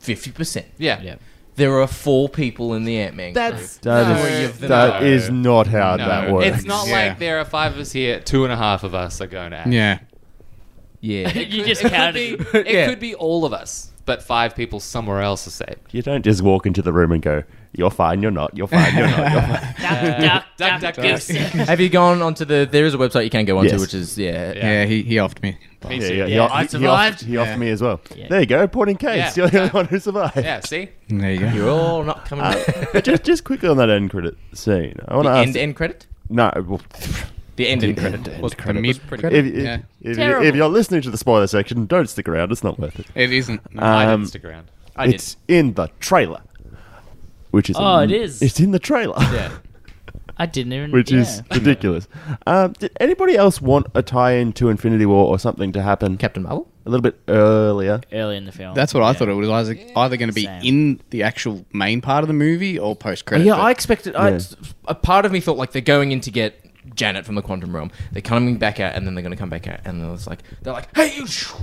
D: fifty percent.
F: yeah.
E: yeah.
D: There are four people in the Ant Man.
F: That's
G: That
F: No.
G: is-
F: No.
G: that is not how that
F: No,
G: works.
F: it's not
A: Yeah.
F: like there are five of us here. Two and a half of us are going to. Act.
A: Yeah.
D: yeah.
E: You
F: It
E: just
F: could
E: counted.
F: be.
E: it.
F: It
D: Yeah.
F: could be all of us, but five people somewhere else are saved.
G: You don't just walk into the room and go, You're fine. You're not. You're fine. You're not. You're fine.
D: duck, duck, duck, Have you gone onto the? There is a website you can go onto,
G: Yes.
D: which is yeah.
A: Yeah, he, he offed me.
D: Me
G: Yeah,
D: too.
G: yeah, he
D: Yeah.
G: off-
D: I
G: he- he
D: survived.
G: off- He offed
D: Yeah.
G: me as well.
D: Yeah.
G: There you go. Point in case.
D: Yeah,
G: You're the only one who survived. Uh,
D: Yeah, see?
A: There you go.
D: You're all not coming back.
G: but just, just quickly on that end credit scene, I want
D: The
G: to ask.
D: end- end credit?
G: No. Well,
D: The end end credit was
G: end credit
D: pretty-
G: was
D: was pretty
G: If,
D: good.
G: if-
D: Yeah.
G: if, you,
D: Terrible.
G: if you're listening to the spoiler section, don't stick around. It's not worth it. Um,
A: It isn't. No,
G: Uh,
A: I didn't stick around. I did.
G: it's in the trailer, which is
E: Oh, it is.
G: It's in the trailer.
E: Yeah. I didn't even.
G: which is
E: yeah.
G: ridiculous. Um, did anybody else want a tie-in to Infinity War or something to happen?
D: Captain Marvel
G: a little bit earlier.
E: early in the film.
A: That's what I thought it was either, either going to be in the actual main part of the movie or post credit.
D: yeah, I expected. I,
A: Yeah.
D: A part of me thought like they're going in to get Janet from the quantum realm. They're coming back out, and then they're going to come back out, and then it's like they're like, hey, you, shoo,"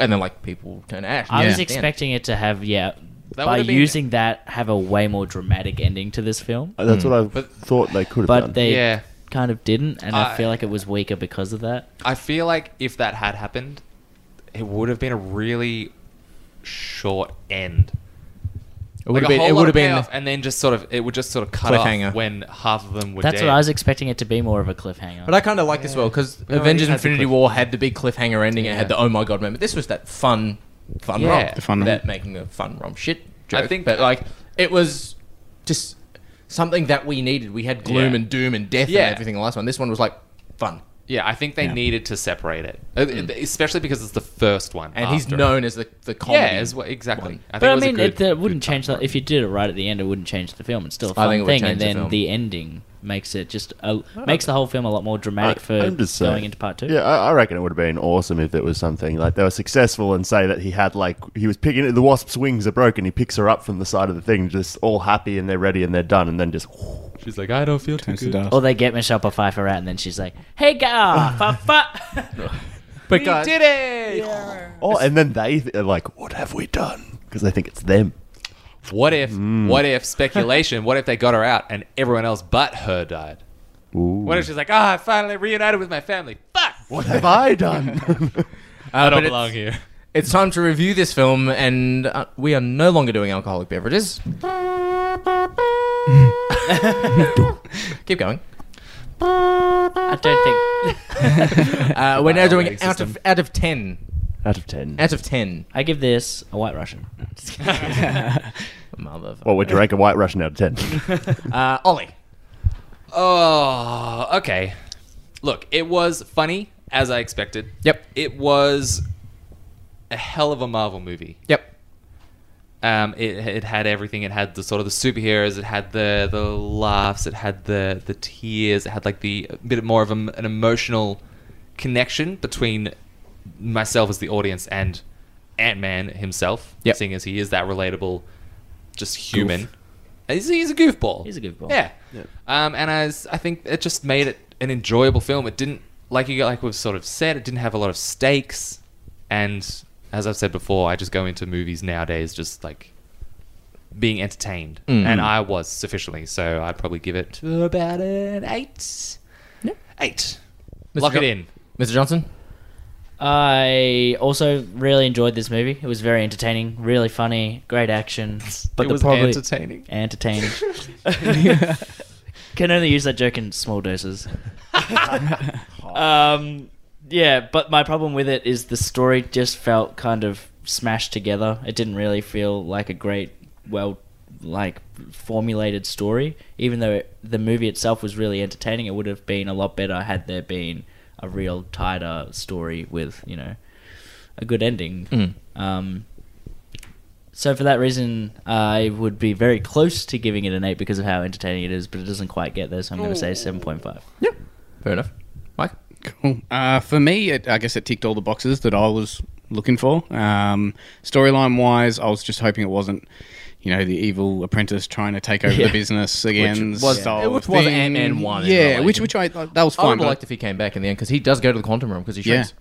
D: and then like people turn ash.
E: I was
D: Yeah.
E: expecting it to have yeah.
D: That
E: by
D: would've been-
E: using that, have a way more dramatic ending to this film.
G: Uh, That's what I thought they could
E: Hmm.
G: have
E: But
G: done.
E: they
F: Yeah.
E: kind of didn't, and I,
F: I-
E: feel like it was weaker because of that.
F: I feel like if that had happened, it would have been a really short end.
D: It would
F: Like
D: have
F: a
D: been.
F: whole
D: It
F: lot
D: would have
F: of
D: been.
F: payoff and then just sort of it would just sort of cut off
D: Cliffhanger.
F: when half of them were
E: That's
F: dead.
E: what I was expecting it to be more of a cliffhanger.
D: But I kind of liked this well because
F: No, Oh, it
D: Avengers:
F: has the
D: Infinity
F: cliff-
D: War had the big cliffhanger ending. It had
F: Yeah.
D: the oh my god moment. This was that fun, fun
F: Yeah.
D: romp.
F: The fun romp.
D: that making a fun romp shit.
F: I
D: Joke.
F: think-
D: but like it was just something that we needed. We had gloom
F: Yeah.
D: and doom and death
F: Yeah.
D: and everything. in The last one. This one was like fun.
F: Yeah, I think they
D: Yeah. Mm.
F: needed to separate it, Uh, especially because it's the first one.
D: And he's
F: after it.
D: known as the- the comedy
F: Yeah, as well, exactly.
D: one.
F: I think
E: but
F: it
E: I
F: was a
E: mean,
F: good-
E: it, that wouldn't change that. If you did it right at the end, it wouldn't change the film. It's still a
D: I
E: fun
D: think it would
E: thing,
D: change
E: and
D: the
E: then
D: film.
E: the ending makes it just a, makes the whole film a lot more dramatic
G: I-
E: for
G: I'm just saying.
E: going into part two.
G: Yeah, I, I reckon it would have been awesome if it was something like they were successful and say that he had like he was picking the wasp's wings are broken. He picks her up from the side of the thing, just all happy and they're ready and they're done, and then just
F: she's like, I don't feel too
G: good.
E: Or they get Michelle Pfeiffer out, and then she's like, "Hey, guy, fa fa."
D: But guys-
F: did it!
G: Oh, and then they th- are like, "What have we done?" Because they think it's them.
F: What if? What if speculation? what if they got her out and everyone else but her died? What if she's like, ah, I finally reunited with my family? Fuck!
G: What have I done?
F: I
D: but
F: don't
D: it's-
F: belong here.
D: It's time to review this film, and uh, we are no longer doing alcoholic beverages. Keep going.
E: I don't think.
D: Uh, we're now doing out of out of ten.
G: Out of ten.
D: Out of ten.
E: I give this a White Russian.
D: Mother.
G: What would you rank a White Russian out of ten?
D: Uh, Ollie.
F: Oh, okay. Look, it was funny as I expected.
D: Yep.
F: It was a hell of a Marvel movie.
D: Yep.
F: Um, it, it had everything. It had the sort of the superheroes. It had the the laughs. It had the the tears. It had like the a bit more of a, an emotional connection between myself as the audience and Ant Man himself,
D: Yep.
F: seeing as he is that relatable, just human. He's, he's a goofball.
E: He's a goofball.
F: Yeah. Um, and I, s- I think it just made it an enjoyable film. It didn't, like you like we've sort of said, it didn't have a lot of stakes. And as I've said before, I just go into movies nowadays just like being entertained,
D: Mm.
F: and I was sufficiently. So I'd probably give it about an eight. Eight.
D: Mr.
F: Lock
D: Jo-
F: it in.
D: Mr. Johnson.
E: I also really enjoyed this movie. It was very entertaining, really funny, great action. But
F: It
E: the
F: was
E: probably
F: entertaining.
E: Entertaining. Can only use that joke in small doses. um, yeah, but my problem with it is the story just felt kind of smashed together. It didn't really feel like a great, well, like formulated story. Even though it, the movie itself was really entertaining, it would have been a lot better had there been a real tighter story with you know a good ending.
D: Mm.
E: Um, so for that reason, I would be very close to giving it an eight because of how entertaining it is, but it doesn't quite get there. So I'm going to say seven point five.
D: Fair enough. Mike.
A: Cool. Uh, for me, it, I guess it ticked all the boxes that I was looking for. Um, Storyline wise, I was just hoping it wasn't, you know, the evil apprentice trying to take over
D: Yeah.
A: the business again.
D: Which was,
A: style
D: which
A: of
D: was
A: thing.
D: Ant-Man 1. in
A: Yeah,
D: relation.
A: which, which I, that was
D: I
A: fine.
D: would
A: but
D: have liked if he came back in the end because he does go to the quantum realm because he
A: Yeah.
D: shrinks.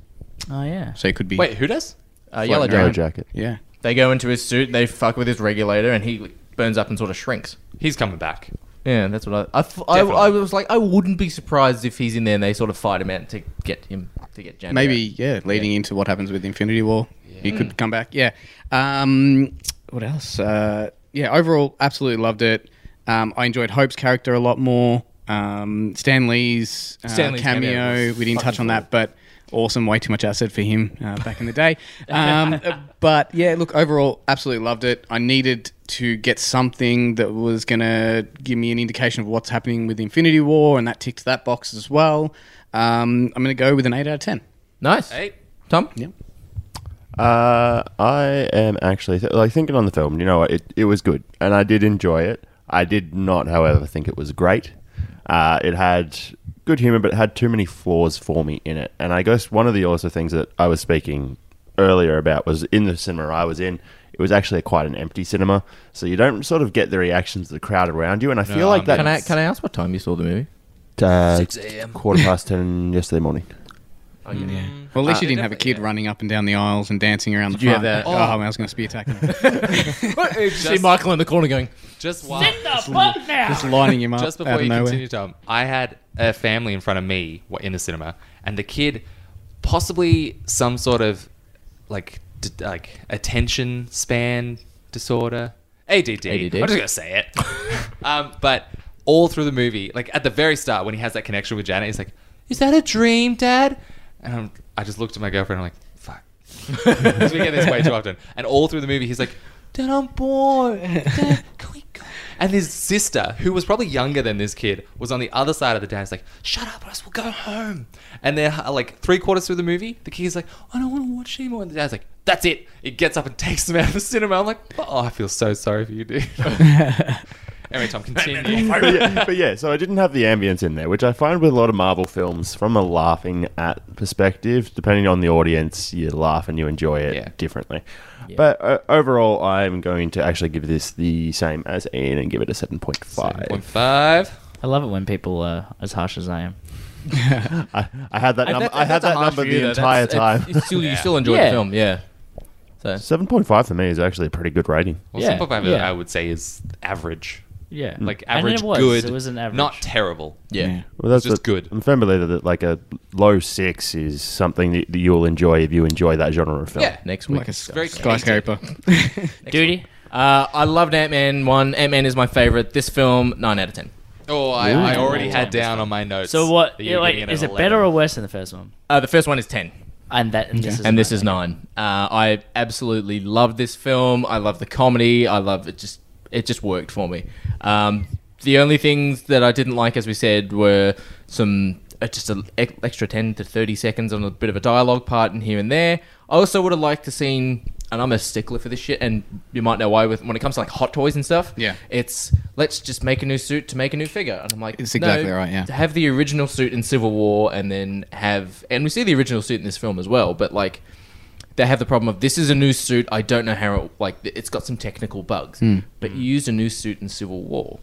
E: Oh yeah.
A: So it could be.
D: Wait,
F: who does?
D: Uh, Yellow
A: Floating around.
D: Jacket.
A: Yeah.
D: They go into his suit, they fuck with his regulator, and he burns up and sort of shrinks.
F: He's coming back.
D: Yeah, that's what I. I, f- I-
F: Definitely.
D: I was like, I wouldn't be surprised if he's in there and they sort of fight him out to get him to get Janet.
A: Maybe,
D: out.
A: yeah, leading into what happens with Infinity War. He
D: Mm.
A: could come back. Yeah. Um, what else? Uh, yeah, overall, absolutely loved it. Um, I enjoyed Hope's character a lot more. Um, Stan Lee's, uh,
D: Stan Lee's
A: cameo,
D: cameo was
A: we didn't touch
D: fucking
A: on that, but awesome. Way too much asset for him uh, back in the day. Um, but yeah, look, overall, absolutely loved it. I needed to get something that was going to give me an indication of what's happening with Infinity War, and that ticked that box as well. Um, I'm going to go with an 8 out of 10.
D: Nice. Tom?
A: Yeah.
G: Uh, I am actually like thinking on the film. You know, what, it it was good, and I did enjoy it. I did not, however, think it was great. Uh, it had good humor, but it had too many flaws for me in it. And I guess one of the also things that I was speaking earlier about was in the cinema I was in. It was actually quite an empty cinema, so you don't sort of get the reactions of the crowd around you. And I feel like that.
D: Can I, can I ask what time you saw the movie?
G: uh,
D: 6 a.m..
G: Quarter past ten yesterday morning.
A: Well, at least
D: Uh,
A: you didn't have a kid running up and down the aisles and dancing around the
D: you have
A: front.
D: that?
A: Oh,
D: Oh.
A: I was going to spear attack him.
D: See Michael in the corner going,
F: Just while
D: Sit the
F: just-
D: fuck down!
A: Just lining him up
F: Just
A: out
F: before
A: of
F: you
A: nowhere.
F: continue, Tom, I had a family in front of me wa- in the cinema, and the kid, possibly some sort of like d- like attention span disorder, ADD.
D: ADD.
F: I'm just gonna say it. um, but all through the movie, like at the very start when he has that connection with Janet, he's like, "Is that a dream, Dad?" And I'm, I just looked at my girlfriend. I'm like, "Fuck." 'Cause we get this way too often. And all through the movie, he's like, Dad, I'm bored. Dad, can we go? And his sister, who was probably younger than this kid, was on the other side of the dance, like, shut up, or else we'll go home. And then, uh, like, three quarters through the movie, the kid's like, "Oh, I don't want to watch anymore. And the dad's like, that's it. It gets up and takes him out of the cinema. I'm like, oh, I feel so sorry for you, dude. anyway, Tom, continue.
G: but, yeah, but yeah, so I didn't have the ambience in there, which I find with a lot of Marvel films, from a laughing at perspective, depending on the audience, you laugh and you enjoy it differently. But uh, overall, I'm going to actually give this the same as Ian and give it a 7.5.
F: Five.
E: I love it when people are as harsh as I am.
G: I, I had that,
D: I-
G: num-
D: that-
G: I had
D: that's a
G: that
D: harsh
G: number
D: view,
G: the
D: though.
G: entire
D: That's- it's-
G: time.
D: it's still- you Yeah. still enjoyed the film, yeah.
G: 7.5 for me is actually a pretty good rating.
F: Well,
E: Yeah,
F: Simple Favor,
E: yeah.
F: I would say, is average.
E: Yeah.
A: Mm.
F: Like,
E: And it
F: average
E: was.
F: good.
E: It was an average.
F: Not terrible.
D: Yeah.
G: Well, that's
F: It's just
G: the- I'm a firm believer that like a low six is something that, that you'll enjoy if you enjoy that genre of film.
D: Yeah, next week.
A: Like a s-
D: Very
A: skyscraper.
D: Duty. Uh, I loved Ant Man 1. Ant Man is my favorite. This film, 9 out of 10.
F: Oh, I, I already had down on my notes.
E: So what?
F: that you
E: Yeah,
F: were
E: like,
F: giving
E: is
F: an
E: it
F: 11.
E: better or worse than the first one?
D: Uh, the first one is 10.
E: And that and this is
D: and this is nine. Uh, I absolutely love this film. I love the comedy. I love it. Just it just worked for me. Um, the only things that I didn't like, as we said, were some uh, just an extra ten to thirty seconds on a bit of a dialogue part in here and there. I also would have liked to seen. And I'm a stickler for this shit, and you might know why. With when it comes to like hot toys and stuff,
A: Yeah.
D: it's let's just make a new suit to make a new figure, and I'm like,
A: It's
D: no,
A: exactly right, yeah.
D: have the original suit in Civil War, and then have, and we see the original suit in this film as well. But like, they have the problem of this is a new suit. I don't know how it like it's got some technical bugs,
A: Mm.
D: but you used a new suit in Civil War,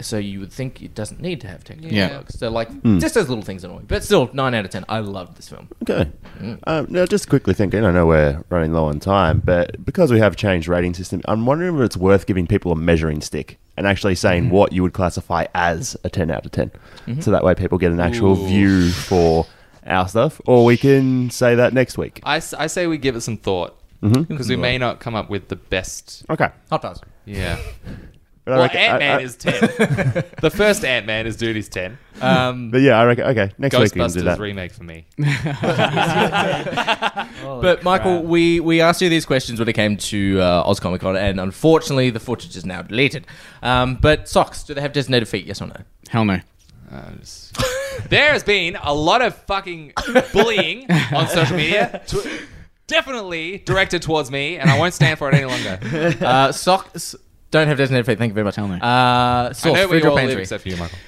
D: so you would think it doesn't need to have technical
A: Yeah.
D: bugs. So like,
G: Mm.
D: just those little things annoy me. But still, nine out of ten. I loved this film.
G: Okay.
F: Mm.
G: Um, now, just quickly thinking, I know we're running low on time, but because we have changed rating system, I'm wondering if it's worth giving people a measuring stick and actually saying
F: Mm-hmm.
G: what you would classify as a 10 out of 10.
D: Mhm.
G: So that way people get an actual
F: Ooh.
G: view for our stuff, or we can say that next week.
F: I, s- I say we give it some thought because
G: Mhm.
F: we may not come up with the best.
G: Okay.
D: Hot dogs.
F: Yeah.
G: But I
F: well,
G: reckon- I-
F: Ant Man
G: I-
F: is ten. the first Ant Man is Duty's ten.
D: Um,
G: but yeah, I reckon. Okay, next week we can do
F: Ghostbusters
G: that.
F: remake for me.
D: but Michael, we, we asked you these questions when it came to uh, Oz Comic Con, and unfortunately, the footage is now deleted. Um, but socks, do they have designated feet? Yes or no?
A: Hell no.
F: there has been a lot of fucking bullying on social media. tw- definitely directed towards me, and I won't stand for it any longer.
D: uh, socks don't have designated feet. Thank you very much. Hell no. Uh, sauce,
F: I know where
D: food
F: you
D: or
F: all live
D: pantry?
F: except for you, Michael.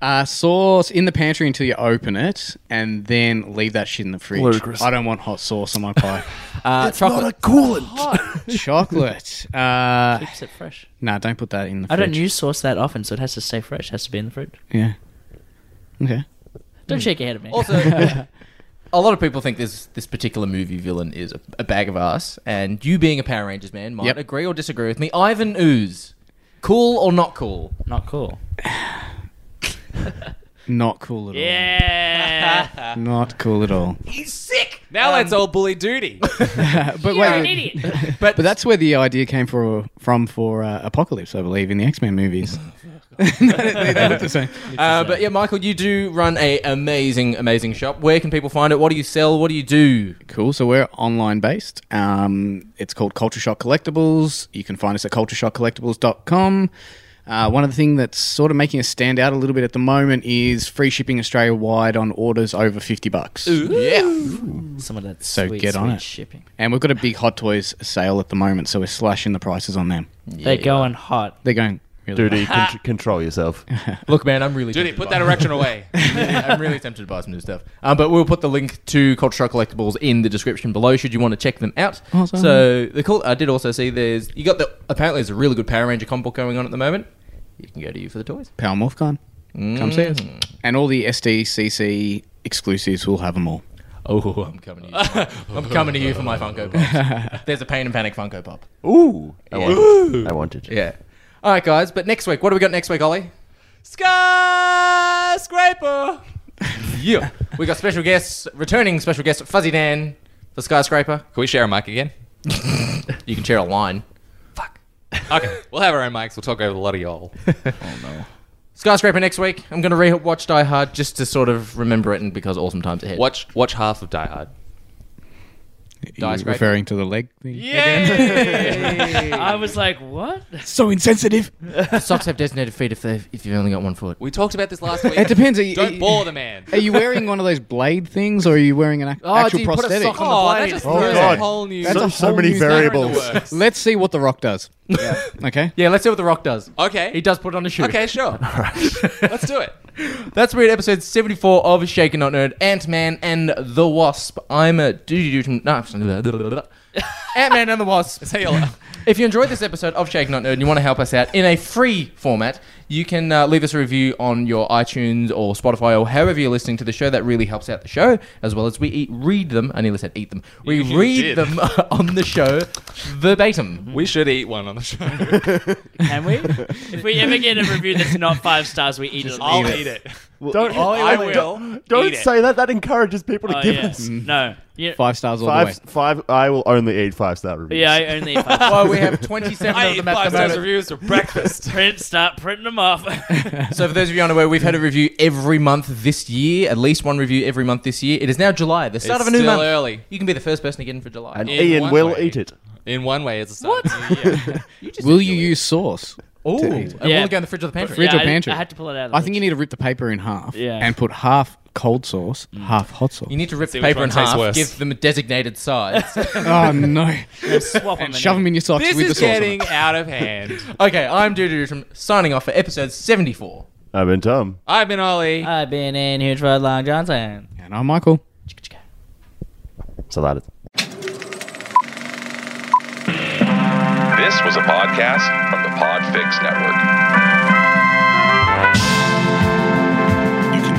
A: Uh, sauce in the pantry until you open it, and then leave that shit in the fridge.
D: Ludicrous.
A: I don't want hot sauce on my pie.
D: Uh, chocolate.
A: Chocolate. Uh,
E: Keeps it fresh.
A: Nah, don't put that in the
E: I
A: fridge.
E: don't use sauce that often, so it has to stay fresh. It has to be in the fridge.
A: Yeah. Okay.
E: Don't
F: Mm.
E: shake your head at me.
D: Also, a lot of people think this this particular movie villain is a, a bag of ass, and you being a Power Rangers man might
A: Yep.
D: agree or disagree with me. Ivan Ooze, cool or not cool?
E: not cool.
A: Not cool at all.
E: Yeah.
A: Not cool at all.
D: He's sick.
F: Now
E: Um,
F: let's all bully duty.
A: but
F: You're
A: wait,
F: an
A: idiot. But, that's where the idea came for, from for uh, Apocalypse, I believe, in the X Men movies.
F: Oh,
D: Uh, but yeah, Michael, you do run a amazing, amazing shop. Where can people find it? What do you sell? What do you do?
A: Cool. So we're online based. Um, it's called Culture Shock Collectibles. You can find us at cultureshockcollectibles.com. Uh, one of the things that's sort of making us stand out a little bit at the moment is free shipping Australia wide on orders over 50 bucks.
E: Yeah. Some of that
A: So
E: sweet,
A: get on
E: sweet
A: it.
E: shipping.
A: And we've got a big Hot Toys sale at the moment, so we're slashing the prices on them.
E: They're going hot.
A: They're going really
G: Duty,
A: hot.
G: con- control yourself.
D: Look, man, I'm really
F: Duty,
D: tempted to
F: put
D: buy-
F: that erection away.
D: I'm really tempted to buy some new stuff. Um, but we'll put the link to Culture Shock Collectibles in the description below should you want to check them out.
A: Awesome.
D: So the cool, I did also see there's you got the apparently there's a really good Power Ranger comic book going on at the moment. You can go to you for the toys.
A: Power MorphCon. Come see us.
D: Mm.
A: And all the SDCC exclusives, we'll have them all.
D: Oh, I'm coming to you. I'm coming to you for my Funko Pops. There's a Pain and Panic Funko Pop.
G: Ooh, I
D: Yeah.
G: wanted. I wanted.
D: Yeah. All right, guys. But next week, what do we got next week, Ollie?
F: Skyscraper.
D: Yeah. we got special guests, returning special guest Fuzzy Dan for Skyscraper.
F: Can we share a mic again?
D: You can share a line.
F: Okay, we'll have our own mics. We'll talk over the lot of y'all.
D: Skyscraper next week. I'm going to re watch Die Hard just to sort of remember it and because awesome times ahead.
F: Watch watch half of Die Hard.
A: Are you referring to the leg thing?
E: I was like, what?
A: So insensitive.
D: Socks have designated feet if, they've- if you've only got one foot.
F: We talked about this last week.
A: It depends. Are you,
F: Don't
A: are you-
F: bore the man.
A: Are you wearing one of those blade things, or are you wearing an ac-
D: Oh,
A: actual
D: dude, put a
A: prosthetic?
D: sock on the
F: Oh, that
D: blade.
F: just
G: Oh,
F: throws
G: God.
F: a whole new.
G: That's So- a so whole many new scenario in the variables. works.
A: Let's see what the Rock does. Okay.
D: Yeah, let's see what The Rock does.
F: Okay.
D: He does put on a shoe.
F: Okay, sure. Let's do it.
D: That's weird. Episode 74 of Shaken Not Nerd, Ant Man and the Wasp. I'm a. Ant Man and the Wasp.
F: Say hello.
D: If you enjoyed this episode of Shake Not Nerd and you want to help us out in a free format, you can uh, leave us a review on your iTunes or Spotify or however you're listening to the show. That really helps out the show, as well as we eat, read them. I nearly said eat them. We
F: You
D: read
F: did.
D: them on the show verbatim.
F: We should eat one on the show.
E: Can we? If we ever get a review that's not five stars, we eat it.
F: I'll eat it.
G: Don't,
F: I will.
G: don't
F: eat it.
G: say that. That encourages people to
E: Oh,
G: give
E: yeah.
G: us
E: No. Yeah,
A: Five stars all
G: five. Five. I will only eat five star reviews.
E: yeah I only eat five
D: Well,
E: stars.
D: we have 27
F: I
D: of
F: eat
D: them at
F: five
D: the
F: stars
D: moment.
F: reviews for breakfast.
E: Print, start printing them off.
D: So for those of you unaware, we've had a review every month this year, at least one review every month this year. It is now July, the start
F: It's
D: of a new
F: still
D: month.
F: early.
D: You can be the first person to get in for July.
G: And
F: In
G: Ian
F: one
G: will
F: way.
G: eat it.
F: In one way, it's a start. of the new year.
A: the way. Will you use sauce?
D: oh,
A: to
D: and
A: eat.
D: we'll
E: Yeah.
D: go in the fridge or the pantry.
A: Fridge
E: Yeah,
A: or
E: I-
A: pantry?
E: I had to pull it out of the
A: I think you need to rip the paper in half
E: Yeah.
A: and put half cold sauce, half hot sauce.
D: Mm. You need to rip the
F: which
D: paper
F: one
D: in
F: tastes
D: half,
F: worse.
D: give them a designated size.
A: oh no!
E: Swap them.
A: and shove them in your socks
F: this
A: with the
F: is
A: sauce. on
F: getting
A: it.
F: out of hand.
D: okay, I'm Dudu from signing off for episode 74.
G: I've been Tom.
F: I've been Ollie.
E: I've been in here for Long Johnson.
A: And I'm Michael.
G: Saladas.
M: This was a podcast from the Podfix Network. You can